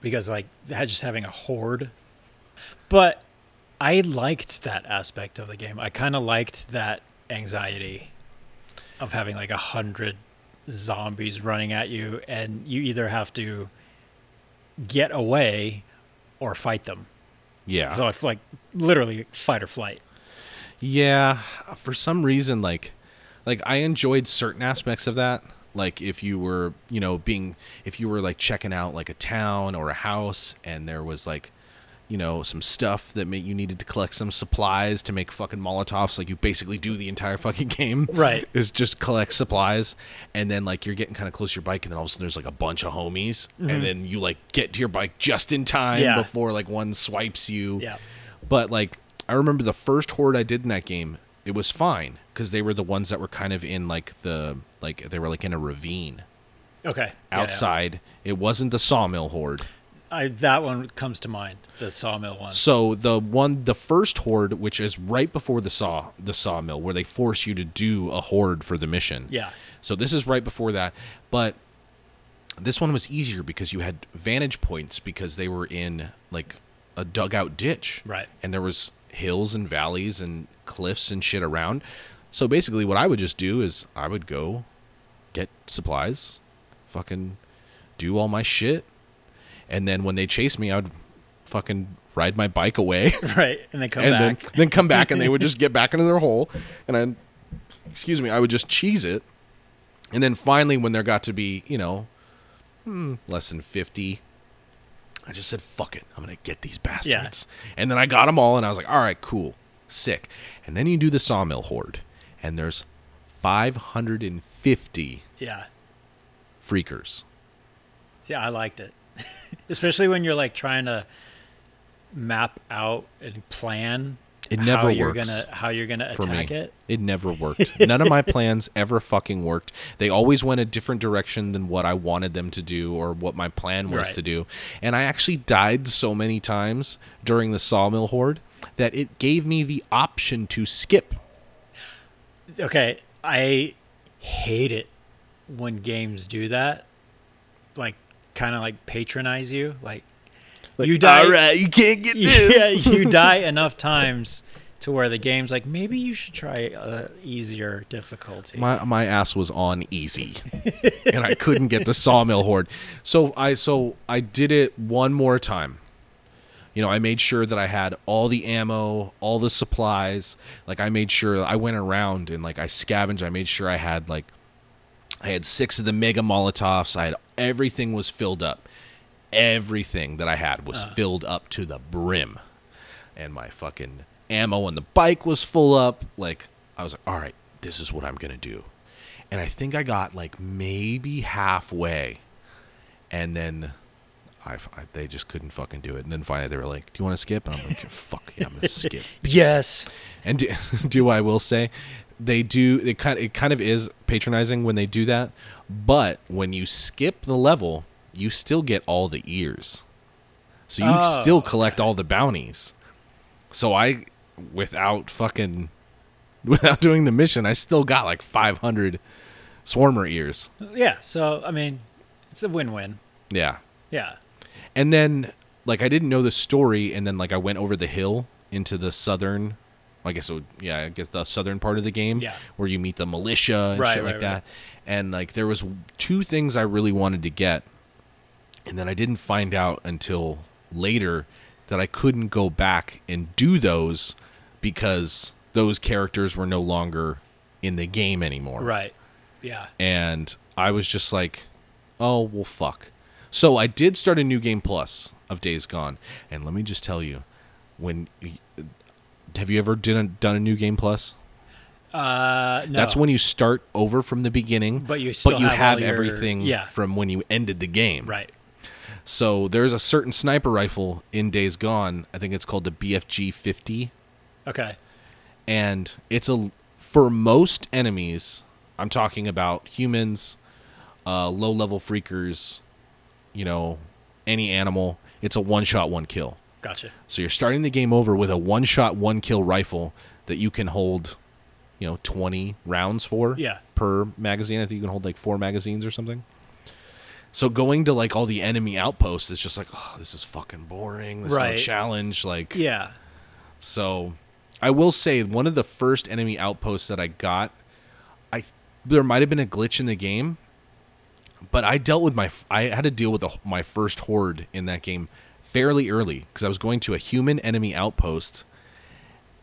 Speaker 2: because like that- just having a horde. But I liked that aspect of the game. I kind of liked that anxiety of having like a hundred zombies running at you, and you either have to get away or fight them.
Speaker 1: Yeah.
Speaker 2: So it's like literally fight or flight.
Speaker 1: Yeah, for some reason, like, like I enjoyed certain aspects of that. Like if you were, you know, being if you were like checking out like a town or a house, and there was like, you know, some stuff that made you needed to collect some supplies to make fucking molotovs. Like you basically do the entire fucking game,
Speaker 2: Right.
Speaker 1: Is just collect supplies, and then like you're getting kind of close to your bike, and then all of a sudden there's like a bunch of homies, and then you like get to your bike just in time
Speaker 2: Mm-hmm. Yeah.
Speaker 1: before like one swipes you,
Speaker 2: Yeah.
Speaker 1: but like I remember the first horde I did in that game, it was fine because they were the ones that were kind of in like the like they were like in a ravine
Speaker 2: Okay. Yeah, yeah.
Speaker 1: outside. It wasn't the sawmill horde.
Speaker 2: I that one comes to mind, the sawmill one.
Speaker 1: So the one the first horde, which is right before the saw the sawmill, where they force you to do a horde for the mission.
Speaker 2: Yeah.
Speaker 1: So this is right before that, but this one was easier because you had vantage points because they were in like a dugout ditch.
Speaker 2: Right.
Speaker 1: And there was hills and valleys and cliffs and shit around. So basically what I would just do is I would go get supplies, fucking do all my shit, and then when they chased me, I would fucking ride my bike away
Speaker 2: Right. And then come
Speaker 1: and
Speaker 2: back.
Speaker 1: then then come back and they would just get back into their hole and I excuse me, I would just cheese it. And then finally when there got to be, you know, hmm, less than 50 I just said, fuck it. I'm going to get these bastards. And then I got them all and I was like, all right, cool. Sick. And then you do the sawmill horde and there's 550
Speaker 2: Yeah.
Speaker 1: freakers.
Speaker 2: Yeah, I liked it. Especially when you're like trying to map out and plan
Speaker 1: It
Speaker 2: how
Speaker 1: never
Speaker 2: you're
Speaker 1: works
Speaker 2: gonna how you're gonna
Speaker 1: for me.
Speaker 2: attack it.
Speaker 1: It never worked. None of my plans ever fucking worked. They always went a different direction than what I wanted them to do or what my plan was
Speaker 2: Right.
Speaker 1: to do. And I actually died so many times during the sawmill horde that it gave me the option to skip.
Speaker 2: Okay, I hate it when games do that. Like kind of like patronize you. Like, you die
Speaker 1: All right, you can't get
Speaker 2: yeah,
Speaker 1: this.
Speaker 2: you die enough times to where the game's like maybe you should try a easier difficulty.
Speaker 1: My my ass was on easy, and I couldn't get the sawmill horde. So I so I did it one more time. You know, I made sure that I had all the ammo, all the supplies. Like I made sure I went around and like I scavenged. I made sure I had like I had six of the mega molotovs. I had everything was filled up. Everything that I had was filled up to the brim. And my fucking ammo on the bike was full up. Like I was like, all right, this is what I'm gonna do. And I think I got like maybe halfway, and then I, I they just couldn't fucking do it. And then finally they were like, "Do you want to skip?" And I'm like, "Fuck yeah, I'm gonna skip."
Speaker 2: yes.
Speaker 1: And do, do I will say, they do. It kind it kind of is patronizing when they do that. But when you skip the level, you still get all the ears, so you
Speaker 2: Oh,
Speaker 1: still collect all the bounties. So I, without fucking, without doing the mission, I still got like 500 swarmer ears.
Speaker 2: Yeah, so I mean, it's a win-win.
Speaker 1: Yeah,
Speaker 2: Yeah.
Speaker 1: and then like I didn't know the story, and then like I went over the hill into the southern, I guess it would, yeah, I guess the southern part of the game,
Speaker 2: Yeah.
Speaker 1: where you meet the militia and
Speaker 2: Right,
Speaker 1: shit like
Speaker 2: right,
Speaker 1: that.
Speaker 2: right.
Speaker 1: And like there was two things I really wanted to get, and then I didn't find out until later that I couldn't go back and do those because those characters were no longer in the game anymore
Speaker 2: Right. Yeah.
Speaker 1: and I was just like, "Oh well, fuck." So I did start a new game plus of Days Gone, and let me just tell you, when have you ever done a, done a new game plus?
Speaker 2: Uh, no.
Speaker 1: That's when you start over from the beginning,
Speaker 2: But you still have all your-
Speaker 1: everything
Speaker 2: yeah.
Speaker 1: from when you ended the game,
Speaker 2: Right.
Speaker 1: So there's a certain sniper rifle in Days Gone. I think it's called the BFG 50.
Speaker 2: Okay.
Speaker 1: and it's a for most enemies i'm talking about humans uh, low level freakers you know any animal it's a one shot one kill
Speaker 2: Gotcha.
Speaker 1: so you're starting the game over with a one shot one kill rifle that you can hold you know 20 rounds for
Speaker 2: Yeah.
Speaker 1: per magazine i think you can hold like four magazines or something so going to like all the enemy outposts is just like oh this is fucking boring There's no
Speaker 2: Right.
Speaker 1: challenge like
Speaker 2: Yeah.
Speaker 1: so I will say one of the first enemy outposts that I got, I there might have been a glitch in the game, but I dealt with my I had to deal with the, my first horde in that game fairly early because I was going to a human enemy outpost,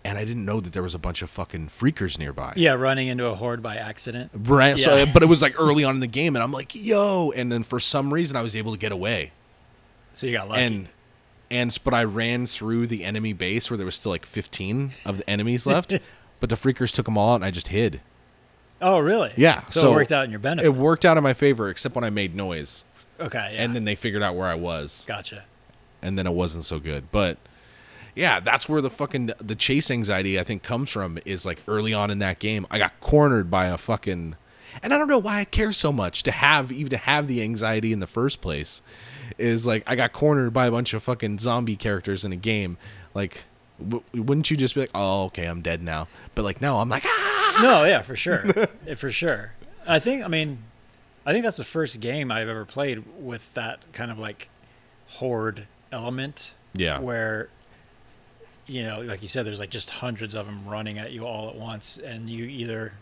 Speaker 1: and I didn't know that there was a bunch of fucking freakers nearby.
Speaker 2: Yeah, running into a horde by accident.
Speaker 1: Right.
Speaker 2: Yeah.
Speaker 1: So, but it was like early on in the game, and I'm like, yo, and then for some reason I was able to get away
Speaker 2: So you got lucky.
Speaker 1: and and but I ran through the enemy base where there was still like 15 of the enemies left, but the freakers took them all out and I just hid.
Speaker 2: oh, really?
Speaker 1: Yeah,
Speaker 2: So,
Speaker 1: so
Speaker 2: it worked out in your benefit.
Speaker 1: It worked out in my favor except when I made noise
Speaker 2: okay. Yeah.
Speaker 1: and then they figured out where I was
Speaker 2: gotcha.
Speaker 1: and then it wasn't so good. But yeah, that's where the fucking the chase anxiety I think comes from is like early on in that game I got cornered by a fucking and I don't know why I care so much to have even to have the anxiety in the first place is like I got cornered by a bunch of fucking zombie characters in a game like w- wouldn't you just be like oh okay I'm dead now but like no I'm like ah
Speaker 2: No, yeah, for sure. Yeah, for sure. I think. I mean, I think that's the first game I've ever played with that kind of like horde element.
Speaker 1: Yeah.
Speaker 2: Where you know, like you said, there's like just hundreds of them running at you all at once, and you either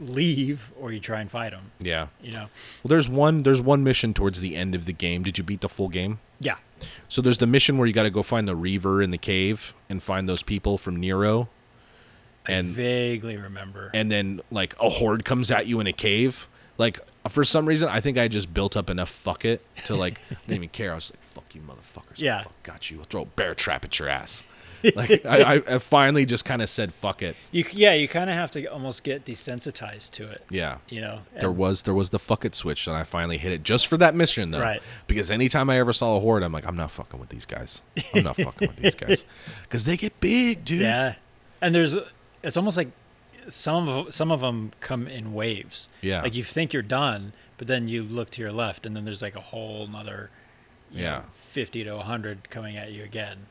Speaker 2: leave or you try and fight them.
Speaker 1: yeah
Speaker 2: You know.
Speaker 1: well there's one there's one mission towards the end of the game did you beat the full game
Speaker 2: Yeah.
Speaker 1: So there's the mission where you got to go find the Reaver in the cave and find those people from Nero,
Speaker 2: I
Speaker 1: and Mm.
Speaker 2: vaguely remember.
Speaker 1: and then like a horde comes at you in a cave, Like for some reason, I think I just built up enough fuck it to like I didn't even care. I was like, "Fuck you, motherfuckers! I
Speaker 2: Yeah.
Speaker 1: fuck got you. I'll throw a bear trap at your ass." Like I, I, I finally just kind of said, "Fuck it."
Speaker 2: You yeah, you kind of have to almost get desensitized to it.
Speaker 1: Yeah.
Speaker 2: You know.
Speaker 1: There
Speaker 2: And-
Speaker 1: was there was the fuck it switch, and I finally hit it just for that mission though.
Speaker 2: Right.
Speaker 1: Because anytime I ever saw a horde, I'm like, I'm not fucking with these guys. I'm not fucking with these guys because they get big, dude.
Speaker 2: yeah, and there's it's almost like some of some of them come in waves.
Speaker 1: Yeah.
Speaker 2: Like you think you're done, but then you look to your left, and then there's like a whole nother. you
Speaker 1: Yeah.
Speaker 2: know, Fifty to hundred coming at you again.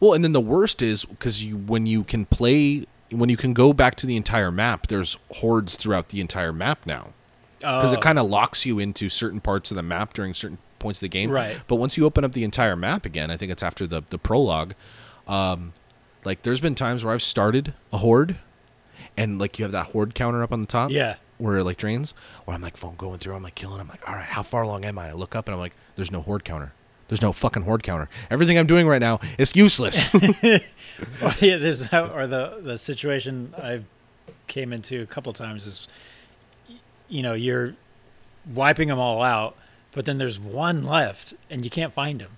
Speaker 1: Well, and then the worst is because you when you can play when you can go back to the entire map, there's hordes throughout the entire map now. Because
Speaker 2: Oh.
Speaker 1: it kind of locks you into certain parts of the map during certain points of the game.
Speaker 2: Right.
Speaker 1: But once you open up the entire map again, I think it's after the the prologue. Um, like there's been times where I've started a horde, and like you have that horde counter up on the top.
Speaker 2: Yeah.
Speaker 1: Where it like drains, where I'm like phone going through, I'm like killing. I'm like, all right, how far along am I? I look up and I'm like, there's no horde counter. There's no fucking horde counter. Everything I'm doing right now is useless.
Speaker 2: Or, yeah, there's that, or the the situation I came into a couple times is, y- you know, you're wiping them all out, but then there's one left and you can't find him.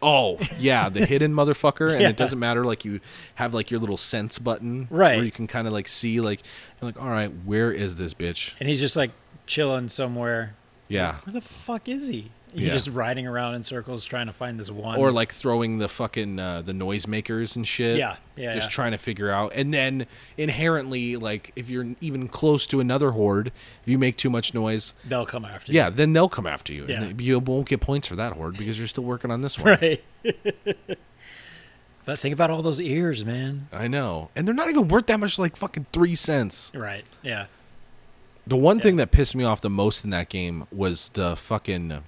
Speaker 1: Oh yeah, the hidden motherfucker, and
Speaker 2: Yeah.
Speaker 1: it doesn't matter. Like you have like your little sense button,
Speaker 2: Right.
Speaker 1: Where you can kind of like see like, you're like all right, where is this bitch?
Speaker 2: and he's just like chilling somewhere.
Speaker 1: Yeah,
Speaker 2: Where the fuck is he? You're
Speaker 1: Yeah.
Speaker 2: just riding around in circles trying to find this one.
Speaker 1: or like throwing the fucking uh, the noisemakers and shit.
Speaker 2: Yeah, yeah,
Speaker 1: Just
Speaker 2: yeah.
Speaker 1: trying to figure out, and then inherently, like if you're even close to another horde, if you make too much noise,
Speaker 2: they'll come after
Speaker 1: yeah, then they'll come after you,
Speaker 2: Yeah.
Speaker 1: and you won't get points for that horde because you're still working on this one.
Speaker 2: you. Right. but think about all those ears, man.
Speaker 1: I know, and they're not even worth that much, like fucking three cents.
Speaker 2: Right. Yeah.
Speaker 1: The one thing that pissed me off the most in that game was the fucking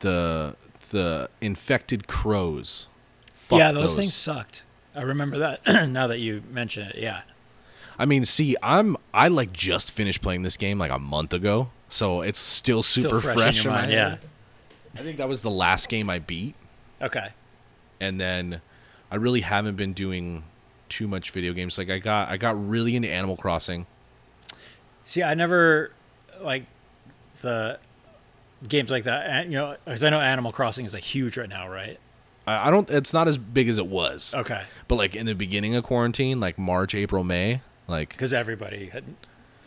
Speaker 1: the the infected crows. Fuck
Speaker 2: yeah, those, things sucked. I remember that now that you mention it. Yeah.
Speaker 1: I mean, see, I'm I like just finished playing this game like a month ago, so it's still super
Speaker 2: Still fresh, in your
Speaker 1: my
Speaker 2: mind.
Speaker 1: head. I think that was the last game I beat,
Speaker 2: Yeah. Okay.
Speaker 1: and then I really haven't been doing too much video games. Like I got I got really into Animal Crossing.
Speaker 2: See, I never like the games like that. and, You know, because I know Animal Crossing is like huge right now, right?
Speaker 1: I, I don't. It's not as big as it was,
Speaker 2: Okay.
Speaker 1: but like in the beginning of quarantine, like March, April, May, like
Speaker 2: because everybody had,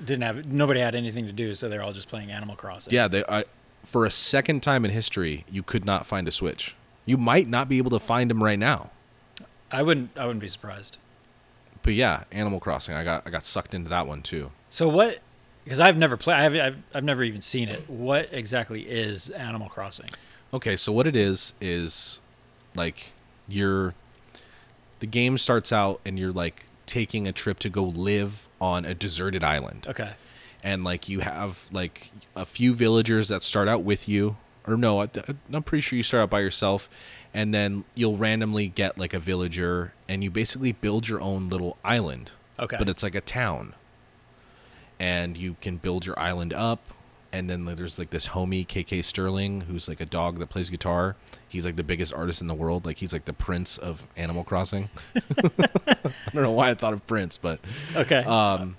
Speaker 2: didn't have nobody had anything to do, so they're all just playing Animal Crossing.
Speaker 1: Yeah, they I, for a second time in history, you could not find a Switch. You might not be able to find them right now.
Speaker 2: I wouldn't. I wouldn't be surprised.
Speaker 1: But yeah, Animal Crossing, I got I got sucked into that one too.
Speaker 2: So what? Because I've never played. I've, I've I've never even seen it. What exactly is Animal Crossing?
Speaker 1: Okay, so what it is is like you're the game starts out and you're like taking a trip to go live on a deserted island.
Speaker 2: Okay.
Speaker 1: and like you have like a few villagers that start out with you or no I- i'm pretty sure you start out by yourself and then you'll randomly get like a villager and you basically build your own little island
Speaker 2: Okay.
Speaker 1: but it's like a town and you can build your island up and then like, there's like this homie kk sterling who's like a dog that plays guitar he's like the biggest artist in the world like he's like the prince of animal crossing i don't know why i thought of prince but
Speaker 2: Okay.
Speaker 1: um,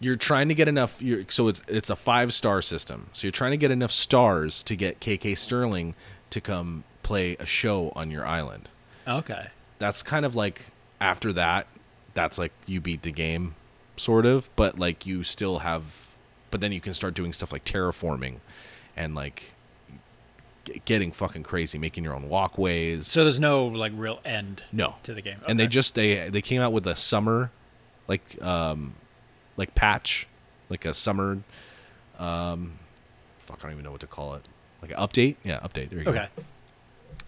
Speaker 1: you're trying to get enough. You're, so it's it's a five star system. So you're trying to get enough stars to get KK Sterling to come play a show on your island.
Speaker 2: okay.
Speaker 1: That's kind of like after that, that's like you beat the game, sort of. But like you still have, but then you can start doing stuff like terraforming, and like g- getting fucking crazy, making your own walkways.
Speaker 2: So there's no like real end.
Speaker 1: No.
Speaker 2: To the game.
Speaker 1: And they
Speaker 2: Okay.
Speaker 1: just they they came out with a summer like um like patch, like a summer um fuck I don't even know what to call it. Like an update? Yeah, update. There you
Speaker 2: Okay.
Speaker 1: go.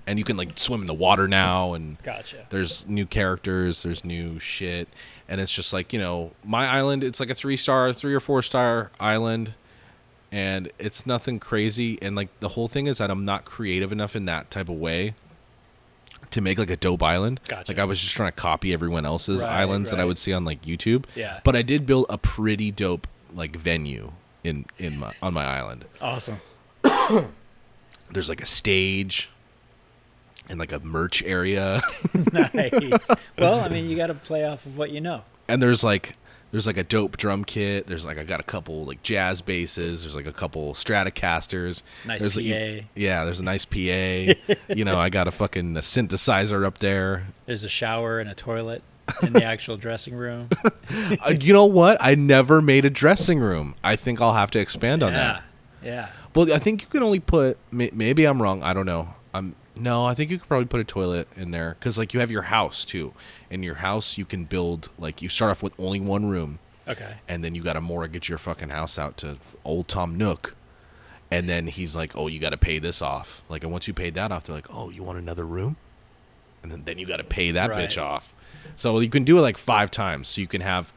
Speaker 1: And you can like swim in the water now and
Speaker 2: Gotcha.
Speaker 1: there's new characters, there's new shit, and it's just like you know, my island. It's like a three star, three or four star island, and it's nothing crazy. And like the whole thing is that I'm not creative enough in that type of way to make like a dope island.
Speaker 2: Gotcha.
Speaker 1: Like I was just trying to copy everyone else's
Speaker 2: Right,
Speaker 1: islands that I
Speaker 2: right.
Speaker 1: would see on like YouTube.
Speaker 2: Yeah.
Speaker 1: But I did build a pretty dope like venue in in my on my island
Speaker 2: Awesome.
Speaker 1: there's like a stage and like a merch area
Speaker 2: nice. Well, I mean, you got to play off of what you know.
Speaker 1: and there's like there's like a dope drum kit. There's like I got a couple like jazz basses. There's like a couple Stratocasters.
Speaker 2: Nice
Speaker 1: there's like-
Speaker 2: PA.
Speaker 1: yeah, there's a nice PA. you know, I got a fucking a synthesizer up there.
Speaker 2: There's a shower and a toilet in the actual dressing room.
Speaker 1: Uh, you know what? I never made a dressing room. I think I'll have to expand on
Speaker 2: Yeah.
Speaker 1: that.
Speaker 2: Yeah.
Speaker 1: Well, I think you can only put. may- Maybe I'm wrong. I don't know. I'm no. I think you could probably put a toilet in there because like you have your house too. In your house, you can build like you start off with only one room,
Speaker 2: Okay.
Speaker 1: and then you got to mortgage your fucking house out to old Tom Nook, and then he's like, "Oh, you got to pay this off." Like, and once you paid that off, they're like, "Oh, you want another room?" And then then you got to pay that
Speaker 2: Right.
Speaker 1: bitch off. So you can do it like five times. So you can have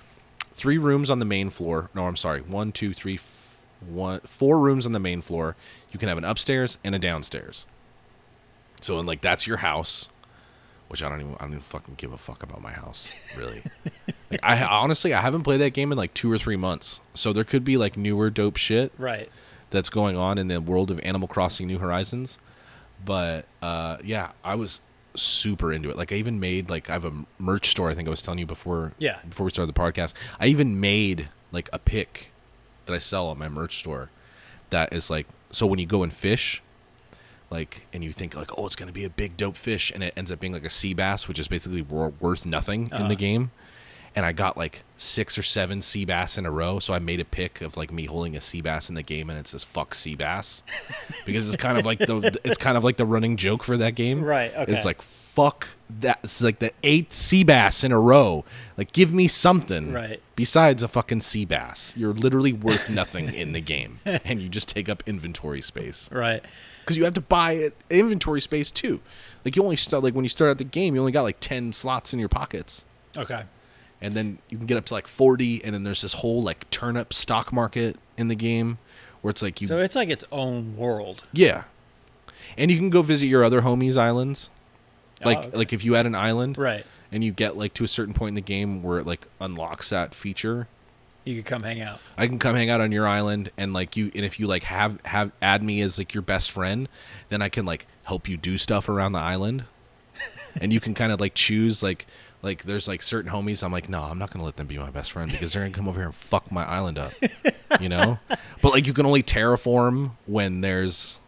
Speaker 1: three rooms on the main floor. No, I'm sorry, one, two, three, f- one, four rooms on the main floor. You can have an upstairs and a downstairs. So and like that's your house, which I don't even I don't even fucking give a fuck about my house really. like I honestly I haven't played that game in like two or three months. So there could be like newer dope shit
Speaker 2: Right.
Speaker 1: that's going on in the world of Animal Crossing New Horizons. But uh, yeah, I was super into it. Like I even made like I have a merch store. I think I was telling you before.
Speaker 2: Yeah.
Speaker 1: Before we started the podcast, I even made like a pick that I sell on my merch store. That is like so when you go and fish, like and you think like oh it's gonna be a big dope fish and it ends up being like a sea bass which is basically wor- worth nothing
Speaker 2: Uh-huh.
Speaker 1: in the game and i got like six or seven sea bass in a row so i made a pic of like me holding a sea bass in the game and it says fuck sea bass because it's kind of like the it's kind of like the running joke for that game
Speaker 2: Right, okay.
Speaker 1: it's like fuck that it's like the eighth sea bass in a row like give me something
Speaker 2: Right.
Speaker 1: besides a fucking sea bass you're literally worth nothing in the game and you just take up inventory space
Speaker 2: Right.
Speaker 1: because you have to buy it- inventory space too. Like you only start like when you start out the game, you only got like ten slots in your pockets,
Speaker 2: Okay.
Speaker 1: and then you can get up to like forty, and then there's this whole like turnip stock market in the game where it's like you
Speaker 2: So it's like its own world.
Speaker 1: yeah, and you can go visit your other homies' islands. Like
Speaker 2: Oh, okay.
Speaker 1: like if you had an island,
Speaker 2: Right.
Speaker 1: and you get like to a certain point in the game where it like unlocks that feature,
Speaker 2: You could come hang out.
Speaker 1: I can come hang out on your island and like you and if you like have have add me as like your best friend, then I can like help you do stuff around the island. and you can kind of like choose like like there's like certain homies I'm like, "No, I'm not going to let them be my best friend because they're going to come over here and fuck my island up." You know? but like you can only terraform when there's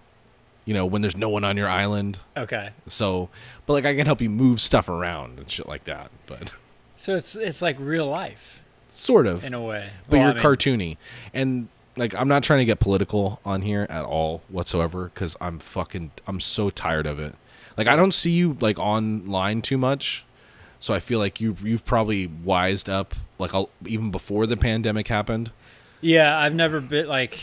Speaker 1: you know, when there's no one on your island.
Speaker 2: Okay.
Speaker 1: So, but like I can help you move stuff around and shit like that, but
Speaker 2: So it's it's like real life
Speaker 1: sort of
Speaker 2: in a way.
Speaker 1: but
Speaker 2: Well, I
Speaker 1: you're
Speaker 2: mean,
Speaker 1: cartoony and like i'm not trying to get political on here at all whatsoever because i'm fucking i'm so tired of it like i don't see you like online too much so i feel like you you've probably wised up like I'll, even before the pandemic happened
Speaker 2: Yeah, I've never been like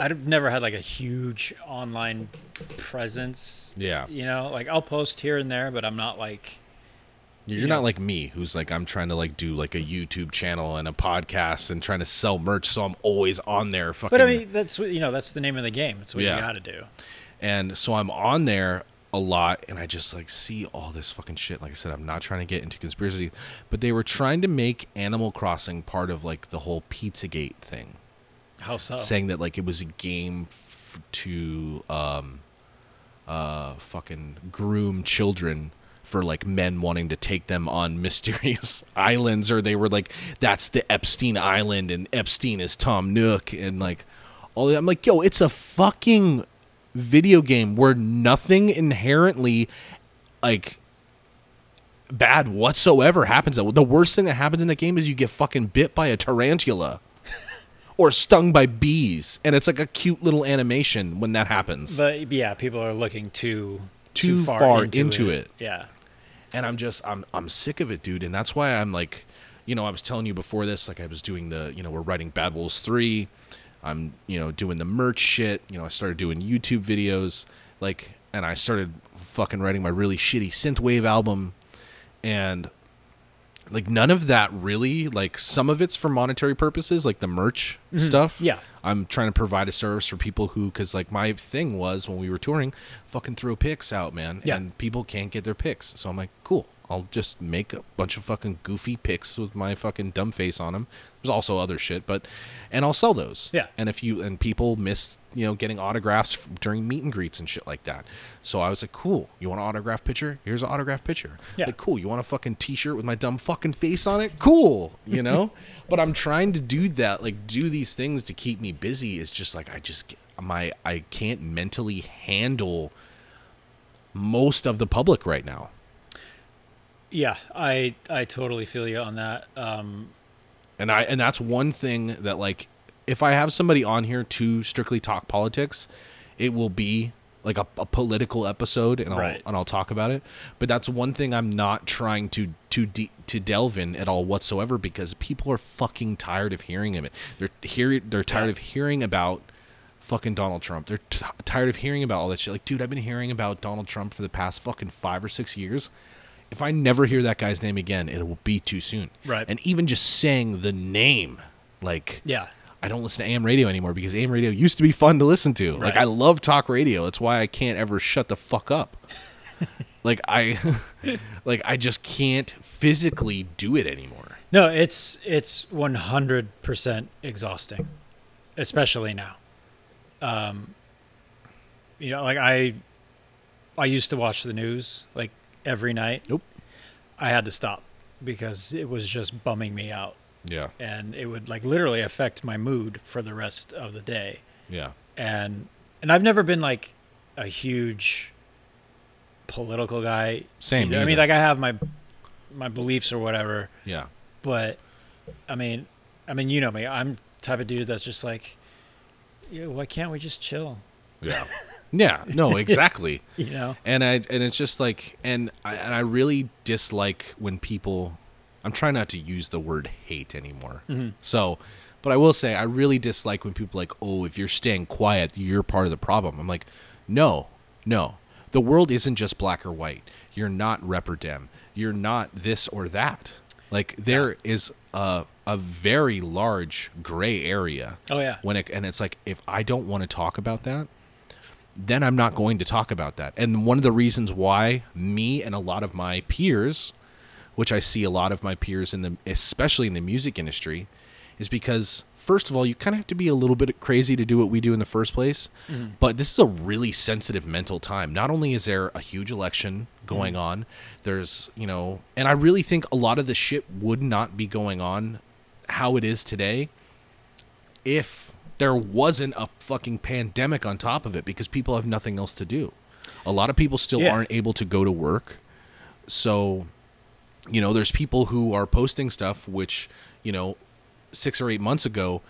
Speaker 2: I've never had like a huge online presence.
Speaker 1: Yeah.
Speaker 2: You know, like I'll post here and there, but I'm not like
Speaker 1: you're
Speaker 2: Yeah.
Speaker 1: not like me who's like i'm trying to like do like a youtube channel and a podcast and trying to sell merch so i'm always on there fucking
Speaker 2: But I mean, that's what- you know, that's the name of the game. It's what
Speaker 1: Yeah.
Speaker 2: you got to do.
Speaker 1: and so I'm on there a lot, and I just like see all this fucking shit. Like I said, I'm not trying to get into conspiracy, but they were trying to make Animal Crossing part of like the whole Pizzagate thing,
Speaker 2: How so?
Speaker 1: saying that like it was a game f- to um, uh, fucking groom children for like men wanting to take them on mysterious islands, or they were like, that's the Epstein Island, and Epstein is Tom Nook, and like all that. I'm like, yo, it's a fucking video game where nothing inherently like bad whatsoever happens. The worst thing that happens in the game is you get fucking bit by a tarantula. Or stung by bees, and it's like a cute little animation when that happens.
Speaker 2: But yeah, people are looking too
Speaker 1: Too far into it.
Speaker 2: Yeah.
Speaker 1: and I'm just I'm I'm sick of it, dude. And that's why I'm like, you know, I was telling you before this, like I was doing the, you know, we're writing Bad Wolves three. I'm you know doing the merch shit. You know, I started doing YouTube videos, like, and I started fucking writing my really shitty synthwave album, and like none of that really like some of it's for monetary purposes like the merch stuff
Speaker 2: Yeah.
Speaker 1: i'm trying to provide a service for people who because like my thing was when we were touring fucking throw picks out man
Speaker 2: Yeah.
Speaker 1: and people can't get their picks so i'm like cool I'll just make a bunch of fucking goofy pics with my fucking dumb face on them. There's also other shit, but and I'll sell those.
Speaker 2: Yeah.
Speaker 1: And if you and people miss, you know, getting autographs f- during meet and greets and shit like that. So I was like, cool. You want an autograph picture? Here's an autograph picture.
Speaker 2: Yeah.
Speaker 1: Like, cool. You want a fucking T-shirt with my dumb fucking face on it? Cool. You know. but I'm trying to do that. Like, do these things to keep me busy. Is just like I just get- my I can't mentally handle most of the public right now.
Speaker 2: Yeah, I I totally feel you on that. Um,
Speaker 1: and i and that's one thing that like if i have somebody on here to strictly talk politics it will be like a, a political episode and I'll,
Speaker 2: Right.
Speaker 1: and I'll talk about it but that's one thing i'm not trying to to de- to delve in at all whatsoever because people are fucking tired of hearing of it they're hear they're tired of hearing about fucking Donald Trump. They're t- tired of hearing about all that shit. Like, dude, I've been hearing about Donald Trump for the past fucking five or six years. If I never hear that guy's name again, it will be too soon.
Speaker 2: Right.
Speaker 1: And even just saying the name, like,
Speaker 2: yeah,
Speaker 1: I don't listen to AM radio anymore because AM radio used to be fun to listen to. Like,
Speaker 2: Right.
Speaker 1: I love talk radio. That's why I can't ever shut the fuck up. like, I, like, I just can't physically do it anymore.
Speaker 2: no, it's it's one hundred percent exhausting, especially now. Um, you know, like I I used to watch the news like every night.
Speaker 1: Nope.
Speaker 2: I had to stop because it was just bumming me out,
Speaker 1: Yeah.
Speaker 2: and it would like literally affect my mood for the rest of the day.
Speaker 1: Yeah.
Speaker 2: and and I've never been like a huge political guy.
Speaker 1: Same,
Speaker 2: either. I mean,
Speaker 1: neither.
Speaker 2: like I have my my beliefs or whatever,
Speaker 1: Yeah.
Speaker 2: but I mean, I mean, you know me. I'm type of dude that's just like, yeah, why can't we just chill?
Speaker 1: Yeah. yeah. No, exactly.
Speaker 2: You know?
Speaker 1: and I and it's just like and I, and I really dislike when people. I'm trying not to use the word hate anymore. So, but I will say I really dislike when people are like, oh, if you're staying quiet, you're part of the problem. I'm like, no, no. The world isn't just black or white. You're not rep or dem. You're not this or that. Like there is a a very large gray area.
Speaker 2: Oh, yeah.
Speaker 1: When it and it's like if I don't want to talk about that, then I'm not going to talk about that. And one of the reasons why me and a lot of my peers, which I see a lot of my peers in the especially in the music industry, is because first of all, you kind of have to be a little bit crazy to do what we do in the first place.
Speaker 2: Mm-hmm.
Speaker 1: But this is a really sensitive mental time. Not only is there a huge election going
Speaker 2: Mm-hmm.
Speaker 1: on, there's, you know, and I really think a lot of the shit would not be going on how it is today if there wasn't a fucking pandemic on top of it because people have nothing else to do. A lot of people still
Speaker 2: Yeah.
Speaker 1: aren't able to go to work. So, you know, there's people who are posting stuff which, you know, six or eight months ago,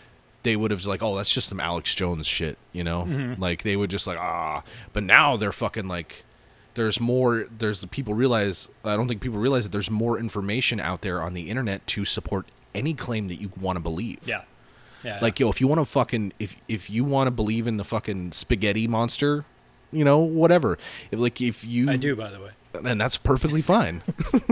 Speaker 1: they would have like, oh, that's just some Alex Jones shit, you know?
Speaker 2: Mm-hmm.
Speaker 1: Like they would just like, ah. But now they're fucking like, there's more, there's the people realize, I don't think people realize that there's more information out there on the internet to support any claim that you want to believe.
Speaker 2: Yeah, yeah.
Speaker 1: Like, yo, if you want to fucking if if you want to believe in the fucking spaghetti monster, you know, whatever. If like if you
Speaker 2: I do, by the way.
Speaker 1: and that's perfectly fine.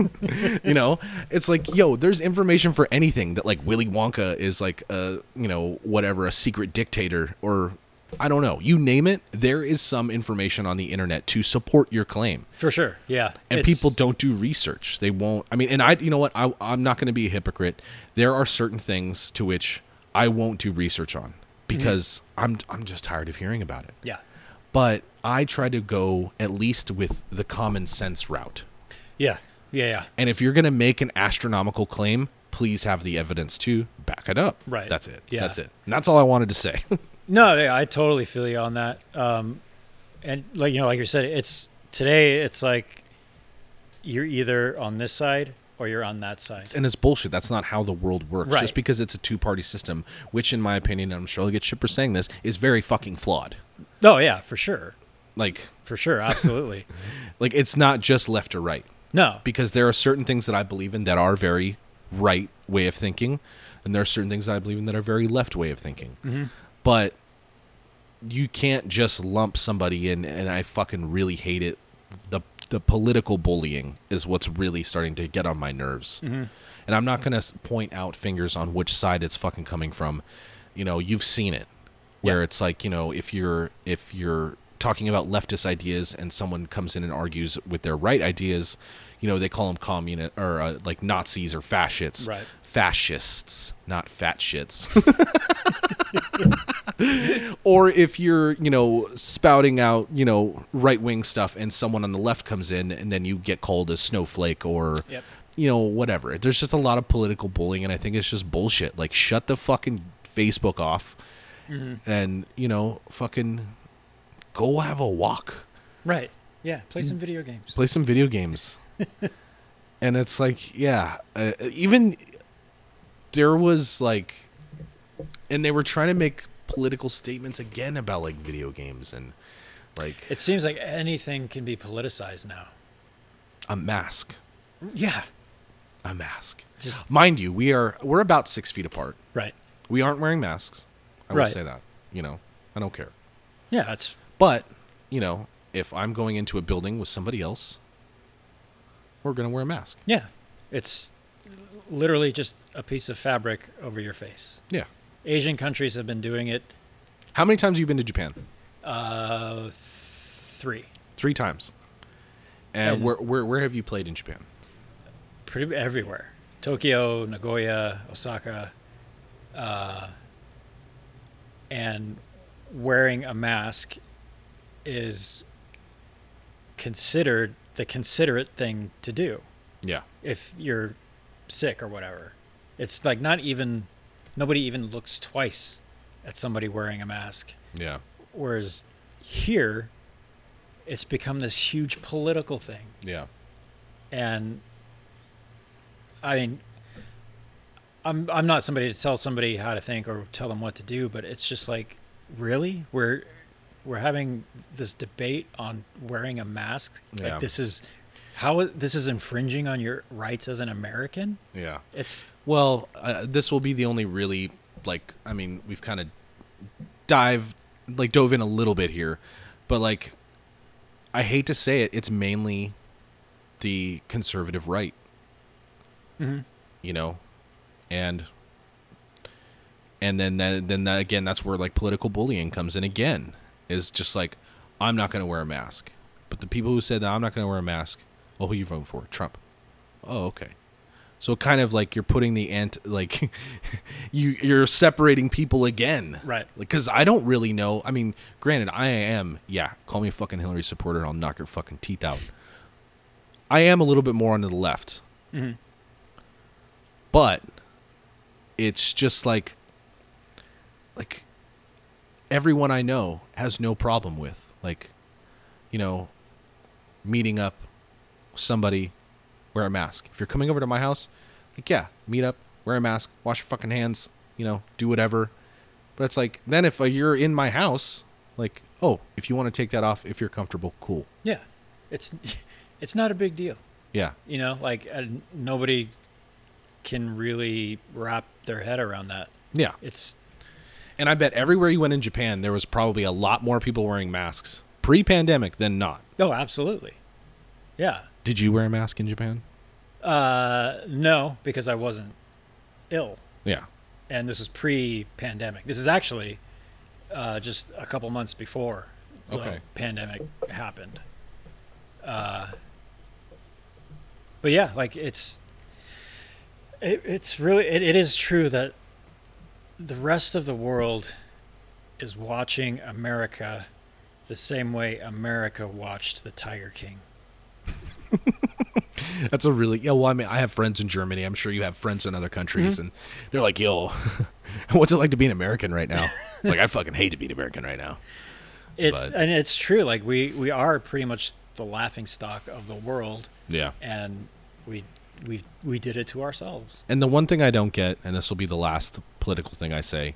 Speaker 1: you know, it's like, yo, there's information for anything that like Willy Wonka is like a, you know, whatever, a secret dictator or I don't know. You name it, there is some information on the internet to support your claim
Speaker 2: For sure. Yeah.
Speaker 1: and
Speaker 2: It's-
Speaker 1: people don't do research they won't i mean and i you know what I, i'm not going to be a hypocrite there are certain things to which i won't do research on because i'm i'm just tired of hearing about it
Speaker 2: Yeah.
Speaker 1: but i try to go at least with the common sense route
Speaker 2: Yeah. Yeah. Yeah.
Speaker 1: and if you're going to make an astronomical claim please have the evidence to back it up
Speaker 2: Right.
Speaker 1: that's it
Speaker 2: Yeah.
Speaker 1: that's it and that's all i wanted to say
Speaker 2: No, yeah, I totally feel you on that. Um, and like you know, like you said, it's today. It's like you're either on this side or you're on that side.
Speaker 1: and it's bullshit. That's not how the world works.
Speaker 2: Right.
Speaker 1: Just because it's a two party system, which, in my opinion, and I'm sure I'll get shit for saying this, is very fucking flawed.
Speaker 2: No, Oh, yeah, for sure,
Speaker 1: Like,
Speaker 2: for sure, absolutely.
Speaker 1: like it's not just left or right
Speaker 2: no,
Speaker 1: because there are certain things that I believe in that are very right way of thinking, and there are certain things that I believe in that are very left way of thinking. But you can't just lump somebody in, and I fucking really hate it. the The political bullying is what's really starting to get on my nerves,
Speaker 2: Mm-hmm.
Speaker 1: and I'm not gonna s- point out fingers on which side it's fucking coming from. You know, you've seen it, where
Speaker 2: Yeah.
Speaker 1: it's like you know if you're if you're talking about leftist ideas and someone comes in and argues with their right ideas, you know, they call them communist or uh, like Nazis or fascists.
Speaker 2: Right.
Speaker 1: Fascists, not fat shits. or if you're, you know, spouting out, you know, right wing stuff and someone on the left comes in and then you get called a snowflake or,
Speaker 2: Yep.
Speaker 1: you know, whatever. There's just a lot of political bullying and I think it's just bullshit. Like, shut the fucking Facebook off and, you know, fucking go have a walk,
Speaker 2: Right. Yeah. Play some video games.
Speaker 1: play some video games. and it's like, yeah, uh, even there was like, and they were trying to make political statements again about like video games and like
Speaker 2: It seems like anything can be politicized now.
Speaker 1: a mask,
Speaker 2: Yeah.
Speaker 1: a mask.
Speaker 2: Just-
Speaker 1: Mind you, we are we're about six feet apart.
Speaker 2: Right.
Speaker 1: We aren't wearing masks. I will
Speaker 2: Right.
Speaker 1: say that. You know, I don't care.
Speaker 2: Yeah. It's
Speaker 1: But you know, if I'm going into a building with somebody else, we're gonna wear a mask.
Speaker 2: yeah. It's literally just a piece of fabric over your face.
Speaker 1: Yeah.
Speaker 2: Asian countries have been doing it.
Speaker 1: How many times have you been to Japan?
Speaker 2: Uh, th- three.
Speaker 1: Three times. And,
Speaker 2: And-
Speaker 1: where, where where have you played in Japan?
Speaker 2: pretty everywhere. Tokyo, Nagoya, Osaka, uh, and wearing a mask is considered the considerate thing to do
Speaker 1: Yeah.
Speaker 2: if you're sick or whatever. It's like not even nobody even looks twice at somebody wearing a mask.
Speaker 1: Yeah.
Speaker 2: Whereas here, it's become this huge political thing
Speaker 1: Yeah.
Speaker 2: and I mean, I'm I'm not somebody to tell somebody how to think or tell them what to do, but it's just like, really, we're we're having this debate on wearing a mask.
Speaker 1: Yeah.
Speaker 2: Like this is how this is infringing on your rights as an American.
Speaker 1: Yeah.
Speaker 2: It's
Speaker 1: Well, uh, this will be the only really like I mean, we've kind of dive like dove in a little bit here, but like I hate to say it, it's mainly the conservative right. Mm-hmm. You know, and and then that, then that, again that's where like political bullying comes in again is just like I'm not going to wear a mask. But the people who said that I'm not going to wear a mask, well who you voting for? Trump. Oh, okay. So kind of like you're putting the ant like you you're separating people again,
Speaker 2: Right.
Speaker 1: Because I don't really know. I mean, granted, I am yeah. Call me a fucking Hillary supporter, and I'll knock your fucking teeth out. I am a little bit more onto the left, but it's just like like everyone I know has no problem with like you know meeting up with somebody wear a mask. If you're coming over to my house, like yeah, meet up, wear a mask, wash your fucking hands, you know, do whatever. But it's like then if uh, you're in my house, like oh, if you want to take that off, if you're comfortable, cool.
Speaker 2: yeah, it's it's not a big deal.
Speaker 1: Yeah,
Speaker 2: You know, like uh, nobody can really wrap their head around that.
Speaker 1: yeah.
Speaker 2: It's
Speaker 1: And I bet everywhere you went in Japan, there was probably a lot more people wearing masks pre-pandemic than not.
Speaker 2: oh, absolutely, yeah.
Speaker 1: Did you wear a mask in Japan?
Speaker 2: Uh, no, because I wasn't ill,
Speaker 1: Yeah.
Speaker 2: and this was pre-pandemic. This is actually uh, just a couple months before the
Speaker 1: Okay.
Speaker 2: pandemic happened. Uh, but yeah, like it's it, it's really it, it is true that the rest of the world is watching America the same way America watched the Tiger King.
Speaker 1: That's a really yeah. Well, I mean, I have friends in Germany. I'm sure you have friends in other countries, and they're like, "Yo, what's it like to be an American right now?" It's like I fucking hate to be an American right now.
Speaker 2: It's
Speaker 1: but-
Speaker 2: and it's true. Like we we are pretty much the laughing stock of the world,
Speaker 1: Yeah.
Speaker 2: and we we we did it to ourselves.
Speaker 1: And the one thing I don't get, and this will be the last political thing I say,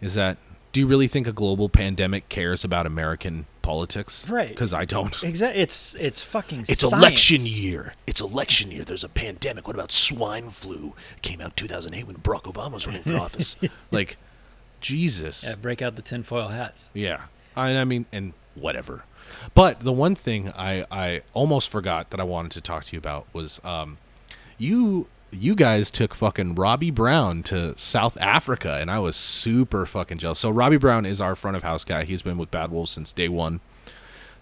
Speaker 1: is that do you really think a global pandemic cares about American politics?
Speaker 2: Right.
Speaker 1: Because I don't.
Speaker 2: Exactly. It's it's fucking.
Speaker 3: It's
Speaker 2: science.
Speaker 3: election year. It's election year. There's a pandemic. What about swine flu? It came out 2008 when Barack Obama was running for office.
Speaker 1: Like, Jesus.
Speaker 2: Yeah, break out the tinfoil hats.
Speaker 1: Yeah. I, I mean, and whatever. But the one thing I, I almost forgot that I wanted to talk to you about was um, you you guys took fucking Robbie Brown to South Africa, and I was super fucking jealous. So Robbie Brown is our front of house guy. He's been with Bad Wolves since day one.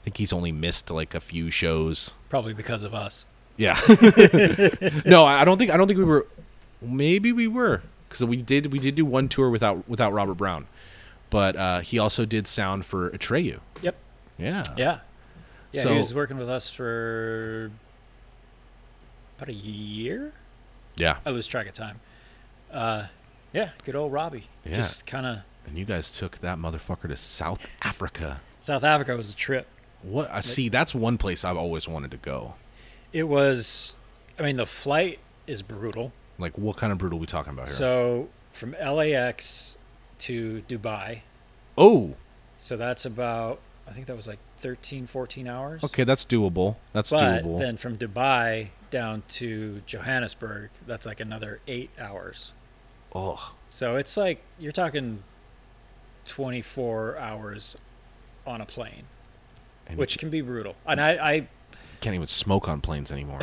Speaker 1: think he's only missed like a few shows.
Speaker 2: probably because of us.
Speaker 1: Yeah. no, I I don't think I don't think we were. Maybe we were because we did we did do one tour without without Robert Brown, but uh, he also did sound for Atreyu.
Speaker 2: Yep.
Speaker 1: Yeah.
Speaker 2: Yeah. Yeah,
Speaker 1: So-
Speaker 2: he was working with us for about a year.
Speaker 1: Yeah.
Speaker 2: I lose track of time. Uh, yeah, good old Robbie.
Speaker 1: Yeah.
Speaker 2: Just kind of
Speaker 1: And you guys took that motherfucker to South Africa.
Speaker 2: South Africa was a trip.
Speaker 1: What I see, that's one place I've always wanted to go.
Speaker 2: It was, I mean, the flight is brutal.
Speaker 1: Like, what kind of brutal we talking about here?
Speaker 2: So from LAX to Dubai,
Speaker 1: oh,
Speaker 2: so that's about I think that was like 13, 14 hours.
Speaker 1: okay, that's doable. That's
Speaker 2: But
Speaker 1: doable.
Speaker 2: then from Dubai down to Johannesburg, that's like another eight hours.
Speaker 1: oh,
Speaker 2: So it's like you're talking 24 hours on a plane,
Speaker 1: and
Speaker 2: which
Speaker 1: which
Speaker 2: can be brutal. And I, I,
Speaker 1: can't even smoke on planes anymore.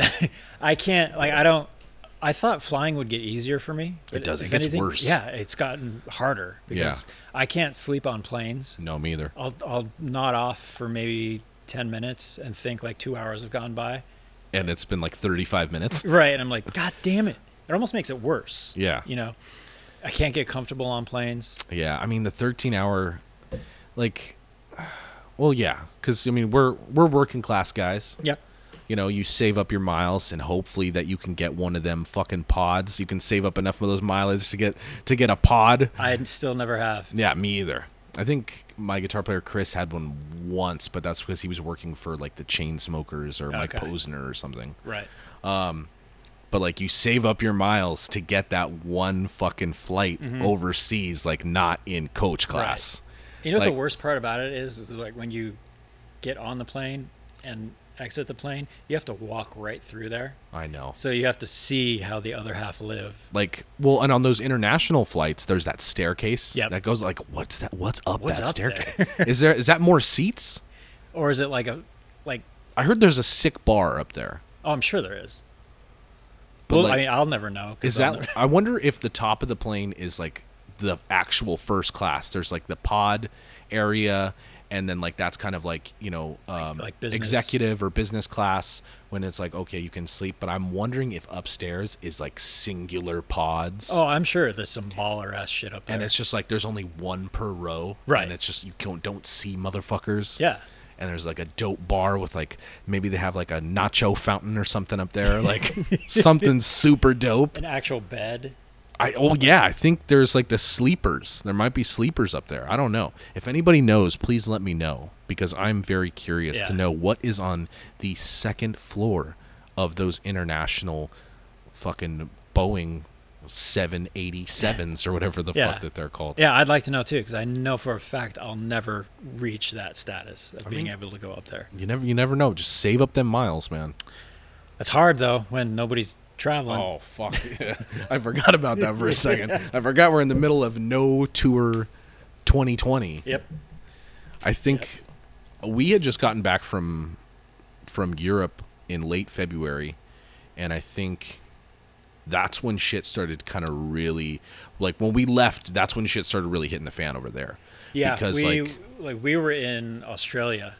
Speaker 2: I can't like I don't. I thought flying would get easier for me. but
Speaker 1: doesn't.
Speaker 2: if
Speaker 1: It gets worse.
Speaker 2: Yeah, it's gotten harder because I can't sleep on planes.
Speaker 1: no, me either.
Speaker 2: I'll I'll nod off for maybe 10 minutes and think like two hours have gone by.
Speaker 1: And it's been like 35 minutes.
Speaker 2: Right, and I'm like, God damn it! It almost makes it worse.
Speaker 1: Yeah.
Speaker 2: you know, I can't get comfortable on planes.
Speaker 1: Yeah, I mean the 13 hour, like, well, yeah, because I mean we're we're working class guys.
Speaker 2: Yep.
Speaker 1: You know, you save up your miles, and hopefully that you can get one of them fucking pods. You can save up enough of those mileage to get to get a pod.
Speaker 2: I still never have.
Speaker 1: Yeah, me either. I think my guitar player Chris had one once, but that's because he was working for like the chain smokers or Mike
Speaker 2: Okay.
Speaker 1: Posner or something.
Speaker 2: Right.
Speaker 1: But like you save up your miles to get that one fucking flight overseas, like not in coach class.
Speaker 2: You know what the
Speaker 1: Like-
Speaker 2: worst part about it is? Is like when you get on the plane and exit the plane, you have to walk right through there.
Speaker 1: I know.
Speaker 2: So you have to see how the other half live.
Speaker 1: Like well, and on those international flights, there's that staircase
Speaker 2: Yep.
Speaker 1: that goes like, what's that? What's up
Speaker 2: What's
Speaker 1: that
Speaker 2: up there?
Speaker 1: staircase? is there is that more seats?
Speaker 2: Or is it like a like
Speaker 1: I heard there's a sick bar up there.
Speaker 2: oh I'm sure there is.
Speaker 1: But,
Speaker 2: well, I
Speaker 1: like,
Speaker 2: mean I'll never know. 'cause
Speaker 1: Is
Speaker 2: I'll
Speaker 1: that?
Speaker 2: never-
Speaker 1: I wonder if the top of the plane is like the actual first class. There's like the pod area, and then like that's kind of like you know um,
Speaker 2: like business.
Speaker 1: executive or business class when it's like okay you can sleep. But I'm wondering if upstairs is like singular pods.
Speaker 2: Oh, I'm sure there's some baller ass shit up there.
Speaker 1: And it's just like there's only one per row,
Speaker 2: Right.
Speaker 1: And it's just you don't, don't see motherfuckers,
Speaker 2: Yeah.
Speaker 1: And there's like a dope bar with like maybe they have like a nacho fountain or something up there, like something super dope.
Speaker 2: an actual bed.
Speaker 1: I oh yeah, I think there's like the sleepers. There might be sleepers up there. I don't know. If anybody knows, please let me know because I'm very curious to
Speaker 2: Yeah.
Speaker 1: know what is on the second floor of those international fucking Boeing 787s or whatever the
Speaker 2: Yeah.
Speaker 1: fuck that they're called.
Speaker 2: Yeah, I'd like to know too because I know for a fact I'll never reach that status of being
Speaker 1: mean-
Speaker 2: able to go up there.
Speaker 1: You never you never know. Just save up them miles, man.
Speaker 2: It's hard though when nobody's traveling.
Speaker 1: Oh fuck! Yeah. I forgot about that for a second. I forgot we're in the middle of no tour 2020.
Speaker 2: Yep.
Speaker 1: I think we had just gotten back from from Europe in late February, and I think that's when shit started kind of really like when we left. That's when shit started really hitting the fan over there.
Speaker 2: Yeah,
Speaker 1: because
Speaker 2: we
Speaker 1: like
Speaker 2: like we were in Australia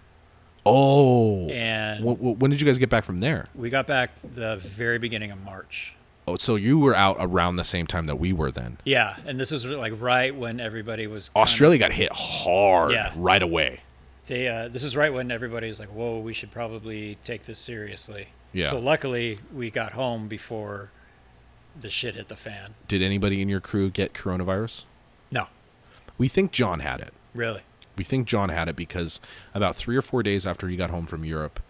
Speaker 1: oh,
Speaker 2: and
Speaker 1: Wh- wh- when did you guys get back from there?
Speaker 2: we got back the very beginning of March.
Speaker 1: Oh, so you were out around the same time that we were then.
Speaker 2: Yeah, and this is like right when everybody was kinda-
Speaker 1: Australia got hit hard
Speaker 2: Yeah.
Speaker 1: right away.
Speaker 2: They uh, this is right when everybody's like, "Whoa, we should probably take this seriously."
Speaker 1: Yeah.
Speaker 2: So luckily, we got home before the shit hit the fan.
Speaker 1: Did anybody in your crew get coronavirus?
Speaker 2: No,
Speaker 1: We think John had it.
Speaker 2: really.
Speaker 1: We think John had it because about three or four days after he got home from Europe,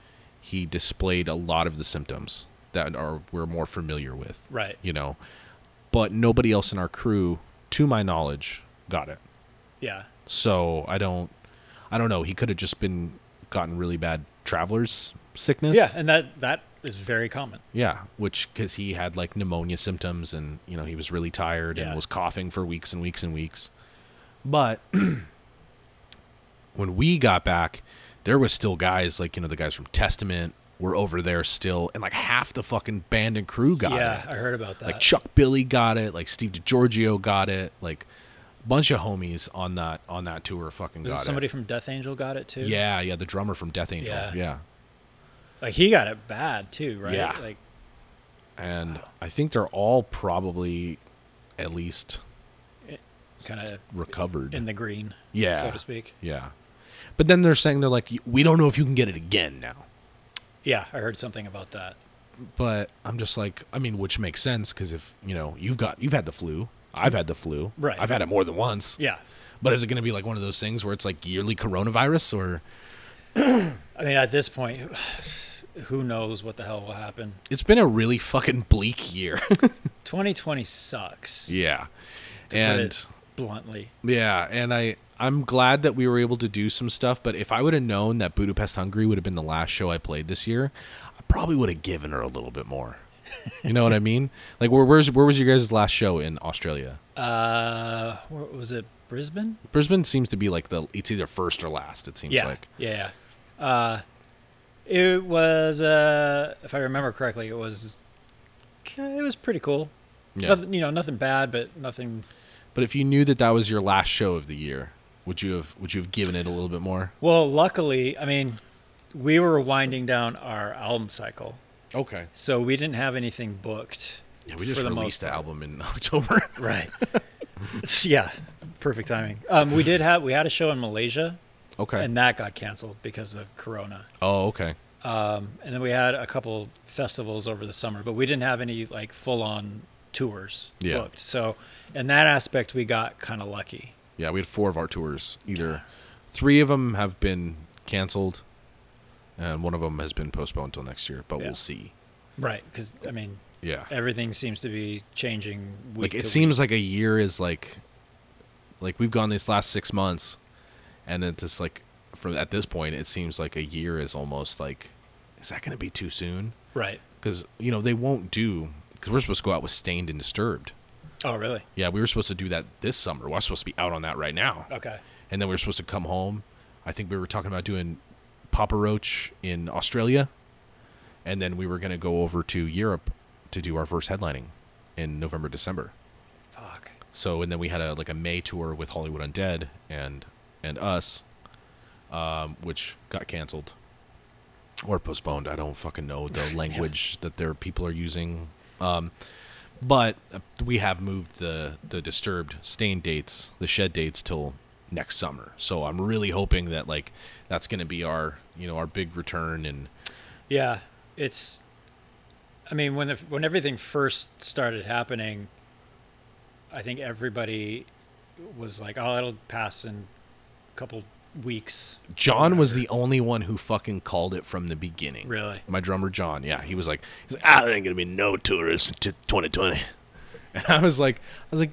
Speaker 1: he displayed a lot of the symptoms that are we're more familiar with.
Speaker 2: Right.
Speaker 1: You know, but nobody else in our crew, to my knowledge, got it.
Speaker 2: Yeah.
Speaker 1: So I don't, I don't know. He could have just been gotten really bad traveler's sickness.
Speaker 2: Yeah, and that that is very common.
Speaker 1: Yeah, which because he had like pneumonia symptoms and you know he was really tired
Speaker 2: Yeah.
Speaker 1: and was coughing for weeks and weeks and weeks. But when we got back, there was still guys like you know the guys from Testament were over there still, and like half the fucking band and crew got
Speaker 2: yeah,
Speaker 1: it.
Speaker 2: I heard about that.
Speaker 1: Like Chuck Billy got it, like Steve DiGiorgio got it, like bunch of homies on that on that tour fucking
Speaker 2: Was
Speaker 1: got
Speaker 2: it
Speaker 1: it.
Speaker 2: somebody from Death Angel got it too?
Speaker 1: Yeah, yeah, the drummer from Death Angel.
Speaker 2: Yeah.
Speaker 1: Yeah.
Speaker 2: Like he got it bad too, right?
Speaker 1: Yeah.
Speaker 2: Like
Speaker 1: And I think they're all probably at least
Speaker 2: kind of
Speaker 1: recovered.
Speaker 2: in the green,
Speaker 1: yeah.
Speaker 2: so to speak.
Speaker 1: Yeah. But then they're saying they're like we don't know if you can get it again now.
Speaker 2: Yeah, I heard something about that.
Speaker 1: But I'm just like I mean which makes sense cuz if, you know, you've got you've had the flu, I've had the flu.
Speaker 2: Right.
Speaker 1: I've had it more than once.
Speaker 2: Yeah.
Speaker 1: But is it going to be like one of those things where it's like yearly coronavirus or
Speaker 2: I mean, at this point, who knows what the hell will happen?
Speaker 1: it's been a really fucking bleak year.
Speaker 2: 2020 sucks.
Speaker 1: yeah.
Speaker 2: put
Speaker 1: and
Speaker 2: it bluntly,
Speaker 1: Yeah, and I I'm glad that we were able to do some stuff, but if I would have known that Budapest Hungary would have been the last show I played this year, I probably would have given her a little bit more. You know what I mean? Like where where's where was your guys' last show in Australia?
Speaker 2: uh, what was it? Brisbane?
Speaker 1: Brisbane seems to be like the it's either first or last, it seems
Speaker 2: yeah,
Speaker 1: like.
Speaker 2: yeah, yeah. Uh, it was, uh, if I remember correctly, it was, it was pretty cool.
Speaker 1: Yeah.
Speaker 2: Nothing, you know, nothing bad, but nothing.
Speaker 1: But if you knew that that was your last show of the year, would you have would you have given it a little bit more?
Speaker 2: Well, luckily, I mean, we were winding down our album cycle,
Speaker 1: Okay.
Speaker 2: so we didn't have anything booked.
Speaker 1: Yeah, we just
Speaker 2: for the most
Speaker 1: released the album in October.
Speaker 2: Right. It's- yeah, perfect timing. Um, we did have we had a show in Malaysia,
Speaker 1: okay.
Speaker 2: and that got canceled because of Corona.
Speaker 1: oh, okay.
Speaker 2: Um, and then we had a couple festivals over the summer, but we didn't have any like full on tours
Speaker 1: Yeah.
Speaker 2: booked. So in that aspect, we got kind of lucky.
Speaker 1: Yeah, we had four of our tours. Either three of them have been canceled, and one of them has been postponed until next year. But
Speaker 2: Yeah.
Speaker 1: we'll see.
Speaker 2: Right. Because I mean,
Speaker 1: Yeah,
Speaker 2: everything seems to be changing. Week
Speaker 1: like it
Speaker 2: to
Speaker 1: seems like a year is like, like we've gone these last six months, and it's just like from at this point, it seems like a year is almost like, is that going to be too soon?
Speaker 2: Week. Right.
Speaker 1: Because you know they won't do because we're supposed to go out with Stained and Disturbed.
Speaker 2: Oh, really?
Speaker 1: Yeah, we were supposed to do that this summer. We're supposed to be out on that right now.
Speaker 2: Okay.
Speaker 1: and then we were supposed to come home. I think we were talking about doing Papa Roach in Australia, and then we were going to go over to Europe to do our first headlining in November, December.
Speaker 2: Fuck.
Speaker 1: So, and then we had a like a May tour with Hollywood Undead and and us, um, which got canceled or postponed. I don't fucking know the language that their people are using. Um, but uh, we have moved the the disturbed stain dates, the shed dates till next summer. So I'm really hoping that like that's going to be our you know our big return and
Speaker 2: Yeah. It's. I mean, when the, when everything first started happening, I think everybody was like, "Oh, it'll pass in a couple weeks."
Speaker 1: John was
Speaker 2: Whatever.
Speaker 1: the only one who fucking called it from the beginning.
Speaker 2: Really?
Speaker 1: My drummer John, yeah, he was like, he's like,
Speaker 3: Ah, there ain't gonna be no tourists to 2020.
Speaker 1: and I was like, I was like,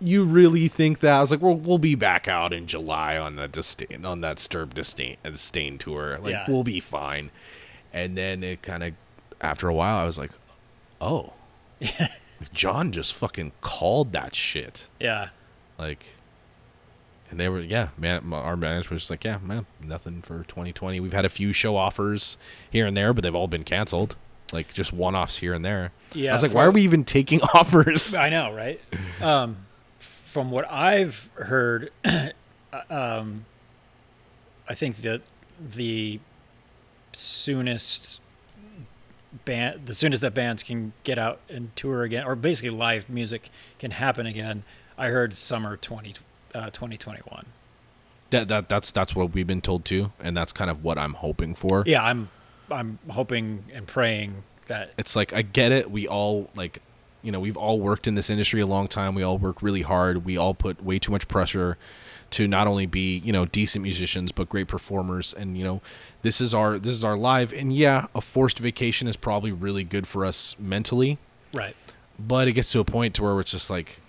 Speaker 1: you really think that? I was like, well, we'll be back out in July on the disdain on that Sturb disdain uh, disdain tour. Like,
Speaker 2: Yeah.
Speaker 1: we'll be fine. And then it kind of, after a while, I was like, oh, John just fucking called that shit.
Speaker 2: Yeah.
Speaker 1: Like, and they were, yeah, man, my- our management was just like, yeah, man, nothing for 2020. We've had a few show offers here and there, but they've all been canceled. Like just one offs here and there.
Speaker 2: Yeah,
Speaker 1: I was like,
Speaker 2: for-
Speaker 1: why are we even taking offers?
Speaker 2: I know, right? Um, from what I've heard, uh, um, I think that the soonest band, the soonest that bands can get out and tour again, or basically live music can happen again, I heard summer 20, uh, 2021.
Speaker 1: That, that that's that's what we've been told too, and that's kind of what I'm hoping for.
Speaker 2: Yeah, I'm, I'm hoping and praying that.
Speaker 1: It's like I get it. We all like, you know, we've all worked in this industry a long time. We all work really hard. We all put way too much pressure to not only be you know decent musicians but great performers. And you know, this is our this is our live. And yeah, a forced vacation is probably really good for us mentally,
Speaker 2: Right.
Speaker 1: but it gets to a point to where it's just like,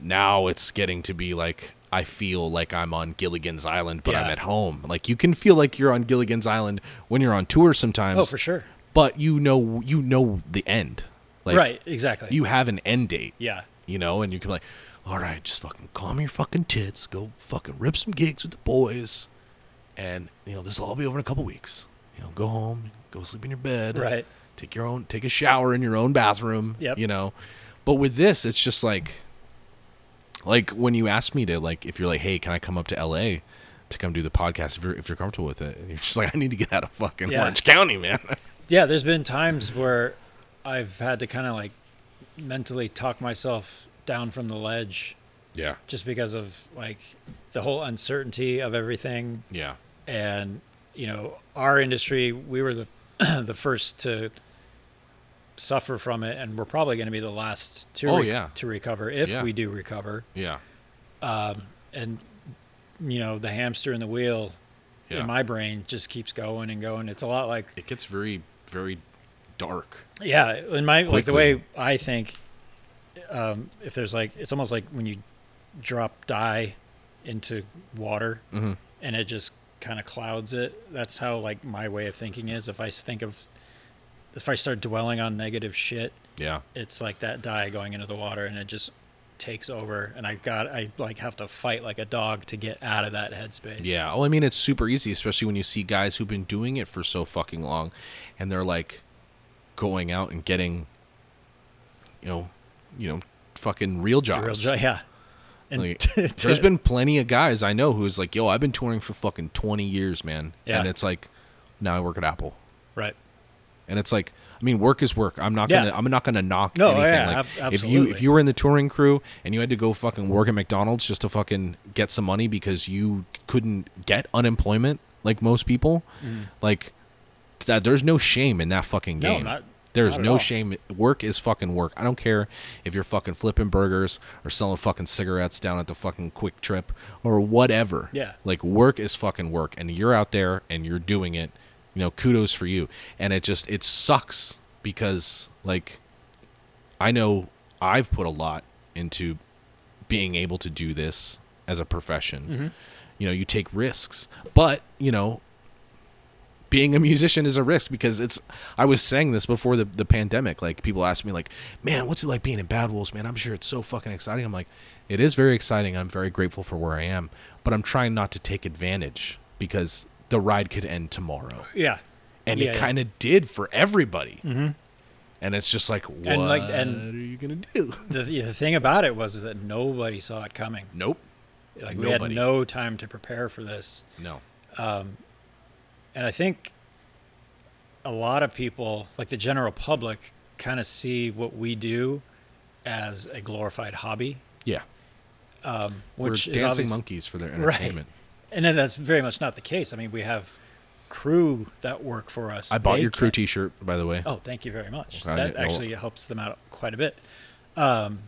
Speaker 1: now it's getting to be like I feel like I'm on Gilligan's Island, but I'm
Speaker 2: Yeah.
Speaker 1: at home. Like you can feel like you're on Gilligan's Island when you're on tour sometimes.
Speaker 2: Oh, for sure.
Speaker 1: But you know, you know the end. Like,
Speaker 2: right. Exactly.
Speaker 1: You have an end date.
Speaker 2: yeah.
Speaker 1: You know, and you can be like, all right, just fucking calm your fucking tits, go fucking rip some gigs with the boys, and you know this will all be over in a couple weeks. You know, go home, go sleep in your bed,
Speaker 2: Right.
Speaker 1: Take your own, take a shower in your own bathroom.
Speaker 2: Yep.
Speaker 1: You know, but with this, it's just like Like when you ask me to like, if you're like, hey, can I come up to L.A. to come do the podcast? If you're if you're comfortable with it, and you're just like, I need to get out of fucking
Speaker 2: Yeah.
Speaker 1: Orange County, man.
Speaker 2: yeah there's been times where i've had to kind of like mentally talk myself down from the ledge
Speaker 1: yeah,
Speaker 2: just because of like the whole uncertainty of everything
Speaker 1: yeah,
Speaker 2: and you know our industry we were the the first to suffer from it and we're probably going to be the last to
Speaker 1: Oh, yeah.
Speaker 2: to recover if
Speaker 1: Yeah.
Speaker 2: we do recover
Speaker 1: yeah,
Speaker 2: and you know the hamster in the wheel
Speaker 1: yeah.
Speaker 2: in my brain just keeps going and going it's a lot like
Speaker 1: it gets very very dark.
Speaker 2: Yeah, in my like the
Speaker 1: Quickly.
Speaker 2: way I think, um, if there's like it's almost like when you drop dye into water
Speaker 1: Mm-hmm.
Speaker 2: and it just kind of clouds it. That's how like my way of thinking is. If I s- think of if I start dwelling on negative shit,
Speaker 1: Yeah,
Speaker 2: it's like that dye going into the water and it just takes over. And I got I like have to fight like a dog to get out of that headspace.
Speaker 1: Yeah. Well, I mean, it's super easy, especially when you see guys who've been doing it for so fucking long and they're like going out and getting, you know, you know, fucking real jobs.
Speaker 2: real jo- yeah. And
Speaker 1: Like,
Speaker 2: to- to-
Speaker 1: there's been plenty of guys I know who's like, yo, I've been touring for fucking 20 years, man.
Speaker 2: Yeah.
Speaker 1: And it's like, now I work at Apple.
Speaker 2: right.
Speaker 1: And it's like, I mean, work is work. I'm not
Speaker 2: Yeah.
Speaker 1: gonna, I'm not gonna knock
Speaker 2: No,
Speaker 1: anything.
Speaker 2: yeah,
Speaker 1: like,
Speaker 2: ab-
Speaker 1: if you if
Speaker 2: absolutely.
Speaker 1: you were in the touring crew and you had to go fucking work at McDonald's just to fucking get some money because you couldn't get unemployment like most people, like that. There's no shame in that fucking
Speaker 2: Mm. No,
Speaker 1: game.
Speaker 2: not-
Speaker 1: there's
Speaker 2: not at
Speaker 1: no
Speaker 2: all.
Speaker 1: shame. Work is fucking work. I don't care if you're fucking flipping burgers or selling fucking cigarettes down at the fucking Quick Trip or whatever.
Speaker 2: Yeah.
Speaker 1: Like work is fucking work and you're out there and you're doing it. You know, kudos for you. And it just it sucks because like I know I've put a lot into being able to do this as a profession. You know, you take risks, but you know, being a musician is a risk because it's. I was saying this before the, the pandemic. Like people ask me, like, man, what's it like being in Bad Wolves? Man, I'm sure it's so fucking exciting. I'm like, it is very exciting. I'm very grateful for where I am, but I'm trying not to take advantage because the ride could end tomorrow,
Speaker 2: Yeah.
Speaker 1: and
Speaker 2: Yeah,
Speaker 1: it
Speaker 2: yeah. Mm-hmm.
Speaker 1: kind of did for everybody. And it's just like, what
Speaker 2: And, like, and-
Speaker 1: are you gonna do?
Speaker 2: The, the thing about it was that nobody saw it coming.
Speaker 1: Nope. Nobody.
Speaker 2: Like we had no time to prepare for this,
Speaker 1: No.
Speaker 2: and I think a lot of people, like the general public, kind of see what we do as a glorified hobby,
Speaker 1: Yeah.
Speaker 2: which
Speaker 1: We're
Speaker 2: is
Speaker 1: dancing
Speaker 2: obvious-
Speaker 1: monkeys for their
Speaker 2: Right.
Speaker 1: entertainment.
Speaker 2: And then that's very much not the case. I mean, we have crew that work for us.
Speaker 1: I bought
Speaker 2: They
Speaker 1: your crew
Speaker 2: can't-
Speaker 1: T-shirt, by the way.
Speaker 2: Oh, thank you very much.
Speaker 1: Okay,
Speaker 2: that
Speaker 1: no-
Speaker 2: actually helps them out quite a bit. Um,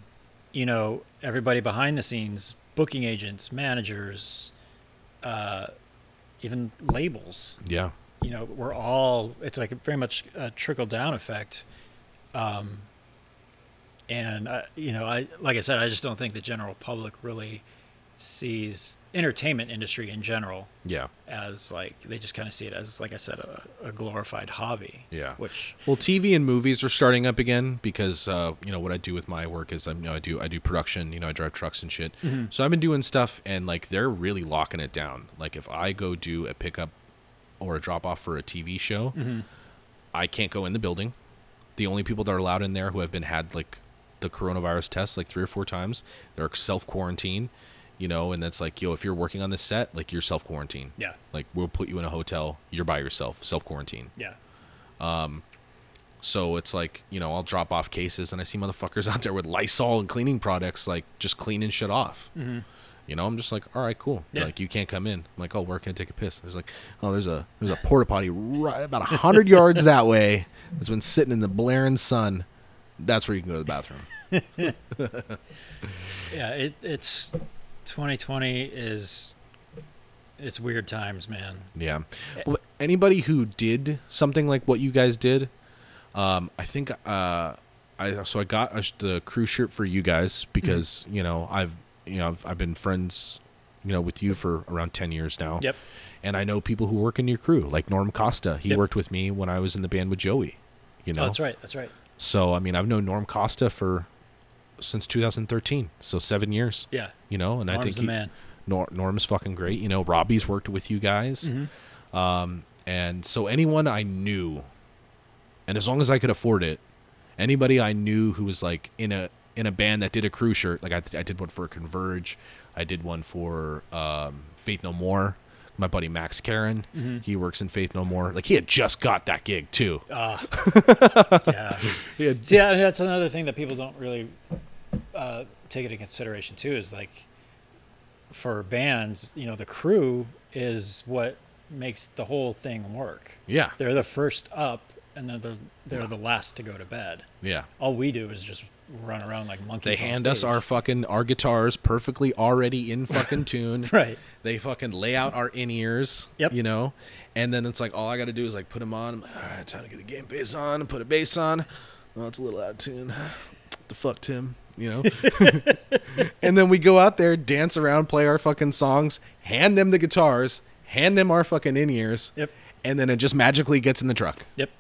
Speaker 2: you know, everybody behind the scenes, booking agents, managers, uh, even labels.
Speaker 1: Yeah,
Speaker 2: You know, we're all. It's like a very much a trickle down effect. Um, and I, you know, I like I said, I just don't think the general public really sees entertainment industry in general
Speaker 1: yeah,
Speaker 2: as like they just kind of see it as like I said a, a glorified hobby.
Speaker 1: yeah.
Speaker 2: Which
Speaker 1: Well, TV and movies are starting up again because uh, you know what I do with my work is I you know I do I do production. You know I drive trucks and shit. So I've been doing stuff and like they're really locking it down. Like if I go do a pickup or a drop off for a TV show, I can't go in the building. The only people that are allowed in there who have been had like the coronavirus test like three or four times, they're self quarantine. You know, and that's like yo, if you're working on this set, like you're self quarantine.
Speaker 2: Yeah.
Speaker 1: Like we'll put you in a hotel. You're by yourself, self quarantine.
Speaker 2: yeah.
Speaker 1: So it's like, you know, I'll drop off cases and I see motherfuckers out there with Lysol and cleaning products, like just cleaning shit off. Mm-hmm. You know, I'm just like, all right, cool. They're
Speaker 2: Yeah.
Speaker 1: Like, you can't come in. I'm like, oh, where can I take a piss? There's like, oh, there's a there's a porta potty right about hundred yards that way that's been sitting in the blaring sun. That's where you can go to the bathroom.
Speaker 2: Yeah, it, it's 2020 is it's weird times, man.
Speaker 1: Yeah.
Speaker 2: Eh.
Speaker 1: Well, anybody who did something like what you guys did, um, I think uh, I so I got a, sh- the crew shirt for you guys
Speaker 2: Mm-hmm.
Speaker 1: because you know I've you know I've, I've been friends you know with you for around ten years now.
Speaker 2: Yep.
Speaker 1: And I know people who work in your crew, like Norm Costa. He
Speaker 2: Yep.
Speaker 1: worked with me when I was in the band with Joey. You know.
Speaker 2: Oh, that's right. That's right.
Speaker 1: So I mean, I've known Norm Costa for since 2013, so seven years.
Speaker 2: Yeah.
Speaker 1: You know, and I think
Speaker 2: Norm's the
Speaker 1: he-
Speaker 2: man.
Speaker 1: Nor- Norm's fucking great. You know, Robbie's worked with you guys,
Speaker 2: Mm-hmm.
Speaker 1: um, and so anyone I knew, and as long as I could afford it, anybody I knew who was like in a in a band that did a crew shirt. Like I, I did one for Converge, I did one for um, Faith No More. My buddy Max Karen,
Speaker 2: Mm-hmm.
Speaker 1: he works in Faith No More. Like he had just got that gig too.
Speaker 2: Uh, yeah. See, yeah, that's another thing that people don't really uh, take into consideration too. Is like for bands, you know, the crew is what makes the whole thing work.
Speaker 1: yeah,
Speaker 2: They're the first up, and they're the, they're the last to go to bed.
Speaker 1: yeah.
Speaker 2: All we do is just run around like monkeys.
Speaker 1: They
Speaker 2: on
Speaker 1: hand us
Speaker 2: stage.
Speaker 1: our fucking our guitars perfectly already in fucking tune.
Speaker 2: Right.
Speaker 1: They fucking lay out our in ears.
Speaker 2: Yep.
Speaker 1: You know, and then it's like all I got to do is like put them on. I'm like, all right, time to get the game face on and put a bass on. Oh, it's a little out of tune. the fuck, Tim. You know. and then we go out there, dance around, play our fucking songs, hand them the guitars, hand them our fucking in ears.
Speaker 2: Yep.
Speaker 1: And then it just magically gets in the truck.
Speaker 2: Yep.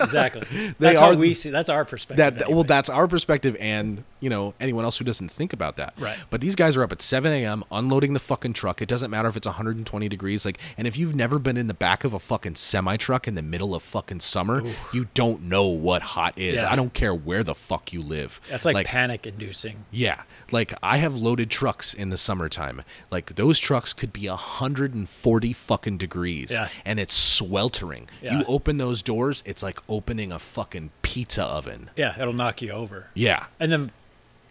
Speaker 2: Exactly. that's how
Speaker 1: are-
Speaker 2: we see. That's our perspective.
Speaker 1: that, that- well
Speaker 2: anyway.
Speaker 1: that's our perspective and you know anyone else who doesn't think about that
Speaker 2: Right.
Speaker 1: but these guys are up at 7 a.m unloading the fucking truck it doesn't matter if it's 120 degrees like and if you've never been in the back of a fucking semi truck in the middle of fucking summer you don't know what hot is
Speaker 2: Yeah.
Speaker 1: i don't care where the fuck you live
Speaker 2: that's like, panic inducing.
Speaker 1: yeah, like I have loaded trucks in the summertime. Like those trucks could be 140 fucking degrees
Speaker 2: Yeah.
Speaker 1: and it's sweltering.
Speaker 2: Yeah.
Speaker 1: You open those doors, it's like opening a fucking pizza oven.
Speaker 2: Yeah, it'll knock you over.
Speaker 1: Yeah.
Speaker 2: And then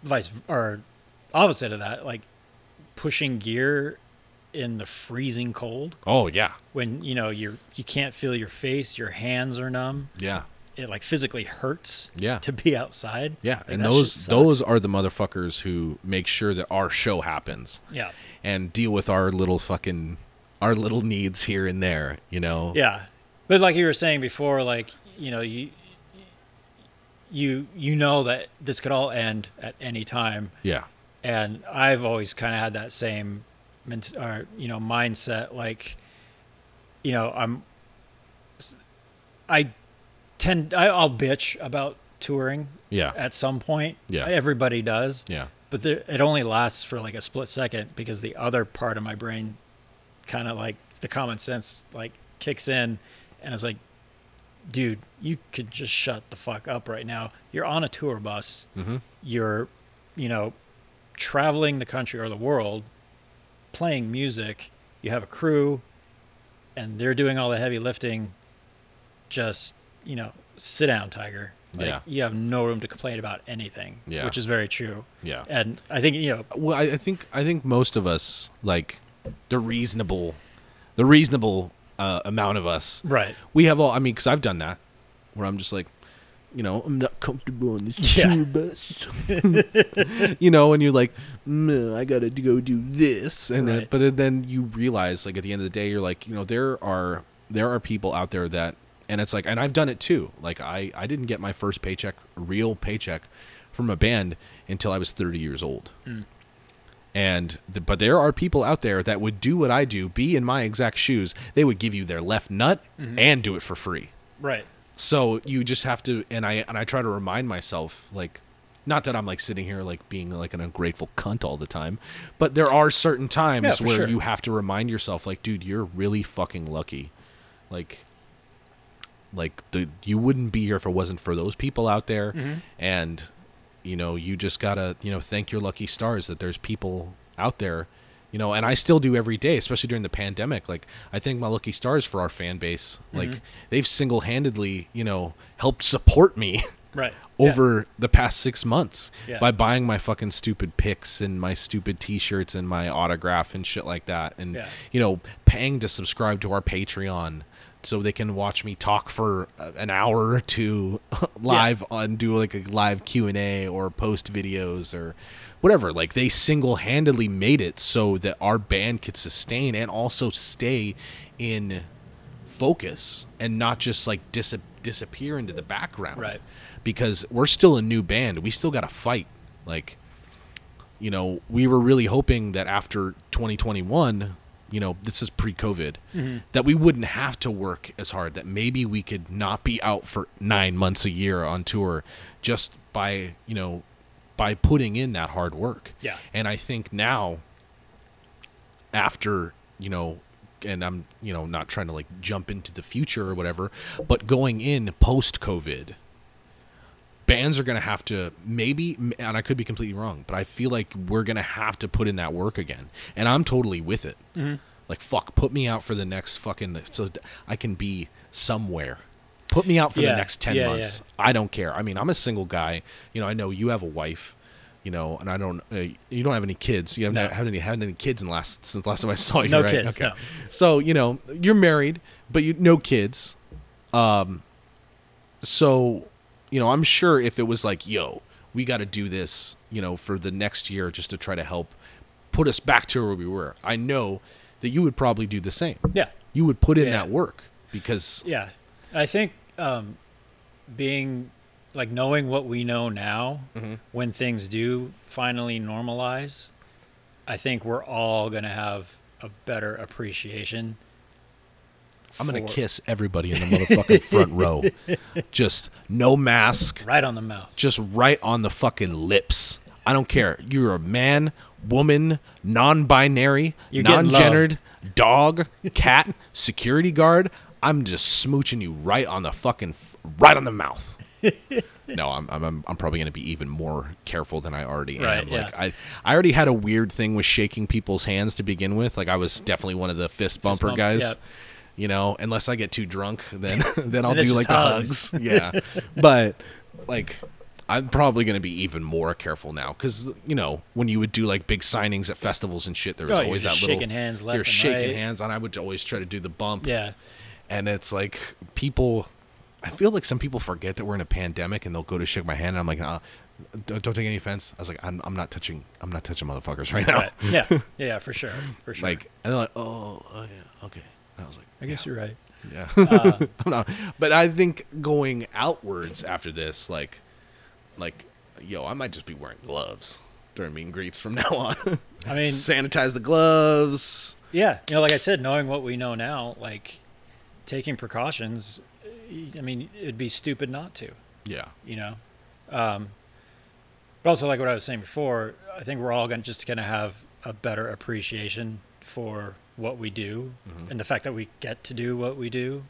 Speaker 2: vice or opposite of that, like pushing gear in the freezing cold
Speaker 1: Oh yeah,
Speaker 2: when you know you're you can't feel your face, your hands are numb.
Speaker 1: yeah,
Speaker 2: It like physically hurts
Speaker 1: Yeah.
Speaker 2: to be outside.
Speaker 1: yeah.
Speaker 2: Like,
Speaker 1: and
Speaker 2: that shit
Speaker 1: those
Speaker 2: sucks.
Speaker 1: those are the motherfuckers who make sure that our show happens.
Speaker 2: Yeah.
Speaker 1: and deal with our little fucking our little needs here and there. You know.
Speaker 2: Yeah. But like you were saying before, like, you know, you you you know that this could all end at any time.
Speaker 1: Yeah.
Speaker 2: and I've always kind of had that same, ment- or you know, mindset. Like, you know, I'm, I tend I, I'll bitch about touring
Speaker 1: Yeah.
Speaker 2: at some point.
Speaker 1: Yeah.
Speaker 2: everybody does.
Speaker 1: Yeah.
Speaker 2: but there, it only lasts for like a split second because the other part of my brain, kind of like the common sense, like kicks in, and it's like. Dude, you could just shut the fuck up right now. You're on a tour bus.
Speaker 1: Mm-hmm.
Speaker 2: You're, you know, traveling the country or the world playing music you have a crew and they're doing all the heavy lifting just you know sit down tiger like,
Speaker 1: Yeah.
Speaker 2: you have no room to complain about anything
Speaker 1: Yeah.
Speaker 2: which is very true
Speaker 1: Yeah.
Speaker 2: and i think you know
Speaker 1: well I, I think i think most of us like the reasonable the reasonable uh, amount of us
Speaker 2: Right.
Speaker 1: we have all i mean because i've done that where i'm just like you know i'm not comfortable on this
Speaker 2: Yeah.
Speaker 1: tour bus you know and you're like "Mm, i gotta go do this and then
Speaker 2: Right.
Speaker 1: but then you realize like at the end of the day you're like you know there are there are people out there that and it's like and i've done it too like i i didn't get my first paycheck real paycheck from a band until i was 30 years old and th- but there are people out there that would do what I do, be in my exact shoes. They would give you their left nut and do it for free.
Speaker 2: right
Speaker 1: So you just have to and I and I try to remind myself like not that I'm like sitting here like being like an ungrateful cunt all the time, but there are certain times
Speaker 2: Yeah, for
Speaker 1: where
Speaker 2: sure.
Speaker 1: you have to remind yourself like dude, you're really fucking lucky. Like like the, you wouldn't be here if it wasn't for those people out there and you know you just gotta you know thank your lucky stars that there's people out there you know and i still do every day especially during the pandemic like i thank my lucky stars for our fan base like they've single-handedly you know helped support me
Speaker 2: right
Speaker 1: over the past six months
Speaker 2: Yeah.
Speaker 1: by buying my fucking stupid picks and my stupid t-shirts and my autograph and shit like that and
Speaker 2: Yeah.
Speaker 1: you know paying to subscribe to our patreon so they can watch me talk for uh, an hour or two live on do like a live q&a or post videos or whatever like they single-handedly made it so that our band could sustain and also stay in focus and not just like dis- disappear into the background
Speaker 2: Right.
Speaker 1: because we're still a new band we still got to fight like you know we were really hoping that after 2021 you know this is pre-covid
Speaker 2: Mm-hmm.
Speaker 1: that we wouldn't have to work as hard that maybe we could not be out for 9 months a year on tour just by you know by putting in that hard work
Speaker 2: Yeah.
Speaker 1: and i think now after you know and i'm you know not trying to like jump into the future or whatever but going in post covid bands are going to have to maybe and I could be completely wrong, but I feel like we're going to have to put in that work again. And I'm totally with it.
Speaker 2: Mm-hmm.
Speaker 1: Like fuck, put me out for the next fucking so th- I can be somewhere. Put me out for
Speaker 2: Yeah,
Speaker 1: the next 10
Speaker 2: yeah,
Speaker 1: months. I don't care. I mean, I'm a single guy. You know, I know you have a wife, you know, and I don't uh, you don't have any kids. You haven't, haven't any had any kids in the last since the last time I saw you,
Speaker 2: No
Speaker 1: right?
Speaker 2: kids, no.
Speaker 1: So, you know, you're married, but you no kids Um, so you know i'm sure if it was like yo we got to do this you know for the next year just to try to help put us back to where we were i know that you would probably do the same
Speaker 2: Yeah.
Speaker 1: you would put in
Speaker 2: Yeah.
Speaker 1: that work because
Speaker 2: Yeah. I think um, being like knowing what we know now
Speaker 1: Mm-hmm.
Speaker 2: when things do finally normalize, I think we're all going to have a better appreciation.
Speaker 1: i'm gonna
Speaker 2: for-
Speaker 1: kiss everybody in the motherfucking front row just no mask
Speaker 2: Right on the mouth.
Speaker 1: just right on the fucking lips i don't care you're a man woman non-binary
Speaker 2: You're getting
Speaker 1: non-gendered dog cat security guard i'm just smooching you right on the fucking f- right on the mouth no I'm, I'm- I'm i'm probably going to be even more careful than i already am
Speaker 2: Right, yeah.
Speaker 1: like i i already had a weird thing with shaking people's hands to begin with like i was definitely one of the fist bumper
Speaker 2: bump,
Speaker 1: guys
Speaker 2: yep.
Speaker 1: you know unless i get too drunk then then i'll
Speaker 2: Then it's
Speaker 1: do
Speaker 2: just
Speaker 1: like
Speaker 2: hugs.
Speaker 1: the hugs yeah but like i'm probably going to be even more careful now because you know when you would do like big signings at festivals and shit there was
Speaker 2: Oh, you're
Speaker 1: always
Speaker 2: just
Speaker 1: that little
Speaker 2: shaking hands left
Speaker 1: you're
Speaker 2: and
Speaker 1: shaking
Speaker 2: right.
Speaker 1: hands and i would always try to do the bump
Speaker 2: Yeah.
Speaker 1: and it's like people i feel like some people forget that we're in a pandemic and they'll go to shake my hand and i'm like uh, don't, don't take any offense i was like I'm, I'm not touching i'm not touching motherfuckers right now
Speaker 2: Right. Yeah. Yeah, for sure. For sure.
Speaker 1: like and they're like oh, oh yeah okay and i was like
Speaker 2: I guess you're right.
Speaker 1: yeah.
Speaker 2: Uh,
Speaker 1: I'm not- but I think going outwards after this, like, like, yo, I might just be wearing gloves during meet and greets from now on.
Speaker 2: I mean,
Speaker 1: sanitize the gloves.
Speaker 2: yeah. You know, like I said, knowing what we know now, like taking precautions, I mean, it'd be stupid not to.
Speaker 1: Yeah.
Speaker 2: you know. Um, but also, like what I was saying before, I think we're all going to just going to have a better appreciation for what we do
Speaker 1: Mm-hmm.
Speaker 2: and the fact that we get to do what we do,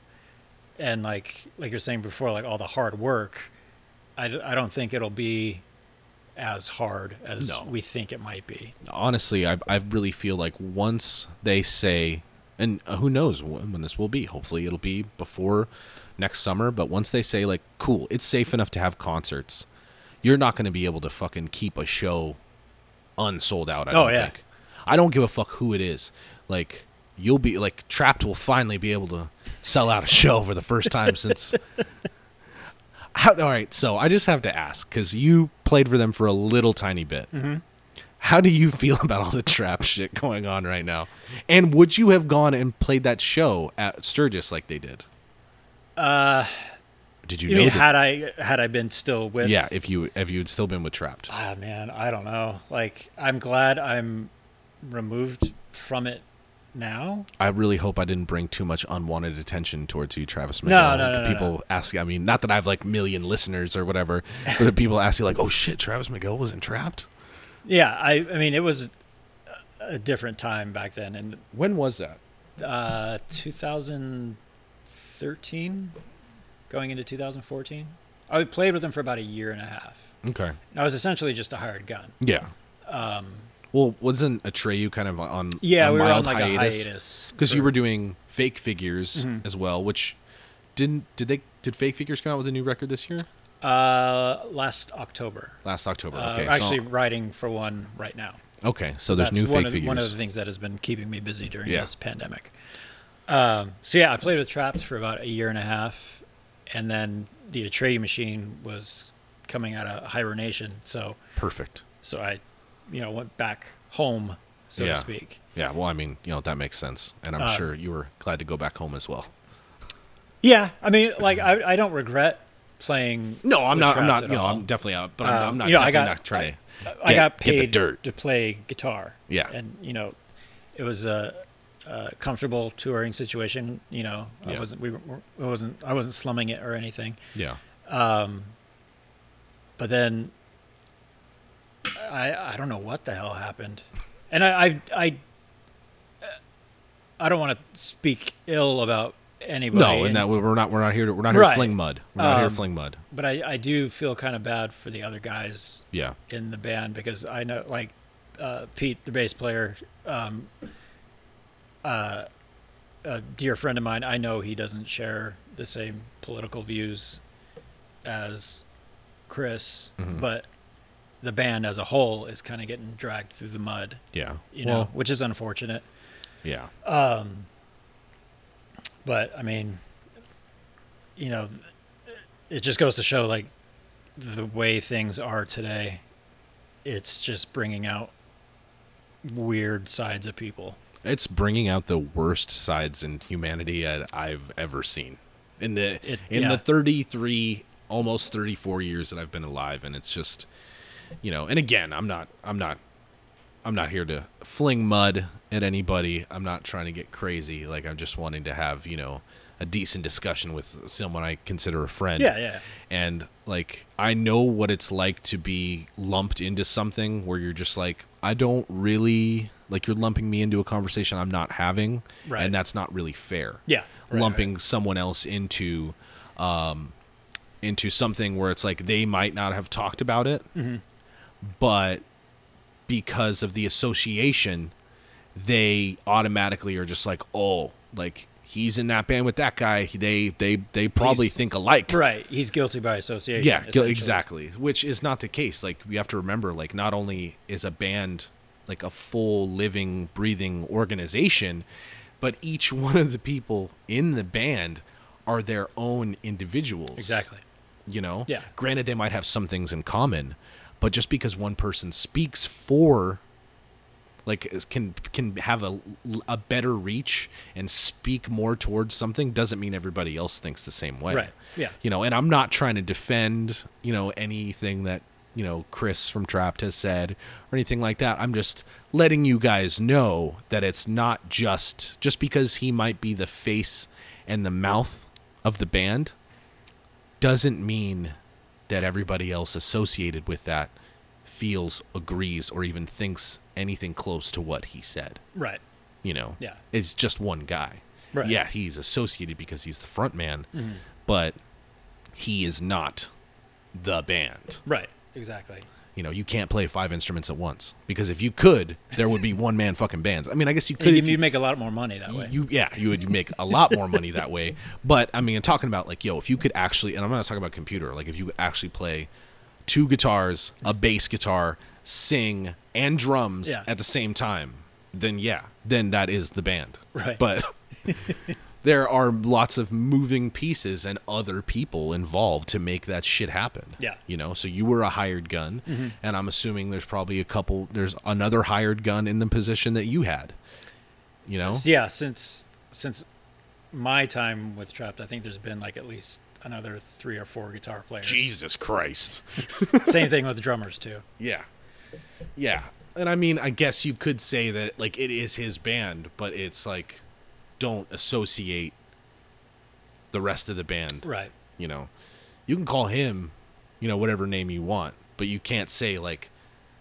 Speaker 2: and like like you're saying before, like all the hard work. I, d- I don't think it'll be as hard as
Speaker 1: No.
Speaker 2: we think it might be.
Speaker 1: Honestly, I I really feel like once they say, and uh, who knows when, when this will be. Hopefully, it'll be before next summer. But once they say, like, cool, it's safe enough to have concerts, you're not going to be able to fucking keep a show unsold out. I
Speaker 2: Oh,
Speaker 1: don't
Speaker 2: yeah.
Speaker 1: think. I don't give a fuck who it is. Like you'll be like Trapped will finally be able to sell out a show for the first time since. How, all right, so I just have to ask because you played for them for a little tiny bit. How do you feel about all the trap shit going on right now? And would you have gone and played that show at Sturgis like they did? Uh, did you,
Speaker 2: You
Speaker 1: know?
Speaker 2: mean
Speaker 1: that-
Speaker 2: had I had I been still with
Speaker 1: yeah, if you if you had still been with Trapped,
Speaker 2: ah man i don't know like i'm glad i'm removed from it now
Speaker 1: I really hope I didn't bring too much unwanted attention towards you, Travis.
Speaker 2: No,
Speaker 1: McGill.
Speaker 2: no, no, no,
Speaker 1: People ask. I mean, not that I've like million listeners or whatever, but that people ask you like, "Oh shit, Travis McGill was in Trapped."
Speaker 2: Yeah, I, I mean, it was a different time back then. In
Speaker 1: When was that?
Speaker 2: uh, 2013, going into 2014, I played with him for about a year and a half.
Speaker 1: Okay.
Speaker 2: And I was essentially just a hired gun.
Speaker 1: Yeah. Um. Well, wasn't Atreyu kind of on
Speaker 2: Yeah,
Speaker 1: a
Speaker 2: we were on
Speaker 1: mild
Speaker 2: like a
Speaker 1: hiatus?
Speaker 2: hiatus
Speaker 1: because you
Speaker 2: for-
Speaker 1: were doing fake figures as well, which didn't did they did fake figures come out with a new record this year?
Speaker 2: uh, last October.
Speaker 1: Last October.
Speaker 2: Uh,
Speaker 1: okay,
Speaker 2: actually,
Speaker 1: so,
Speaker 2: writing for one right now.
Speaker 1: okay, so there's
Speaker 2: That's
Speaker 1: new
Speaker 2: one
Speaker 1: fake
Speaker 2: of,
Speaker 1: figures.
Speaker 2: One of the things that has been keeping me busy during
Speaker 1: Yeah.
Speaker 2: this pandemic. Um, so yeah, I played with Trapped for about a year and a half, and then the Atreyu machine was coming out of hibernation, so
Speaker 1: Perfect.
Speaker 2: so I, you know, went back home, so
Speaker 1: Yeah.
Speaker 2: to speak.
Speaker 1: Yeah, well, I mean, you know, that makes sense, and I'm
Speaker 2: Uh,
Speaker 1: sure you were glad to go back home as well.
Speaker 2: Yeah, I mean, like I, I don't regret playing.
Speaker 1: No, I'm
Speaker 2: with
Speaker 1: not. I'm
Speaker 2: Trapped
Speaker 1: not.
Speaker 2: at
Speaker 1: You know,
Speaker 2: all.
Speaker 1: I'm definitely out, but I'm,
Speaker 2: Um,
Speaker 1: I'm not.
Speaker 2: you know, I
Speaker 1: definitely
Speaker 2: got-
Speaker 1: not trying to.
Speaker 2: I
Speaker 1: get-
Speaker 2: got
Speaker 1: get the
Speaker 2: paid
Speaker 1: dirt.
Speaker 2: to play guitar.
Speaker 1: Yeah.
Speaker 2: and you know, it was a, a comfortable touring situation. You know,
Speaker 1: Yeah.
Speaker 2: I wasn't we were, I wasn't I wasn't slumming it or anything.
Speaker 1: Yeah.
Speaker 2: But then, I I don't know what the hell happened, and I I I, I don't want to speak ill about anybody.
Speaker 1: No, and Um, that we're not we're not here to we're not here to
Speaker 2: Right.
Speaker 1: fling mud. We're not here to fling mud.
Speaker 2: But I, I do feel kind of bad for the other guys
Speaker 1: Yeah.
Speaker 2: in the band because I know like uh, Pete, the bass player, um, uh, a dear friend of mine. I know he doesn't share the same political views as Chris, but the band as a whole is kind of getting dragged through the mud,
Speaker 1: Yeah.
Speaker 2: you know,
Speaker 1: well,
Speaker 2: which is unfortunate.
Speaker 1: yeah.
Speaker 2: But I mean, you know, th- it just goes to show like the way things are today. It's just bringing out weird sides of people.
Speaker 1: It's bringing out the worst sides in humanity that I've ever seen. In the
Speaker 2: It-
Speaker 1: in
Speaker 2: yeah.
Speaker 1: the 33 almost 34 years that I've been alive and it's just you know, and again, I'm not I'm not I'm not here to fling mud at anybody. I'm not trying to get crazy. Like I'm just wanting to have, you know, a decent discussion with someone I consider a friend.
Speaker 2: Yeah, yeah.
Speaker 1: and like I know what it's like to be lumped into something where you're just like I don't really like you're lumping me into a conversation I'm not having
Speaker 2: Right.
Speaker 1: and that's not really fair.
Speaker 2: Yeah, right,
Speaker 1: lumping someone else into um into something where it's like they might not have talked about it
Speaker 2: Mm-hmm.
Speaker 1: but because of the association they automatically are just like oh like he's in that band with that guy they they they probably
Speaker 2: He's-
Speaker 1: think alike
Speaker 2: Right. He's guilty by association.
Speaker 1: yeah, gu-
Speaker 2: essentially.
Speaker 1: exactly. Which is not the case. Like you have to remember, like not only is a band like a full living, breathing organization, but each one of the people in the band are their own individuals.
Speaker 2: Exactly.
Speaker 1: You know.
Speaker 2: Yeah.
Speaker 1: Granted, they might have some things in common, but just because one person speaks for like is- can can have a a better reach and speak more towards something doesn't mean everybody else thinks the same way.
Speaker 2: Right. Yeah.
Speaker 1: You know, and I'm not trying to defend, you know, anything that, you know, Chris from Trapped has said or anything like that. I'm just letting you guys know that it's not just just because he might be the face and the mouth of the band doesn't mean that everybody else associated with that feels, agrees, or even thinks anything close to what he said.
Speaker 2: Right.
Speaker 1: You know,
Speaker 2: Yeah.
Speaker 1: it's just one guy.
Speaker 2: Right. Mm-hmm.
Speaker 1: Yeah, he's associated because he's the front man, but he is not the band.
Speaker 2: Right. Exactly.
Speaker 1: You know, you can't play five instruments at once because if you could, there would be one man fucking bands. I mean, I guess you could.
Speaker 2: You,
Speaker 1: if you-
Speaker 2: you make a lot more money that way.
Speaker 1: you yeah, you would make a lot more money that way. But I mean, talking about like yo, if you could actually, and I'm not talking about computer, like if you could actually play two guitars, a bass guitar, sing, and drums
Speaker 2: Yeah.
Speaker 1: at the same time, then yeah, then that is the band.
Speaker 2: Right.
Speaker 1: But there are lots of moving pieces and other people involved to make that shit happen.
Speaker 2: Yeah. Mm-hmm.
Speaker 1: You know, so you were a hired gun, and I'm assuming there's probably a couple, there's another hired gun in the position that you had. You know?
Speaker 2: yeah since since my time with trapped i think there's been like at least another three or four guitar players
Speaker 1: Jesus Christ.
Speaker 2: same thing with the drummers too
Speaker 1: Yeah. Yeah. And I mean, I guess you could say that like it is his band, but it's like don't associate the rest of the band,
Speaker 2: right
Speaker 1: you know. You can call him, you know, whatever name you want, but you can't say like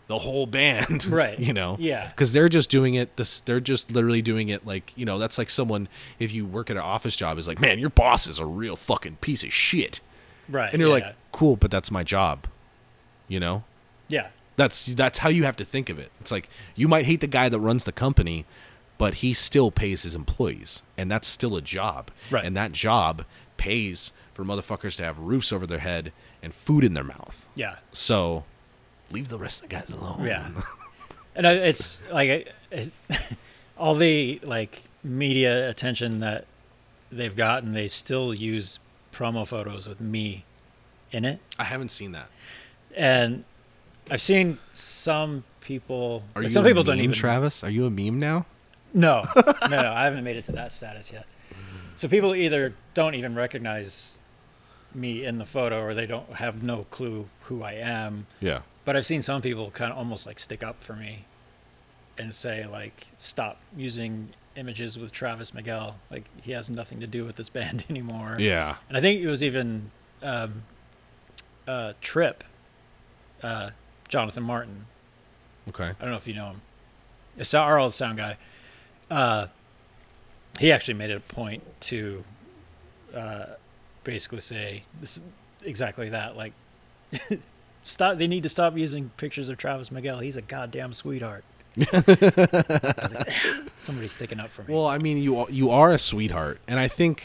Speaker 1: the whole band,
Speaker 2: Right.
Speaker 1: You know,
Speaker 2: Yeah.
Speaker 1: because they're just doing it. This they're just literally doing it like you know. That's like someone if you work at an office job is like, man, your boss is a real fucking piece of shit,
Speaker 2: right
Speaker 1: and you're
Speaker 2: yeah,
Speaker 1: like, cool, but that's my job, you know.
Speaker 2: yeah
Speaker 1: That's that's how you have to think of it. It's like you might hate the guy that runs the company, but he still pays his employees, and that's still a job.
Speaker 2: Right.
Speaker 1: And that job pays for motherfuckers to have roofs over their head and food in their mouth.
Speaker 2: yeah
Speaker 1: So
Speaker 3: Leave the rest of the guys alone.
Speaker 2: yeah and I, it's like I- it, all the like media attention that they've gotten they still use promo photos with me in it
Speaker 1: I haven't seen that.
Speaker 2: and i've seen some people
Speaker 1: Are
Speaker 2: like,
Speaker 1: you
Speaker 2: some
Speaker 1: a
Speaker 2: people don't
Speaker 1: meme,
Speaker 2: even
Speaker 1: Travis? Are you a meme now?
Speaker 2: No, no, no, I haven't made it to that status yet. So people either don't even recognize me in the photo, or they don't have no clue who I am.
Speaker 1: Yeah.
Speaker 2: But I've seen some people kind of almost like stick up for me and say like, "Stop using images with Travis Miguel. Like he has nothing to do with this band anymore."
Speaker 1: Yeah.
Speaker 2: and I think it was even um, uh, Trip, uh, Jonathan Martin,
Speaker 1: Okay.
Speaker 2: I don't know if you know him. It's our old sound guy. Uh, he actually made it a point to uh, basically say this exactly that. Like, stop. They need to stop using pictures of Travis Miguel. He's a goddamn sweetheart. I was like, "Ah, Somebody's sticking up for me.
Speaker 1: Well, I mean, you are- you are a sweetheart, and I think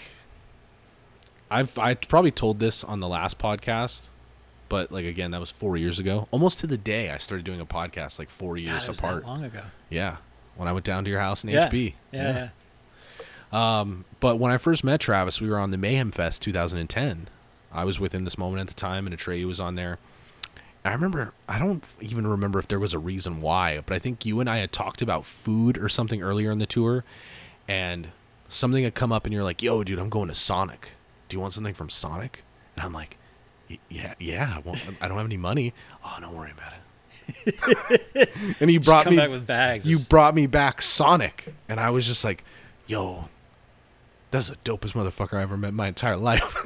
Speaker 1: I've I probably told this on the last podcast, but like again, that was four years ago, almost to the day I started doing a podcast, like four
Speaker 2: God,
Speaker 1: years
Speaker 2: it was that
Speaker 1: apart.
Speaker 2: long ago.
Speaker 1: Yeah, when I went down to your house in
Speaker 2: Yeah,
Speaker 1: HB.
Speaker 2: Yeah, yeah.
Speaker 1: But when I first met Travis, we were on the Mayhem Fest 2010. I was within this moment at the time, and Atreyu was on there. I remember, I don't even remember if there was a reason why, but I think you and I had talked about food or something earlier in the tour, and something had come up, and you're like, yo, dude, I'm going to Sonic. Do you want something from Sonic? And I'm like, "Y- yeah, yeah, I, won't, I don't have any money. Oh, don't worry about it. and he brought
Speaker 2: come
Speaker 1: me
Speaker 2: back with bags.
Speaker 1: you
Speaker 2: It's-
Speaker 1: brought me back Sonic, and I was just like, "Yo, that's the dopest motherfucker I ever met in my entire life."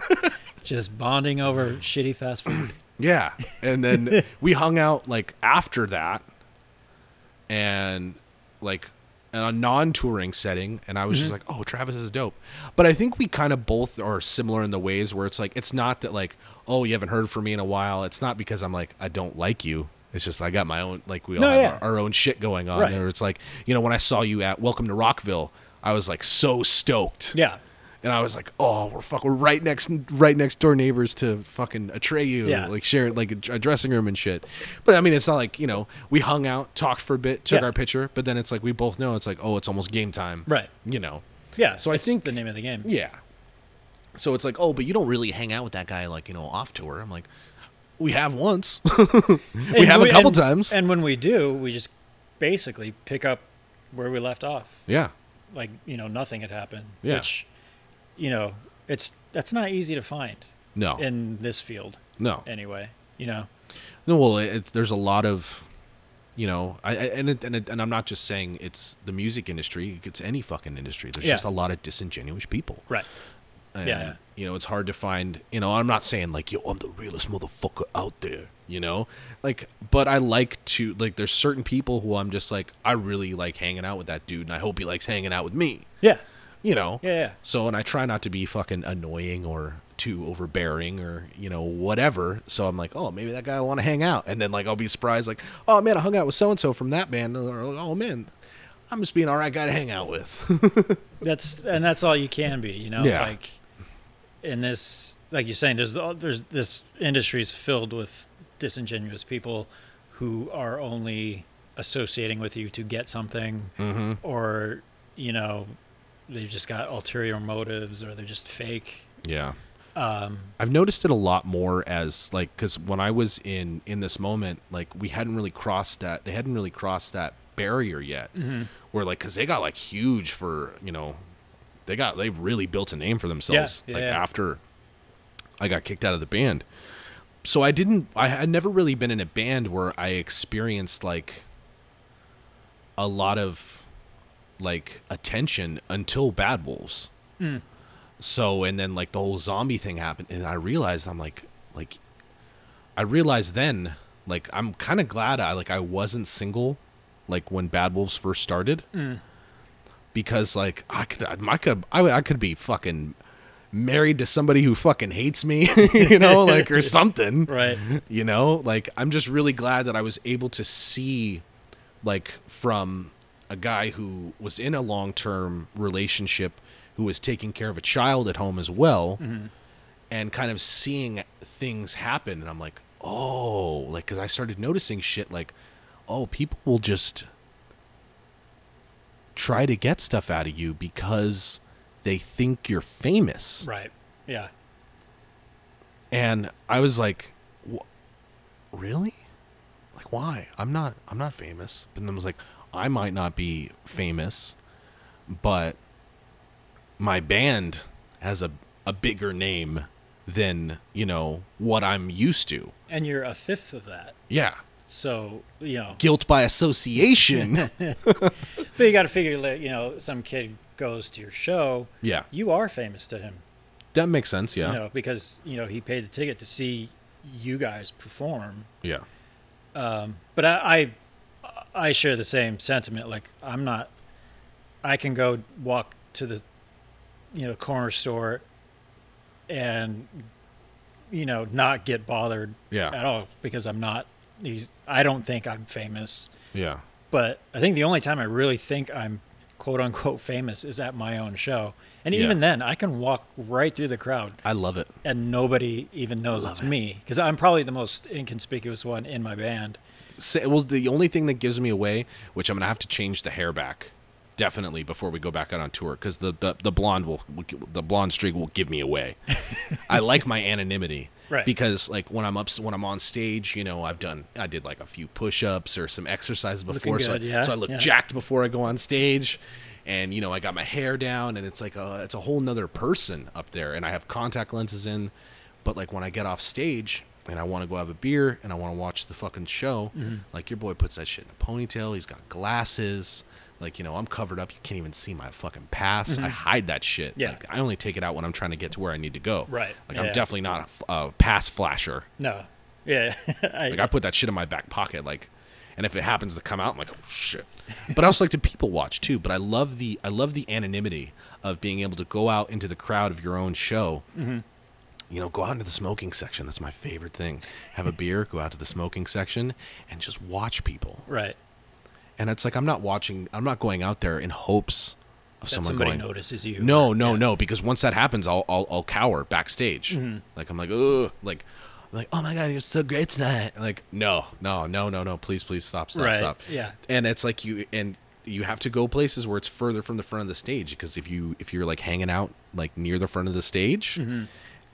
Speaker 2: just bonding over shitty fast food.
Speaker 1: yeah, and then we hung out like after that, and like in a non-touring setting, and I was just
Speaker 2: Mm-hmm.
Speaker 1: like, "Oh, Travis is dope." But I think we kind of both are similar in the ways where it's like it's not that like, "Oh, you haven't heard from me in a while." It's not because I'm like I don't like you. It's just I got my own like we all
Speaker 2: No,
Speaker 1: have
Speaker 2: yeah.
Speaker 1: our, our own shit going on.
Speaker 2: Right.
Speaker 1: Or it's like you know when I saw you at Welcome to Rockville, I was like so stoked.
Speaker 2: Yeah,
Speaker 1: And I was like, "Oh, we're fuck, we're right next, right next door neighbors to fucking Atreyu,
Speaker 2: Yeah.
Speaker 1: like share like a, a dressing room and shit." But I mean, it's not like you know, we hung out, talked for a bit, took
Speaker 2: Yeah.
Speaker 1: our picture, but then it's like we both know it's like, oh, it's almost game time,
Speaker 2: Right.
Speaker 1: You know,
Speaker 2: yeah.
Speaker 1: So I
Speaker 2: it's
Speaker 1: think-
Speaker 2: the name of the game.
Speaker 1: yeah. So it's like, oh, but you don't really hang out with that guy, like you know, off tour. I'm like, we have once, we
Speaker 2: And
Speaker 1: have a couple
Speaker 2: and-
Speaker 1: times,
Speaker 2: And when we do, we just basically pick up where we left off.
Speaker 1: yeah,
Speaker 2: Like, you know, nothing had happened.
Speaker 1: Yeah.
Speaker 2: Which, you know, it's that's not easy to find
Speaker 1: no,
Speaker 2: in this field
Speaker 1: no,
Speaker 2: anyway. You know?
Speaker 1: No, well, it- it's, there's a lot of, you know, I, I and it, and, it, and I'm not just saying it's the music industry; it's any fucking industry. There's
Speaker 2: Yeah.
Speaker 1: just a lot of disingenuous people.
Speaker 2: Right.
Speaker 1: And,
Speaker 2: yeah.
Speaker 1: You know, it's hard to find. You know, I'm not saying like, yo, I'm the realest motherfucker out there. You know, like, but I like to like. There's certain people who I'm just like, I really like hanging out with that dude, and I hope he likes hanging out with me.
Speaker 2: Yeah.
Speaker 1: You know.
Speaker 2: Yeah, yeah.
Speaker 1: So, and I try not to be fucking annoying or too overbearing or, you know, whatever. So I'm like, oh, maybe that guy will want to hang out. And then, like, I'll be surprised, like, oh, man, I hung out with so and so from that band. Or, oh, man, I'm just being all right guy to hang out with.
Speaker 2: That's and that's all you can be, you know?
Speaker 1: Yeah.
Speaker 2: Like in this like you're saying, there's all- there's this industry is filled with disingenuous people who are only associating with you to get something or you know they've just got ulterior motives or they're just fake
Speaker 1: yeah. Um, I've noticed it a lot more as like because when I was in in this moment, like we hadn't really crossed that. They hadn't really crossed that barrier yet.
Speaker 2: Mm-hmm.
Speaker 1: Where like because they got like huge for you know, they got they really built a name for themselves.
Speaker 2: yeah,
Speaker 1: like
Speaker 2: yeah.
Speaker 1: after I got kicked out of the band, so I didn't. I had never really been in a band where I experienced like a lot of like attention until Bad Wolves. So and then like the whole zombie thing happened, and I realized I'm like like I realized then like I'm kind of glad I like I wasn't single like when Bad Wolves first started because like I could I, I could I, I could be fucking married to somebody who fucking hates me you know like or something
Speaker 2: Right.
Speaker 1: you know like i'm just really glad that i was able to see like from a guy who was in a long-term relationship who was taking care of a child at home as well and kind of seeing things happen and i'm like oh like because i started noticing shit like oh people will just try to get stuff out of you because they think you're famous
Speaker 2: Right. Yeah.
Speaker 1: and I was like, "Wh- "Really? Like, why? I'm not. I'm not famous." But then I was like, "I might not be famous, but my band has a a bigger name than you know what I'm used to."
Speaker 2: And you're a fifth of that.
Speaker 1: Yeah,
Speaker 2: So, you know,
Speaker 1: guilt by association.
Speaker 2: but you got to figure that, you know, some kid goes to your show.
Speaker 1: yeah,
Speaker 2: You are famous to him,
Speaker 1: that makes sense. Yeah,
Speaker 2: you know, because, you know, he paid the ticket to see you guys perform.
Speaker 1: yeah,
Speaker 2: But I, I, I share the same sentiment. Like, I'm not, I can go walk to the, you know, corner store and you know not get bothered
Speaker 1: Yeah.
Speaker 2: at all because I'm not. these- I don't think I'm famous,
Speaker 1: Yeah.
Speaker 2: but I think the only time I really think I'm quote unquote famous is at my own show, and
Speaker 1: Yeah.
Speaker 2: even then I can walk right through the crowd
Speaker 1: I love it.
Speaker 2: and nobody even knows it's me. me because I'm probably the most inconspicuous one in my band.
Speaker 1: Say, well, the only thing that gives me away, which I'm gonna have to change the hair back, definitely before we go back out on tour, because the, the the blonde will will gi- the blonde streak will give me away. I like my anonymity,
Speaker 2: Right.
Speaker 1: Because like when I'm up when I'm on stage, you know, I've done I did like a few push-ups or some exercises before, so I,
Speaker 2: good, yeah,
Speaker 1: so I look
Speaker 2: yeah.
Speaker 1: jacked before I go on stage. And you know I got my hair down, and it's like a, it's a whole nother person up there, and I have contact lenses in, but like when I get off stage and I want to go have a beer and I want to watch the fucking show,
Speaker 2: Mm-hmm.
Speaker 1: like your boy puts that shit in a ponytail. He's got glasses. Like you know, I'm covered up. You can't even see my fucking pass. I hide that shit.
Speaker 2: Mm-hmm. Yeah.
Speaker 1: Like, I only take it out when I'm trying to get to where I need to go.
Speaker 2: Right,
Speaker 1: Like
Speaker 2: yeah.
Speaker 1: I'm definitely not a f- a pass flasher.
Speaker 2: No, yeah, I,
Speaker 1: Like I put that shit in my back pocket, like, and if it happens to come out, I'm like, oh shit. But I also like to people watch too. But I love the I love the anonymity of being able to go out into the crowd of your own show.
Speaker 2: Mm-hmm.
Speaker 1: You know, go out into the smoking section. That's my favorite thing. Have a beer, go out to the smoking section, and just watch people.
Speaker 2: right.
Speaker 1: And it's like I'm not watching. I'm not going out there in hopes of
Speaker 2: That
Speaker 1: someone
Speaker 2: somebody
Speaker 1: going.
Speaker 2: notices you.
Speaker 1: No, no, no. Because once that happens, I'll I'll, I'll cower backstage.
Speaker 2: Mm-hmm.
Speaker 1: Like I'm like ugh, like I'm like oh my god, you're so great tonight. Like no, no, no, no, no. Please, please stop, stop,
Speaker 2: Right,
Speaker 1: stop.
Speaker 2: yeah.
Speaker 1: And it's like you and you have to go places where it's further from the front of the stage because if you if you're like hanging out like near the front of the stage.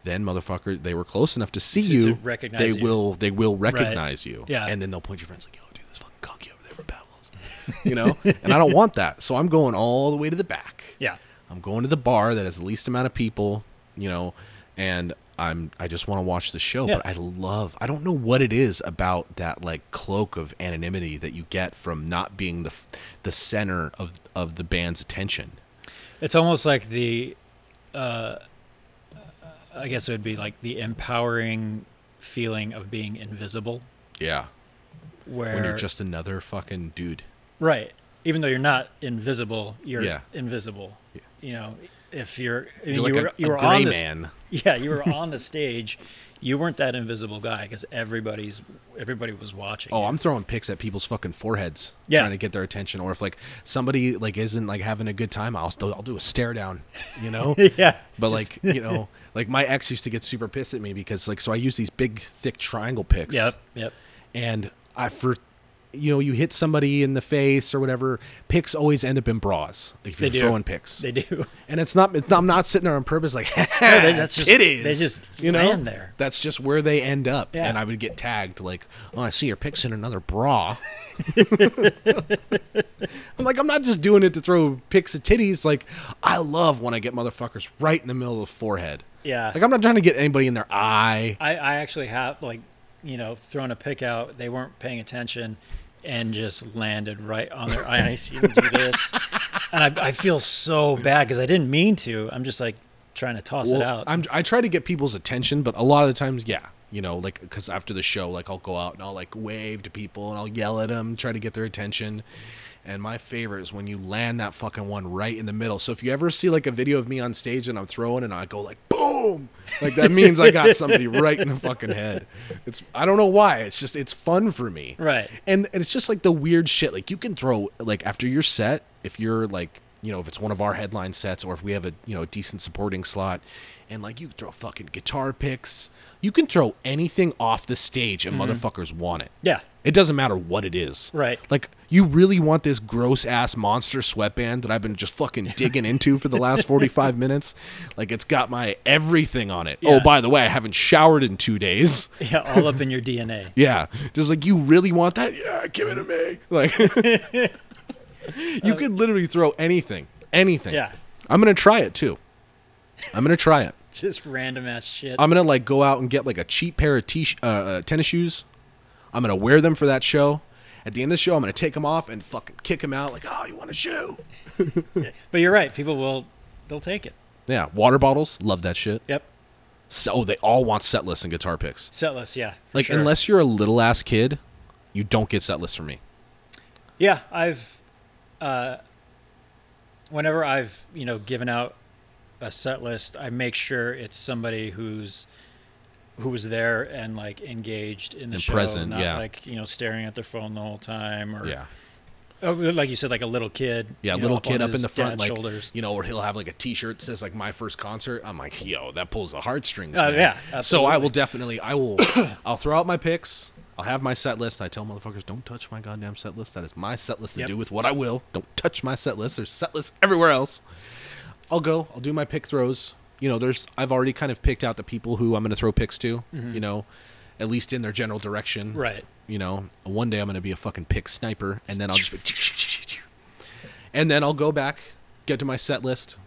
Speaker 1: Then motherfucker, they were close enough to see
Speaker 2: Mm-hmm. To-
Speaker 1: you.
Speaker 2: to recognize
Speaker 1: they
Speaker 2: you.
Speaker 1: will, they will recognize you.
Speaker 2: Yeah.
Speaker 1: and then they'll point your friends like, "Yo, dude, this fucking cocky over there with Pavlos," you know. and I don't want that, so I'm going all the way to the back.
Speaker 2: Yeah.
Speaker 1: I'm going to the bar that has the least amount of people, you know, and I'm I just want to watch the show.
Speaker 2: Yeah.
Speaker 1: But I love I don't know what it is about that like cloak of anonymity that you get from not being the f- the center of of the band's attention.
Speaker 2: It's almost like the, uh, I guess it would be like the empowering feeling of being invisible,
Speaker 1: Yeah,
Speaker 2: where
Speaker 1: when you're just another fucking dude.
Speaker 2: right. Even though you're not invisible, you're
Speaker 1: Yeah.
Speaker 2: invisible. You know, if you're, I mean,
Speaker 1: You're like
Speaker 2: you were,
Speaker 1: a,
Speaker 2: you
Speaker 1: a
Speaker 2: were
Speaker 1: gray
Speaker 2: on the,
Speaker 1: man.
Speaker 2: yeah, you were on the stage. You weren't that invisible guy because everybody's, everybody was watching.
Speaker 1: Oh,
Speaker 2: you.
Speaker 1: I'm throwing picks at people's fucking foreheads,
Speaker 2: Yeah.
Speaker 1: trying to get their attention. Or if like somebody like isn't like having a good time, I'll I'll do a stare down, you know.
Speaker 2: yeah.
Speaker 1: But like you know, like my ex used to get super pissed at me because like so I use these big thick triangle picks.
Speaker 2: Yep. Yep.
Speaker 1: And I for you know you hit somebody in the face or whatever. Picks always end up in bras if you're
Speaker 2: do.
Speaker 1: throwing picks.
Speaker 2: They do.
Speaker 1: And it's not, it's not. I'm not sitting there on purpose. Like
Speaker 2: they- that's just-
Speaker 1: titties.
Speaker 2: they just
Speaker 1: you know
Speaker 2: land there.
Speaker 1: That's just where they end up.
Speaker 2: Yeah.
Speaker 1: And I would get tagged like, "Oh, I see your pics in another bra." I'm like, I'm not just doing it to throw pics at titties. Like, I love when I get motherfuckers right in the middle of the forehead.
Speaker 2: Yeah.
Speaker 1: Like, I'm not trying to get anybody in their eye.
Speaker 2: I, I actually have like, you know, thrown a pick out. They weren't paying attention and just landed right on their eye. I see them do this. And I, I feel so bad because I didn't mean to. I'm just like trying to toss it
Speaker 1: Well,
Speaker 2: out.
Speaker 1: I'm, I try to get people's attention, but a lot of the times, yeah, you know, like because after the show, like I'll go out and I'll like wave to people and I'll yell at them, try to get their attention. And my favorite is when you land that fucking one right in the middle. So if you ever see like a video of me on stage and I'm throwing and I go like boom, like that means I got somebody right in the fucking head. It's I don't know why. It's just it's fun for me.
Speaker 2: Right.
Speaker 1: And, and it's just like the weird shit. Like you can throw like after your set, if you're like you know if it's one of our headline sets or if we have a you know decent supporting slot, and like you can throw fucking guitar picks. You can throw anything off the stage and motherfuckers want it.
Speaker 2: yeah.
Speaker 1: It doesn't matter what it is.
Speaker 2: Mm-hmm. Right.
Speaker 1: Like you really want this gross ass monster sweatband that I've been just fucking digging into for the last 45 minutes. Like it's got my everything on it.
Speaker 2: Yeah.
Speaker 1: Oh, by the way, I haven't showered in 2 days.
Speaker 2: Yeah. All up in your DNA.
Speaker 1: Yeah. Just like you really want that? Yeah, give it to me. Like you could literally throw anything. Anything.
Speaker 2: Uh, Yeah.
Speaker 1: I'm gonna try it too. I'm gonna try it.
Speaker 2: Just random ass shit.
Speaker 1: I'm gonna like go out and get like a cheap pair of t- uh, uh, tennis shoes. I'm gonna wear them for that show. At the end of the show, I'm gonna take them off and fucking kick them out. Like, oh, you want a shoe?
Speaker 2: but you're right. People will, they'll take it.
Speaker 1: Yeah, water bottles, love that shit.
Speaker 2: Yep.
Speaker 1: So they all want set lists and guitar picks.
Speaker 2: Setless. Yeah. for
Speaker 1: Like,
Speaker 2: sure.
Speaker 1: unless you're a little ass kid, you don't get set lists from me.
Speaker 2: Yeah, I've uh whenever I've, you know, given out a set list, I make sure it's somebody who's who was there and like engaged in the
Speaker 1: And
Speaker 2: show,
Speaker 1: present,
Speaker 2: not
Speaker 1: yeah.
Speaker 2: like you know staring at their phone the whole time, or
Speaker 1: Yeah.
Speaker 2: Oh, like you said, like a little kid,
Speaker 1: Yeah,
Speaker 2: you know,
Speaker 1: little kid up
Speaker 2: on
Speaker 1: in
Speaker 2: his
Speaker 1: the front,
Speaker 2: dad's
Speaker 1: like
Speaker 2: shoulders.
Speaker 1: you know, or he'll have like a T-shirt that says like "My First Concert." I'm like, yo, that pulls the heartstrings.
Speaker 2: Oh,
Speaker 1: man.
Speaker 2: yeah,
Speaker 1: So I
Speaker 2: absolutely.
Speaker 1: will definitely, I will, I'll throw out my picks. I'll have my set list. I tell motherfuckers, don't touch my goddamn set list. That is my set list to
Speaker 2: Yep.
Speaker 1: do with what I will. Don't touch my set list. There's set lists everywhere else. I'll go. I'll do my pick throws. You know, there's I've already kind of picked out the people who I'm going to throw picks to. You know, at least in their general direction.
Speaker 2: Right.
Speaker 1: You know, one day I'm going to be a fucking pick sniper, and then I'll just. be- and then I'll go back, get to my set list.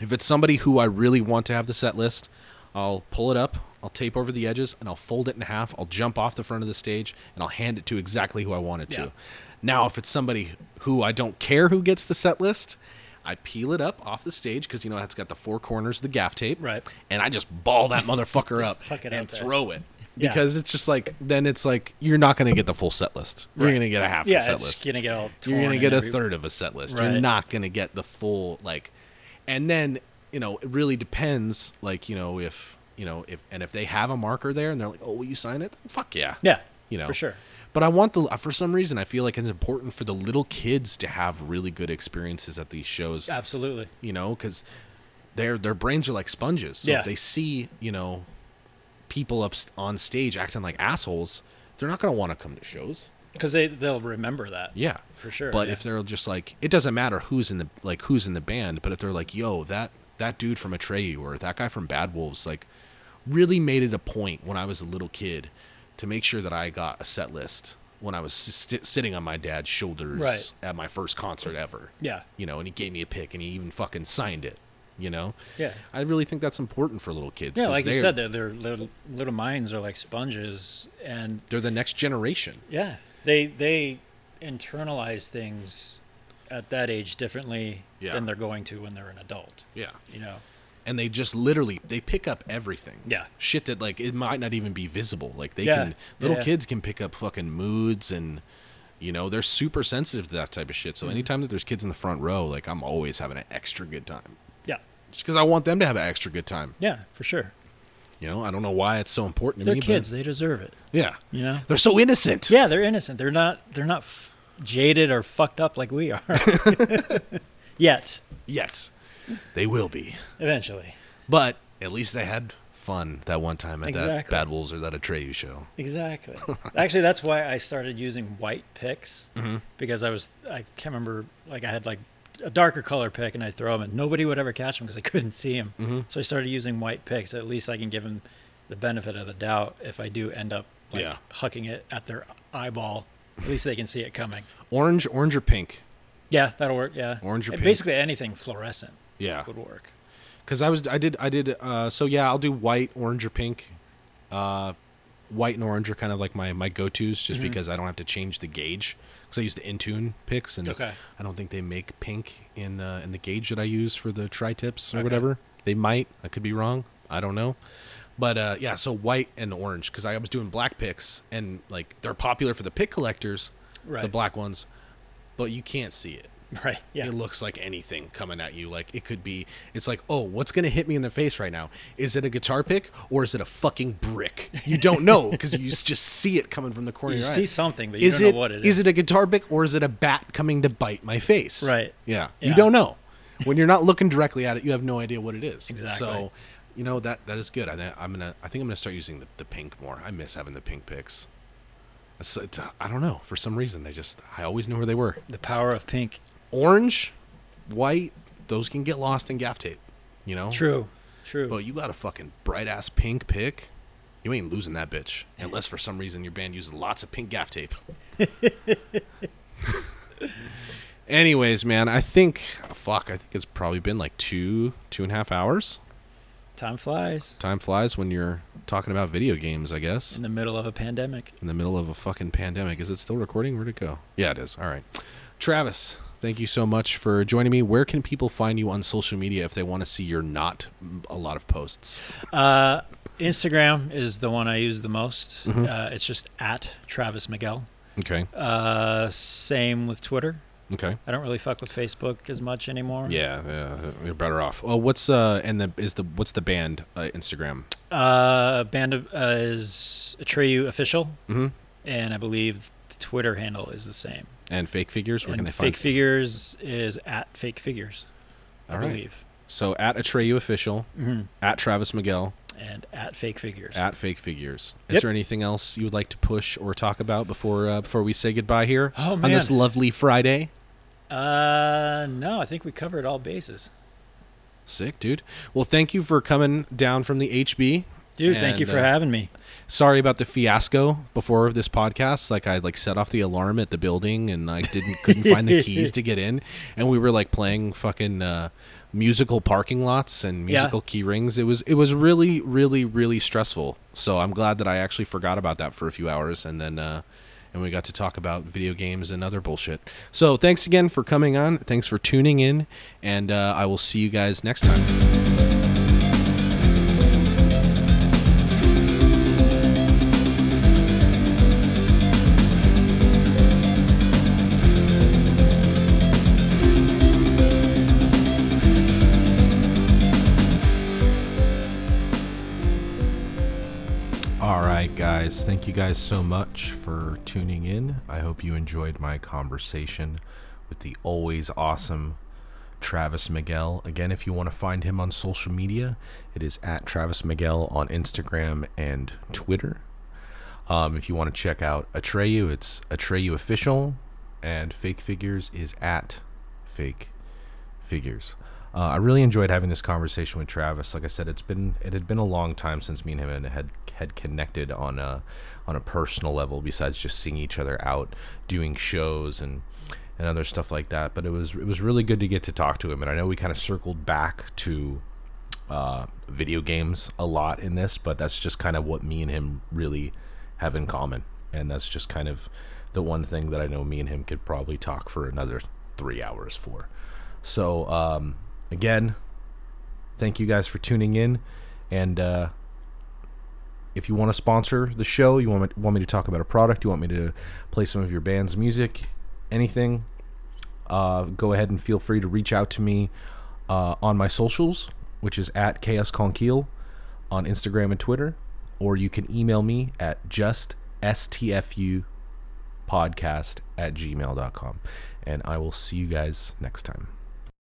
Speaker 1: If it's somebody who I really want to have the set list, I'll pull it up, I'll tape over the edges, and I'll fold it in half. I'll jump off the front of the stage, and I'll hand it to exactly who I want it
Speaker 2: Yeah.
Speaker 1: to. Now, if it's somebody who I don't care who gets the set list, I peel it up off the stage because you know it's got the four corners of the gaff tape,
Speaker 2: Right.
Speaker 1: And I just ball that motherfucker up
Speaker 2: huck it
Speaker 1: and
Speaker 2: out there.
Speaker 1: throw it
Speaker 2: Yeah.
Speaker 1: because it's just like then it's like you're not going to get the full set list. You're
Speaker 2: Right.
Speaker 1: going to get a half the
Speaker 2: yeah,
Speaker 1: set
Speaker 2: it's
Speaker 1: list
Speaker 2: gonna get all.
Speaker 1: you're
Speaker 2: torn
Speaker 1: gonna
Speaker 2: and
Speaker 1: get a
Speaker 2: every-
Speaker 1: third of a set list. You're
Speaker 2: Right.
Speaker 1: not gonna get the full like, and then you know it really depends. Like you know if you know if and if they have a marker there and they're like, oh, will you sign it? Fuck yeah,
Speaker 2: Yeah,
Speaker 1: you know
Speaker 2: for sure.
Speaker 1: But I want the for some reason I feel like it's important for the little kids to have really good experiences at these shows
Speaker 2: Absolutely.
Speaker 1: you know, because their their brains are like sponges. So
Speaker 2: Yeah.
Speaker 1: if they see, you know, people up st- on stage acting like assholes, they're not gonna want to come to shows.
Speaker 2: because they they'll remember that.
Speaker 1: Yeah,
Speaker 2: For sure,
Speaker 1: But
Speaker 2: yeah.
Speaker 1: if they're just like, it doesn't matter who's in the like who's in the band, but if they're like, yo, that that dude from Atreyu or that guy from Bad Wolves, like, really made it a point when I was a little kid to make sure that I got a set list when I was st- sitting on my dad's shoulders
Speaker 2: Right.
Speaker 1: at my first concert ever
Speaker 2: Yeah.
Speaker 1: you know, and he gave me a pick and he even fucking signed it, you know?
Speaker 2: Yeah.
Speaker 1: I really think that's important for little kids.
Speaker 2: Yeah,
Speaker 1: 'cause
Speaker 2: like you
Speaker 1: they're-
Speaker 2: said, their their little, little minds are like sponges, and
Speaker 1: they're the next generation.
Speaker 2: yeah, they they internalize things at that age differently
Speaker 1: Yeah.
Speaker 2: than they're going to when they're an adult.
Speaker 1: Yeah.
Speaker 2: You know,
Speaker 1: And they just literally they pick up everything.
Speaker 2: Yeah.
Speaker 1: Shit that like it might not even be visible. Like they
Speaker 2: Yeah,
Speaker 1: can little
Speaker 2: yeah.
Speaker 1: kids can pick up fucking moods and you know, they're super sensitive to that type of shit. So
Speaker 2: Mm-hmm.
Speaker 1: anytime that there's kids in the front row, like I'm always having an extra good time.
Speaker 2: yeah,
Speaker 1: Just because I want them to have an extra good time.
Speaker 2: yeah, for sure.
Speaker 1: You know, I don't know why it's so important to
Speaker 2: They're
Speaker 1: me. but-
Speaker 2: kids; they deserve it.
Speaker 1: yeah.
Speaker 2: You know.
Speaker 1: They're so innocent.
Speaker 2: Yeah, they're innocent. They're not they're not f- jaded or fucked up like we are. Yet,
Speaker 1: Yet they will be.
Speaker 2: eventually,
Speaker 1: But at least they had fun that one time at that
Speaker 2: Exactly.
Speaker 1: Bad Wolves or that Atreyu show.
Speaker 2: Exactly. Actually, that's why I started using white picks
Speaker 1: Mm-hmm.
Speaker 2: because I was I can't remember like I had like a darker color pick and I'd throw them and nobody would ever catch them because I couldn't see them.
Speaker 1: Mm-hmm.
Speaker 2: So I started using white picks. At least I can give them the benefit of the doubt if I do end up like
Speaker 1: Yeah.
Speaker 2: hucking it at their eyeball. At least they can see it coming.
Speaker 1: Orange, orange or pink?
Speaker 2: Yeah, that'll work. Yeah,
Speaker 1: Orange or
Speaker 2: And
Speaker 1: pink?
Speaker 2: basically anything fluorescent
Speaker 1: Yeah,
Speaker 2: would work.
Speaker 1: because I was, I did, I did. Uh, so yeah, I'll do white, orange or pink. Uh, white and orange are kind of like my my go tos,
Speaker 2: Mm-hmm.
Speaker 1: just because I don't have to change the gauge. Because I use the Intune picks, and
Speaker 2: Okay.
Speaker 1: I don't think they make pink in uh, in the gauge that I use for the tri tips or whatever. They might. I could be wrong. I don't know. But uh, yeah, so white and orange because I was doing black picks and like they're popular for the pick collectors, the
Speaker 2: Right.
Speaker 1: black ones, but you can't see it
Speaker 2: Right. Yeah.
Speaker 1: it looks like anything coming at you. Like it could be, it's like, oh, what's gonna hit me in the face right now? Is it a guitar pick or is it a fucking brick? You don't know because you s- just see it coming from the corner.
Speaker 2: You
Speaker 1: of your
Speaker 2: see
Speaker 1: eye.
Speaker 2: something, but you
Speaker 1: is
Speaker 2: don't
Speaker 1: it,
Speaker 2: know what it
Speaker 1: Is
Speaker 2: is.
Speaker 1: it a guitar pick or is it a bat coming to bite my face?
Speaker 2: Right.
Speaker 1: Yeah. You
Speaker 2: Yeah.
Speaker 1: don't know when you're not looking directly at it. You have no idea what it is.
Speaker 2: Exactly.
Speaker 1: So, you know that that is good. I, thi- I'm gonna. I think I'm gonna start using the, the pink more. I miss having the pink picks. It's- it's- I don't know. For some reason, they just. I always knew where they were
Speaker 2: the power of pink.
Speaker 1: orange, white, those can get lost in gaff tape, you know?
Speaker 2: True. True.
Speaker 1: But you got a fucking bright ass pink pick. You ain't losing that bitch. Unless for some reason your band uses lots of pink gaff tape. Anyways, man, I think fuck, I think it's probably been like two, two and a half hours.
Speaker 2: Time flies
Speaker 1: Time flies when you're talking about video games, I guess.
Speaker 2: in the middle of a pandemic.
Speaker 1: in the middle of a fucking pandemic. Is it still recording? Where'd it go? Yeah, it is. All right. Travis, thank you so much for joining me. Where can people find you on social media if they want to see your not
Speaker 4: mm,
Speaker 1: a lot of posts?
Speaker 2: Uh, Instagram is the one I use the most.
Speaker 4: Mm-hmm.
Speaker 2: Uh, it's just at Travis Miguel.
Speaker 1: Okay.
Speaker 2: Uh, same with Twitter.
Speaker 4: Okay.
Speaker 2: I don't really fuck with Facebook as much anymore.
Speaker 4: Yeah, yeah, you're better off. Well, what's uh and the is the what's the band uh, Instagram?
Speaker 2: Uh, band of, uh, is Atreyu official,
Speaker 4: Mm-hmm.
Speaker 2: and I believe the Twitter handle is the same.
Speaker 4: And Fake Figures. Where
Speaker 2: and
Speaker 4: can they
Speaker 2: Fake
Speaker 4: find?
Speaker 2: Figures is at Fake Figures, I
Speaker 4: All right.
Speaker 2: believe,
Speaker 4: so at Atreyu official,
Speaker 2: Mhm.
Speaker 4: at Travis Miguel,
Speaker 2: and at Fake Figures.
Speaker 4: at Fake Figures. Is
Speaker 2: Yep.
Speaker 4: there anything else you would like to push or talk about before uh, before we say goodbye here
Speaker 2: Oh,
Speaker 4: on this
Speaker 2: man.
Speaker 4: lovely Friday?
Speaker 2: Uh, no, I think we covered all bases.
Speaker 4: Sick, dude. Well, thank you for coming down from the HB.
Speaker 2: Dude, thank you
Speaker 4: And,
Speaker 2: for
Speaker 4: uh,
Speaker 2: having me.
Speaker 4: sorry about the fiasco before this podcast like i like set off the alarm at the building and i didn't couldn't find the keys to get in and we were like playing fucking uh musical parking lots and
Speaker 2: Yeah.
Speaker 4: musical key rings it was it was really really really stressful so i'm glad that i actually forgot about that for a few hours and then uh and we got to talk about video games and other bullshit so thanks again for coming on thanks for tuning in and uh, i will see you guys next time
Speaker 1: All right, guys. Thank you guys so much for tuning in. I hope you enjoyed my conversation with the always awesome Travis Miguel. Again, if you want to find him on social media, it is at Travis Miguel on Instagram and Twitter. Um, if you want to check out Atreyu, it's Atreyu Official, and Fake Figures is at Fake figures. Uh, I really enjoyed having this conversation with Travis. Like I said, it's been it had been a long time since me and him had had connected on a on a personal level. Besides just seeing each other out doing shows and and other stuff like that. But it was it was really good to get to talk to him. And I know we kind of circled back to uh, video games a lot in this, but that's just kind of what me and him really have in common. And that's just kind of the one thing that I know me and him could probably talk for another three hours for. So, um, again, thank you guys for tuning in. And uh, if you want to sponsor the show, you want me, want me to talk about a product, you want me to play some of your band's music, anything, uh, go ahead and feel free to reach out to me uh, on my socials, which is at Chaos Conquil on Instagram and Twitter, or you can email me at just stfupodcast at gmail.com. And I will see you guys next time.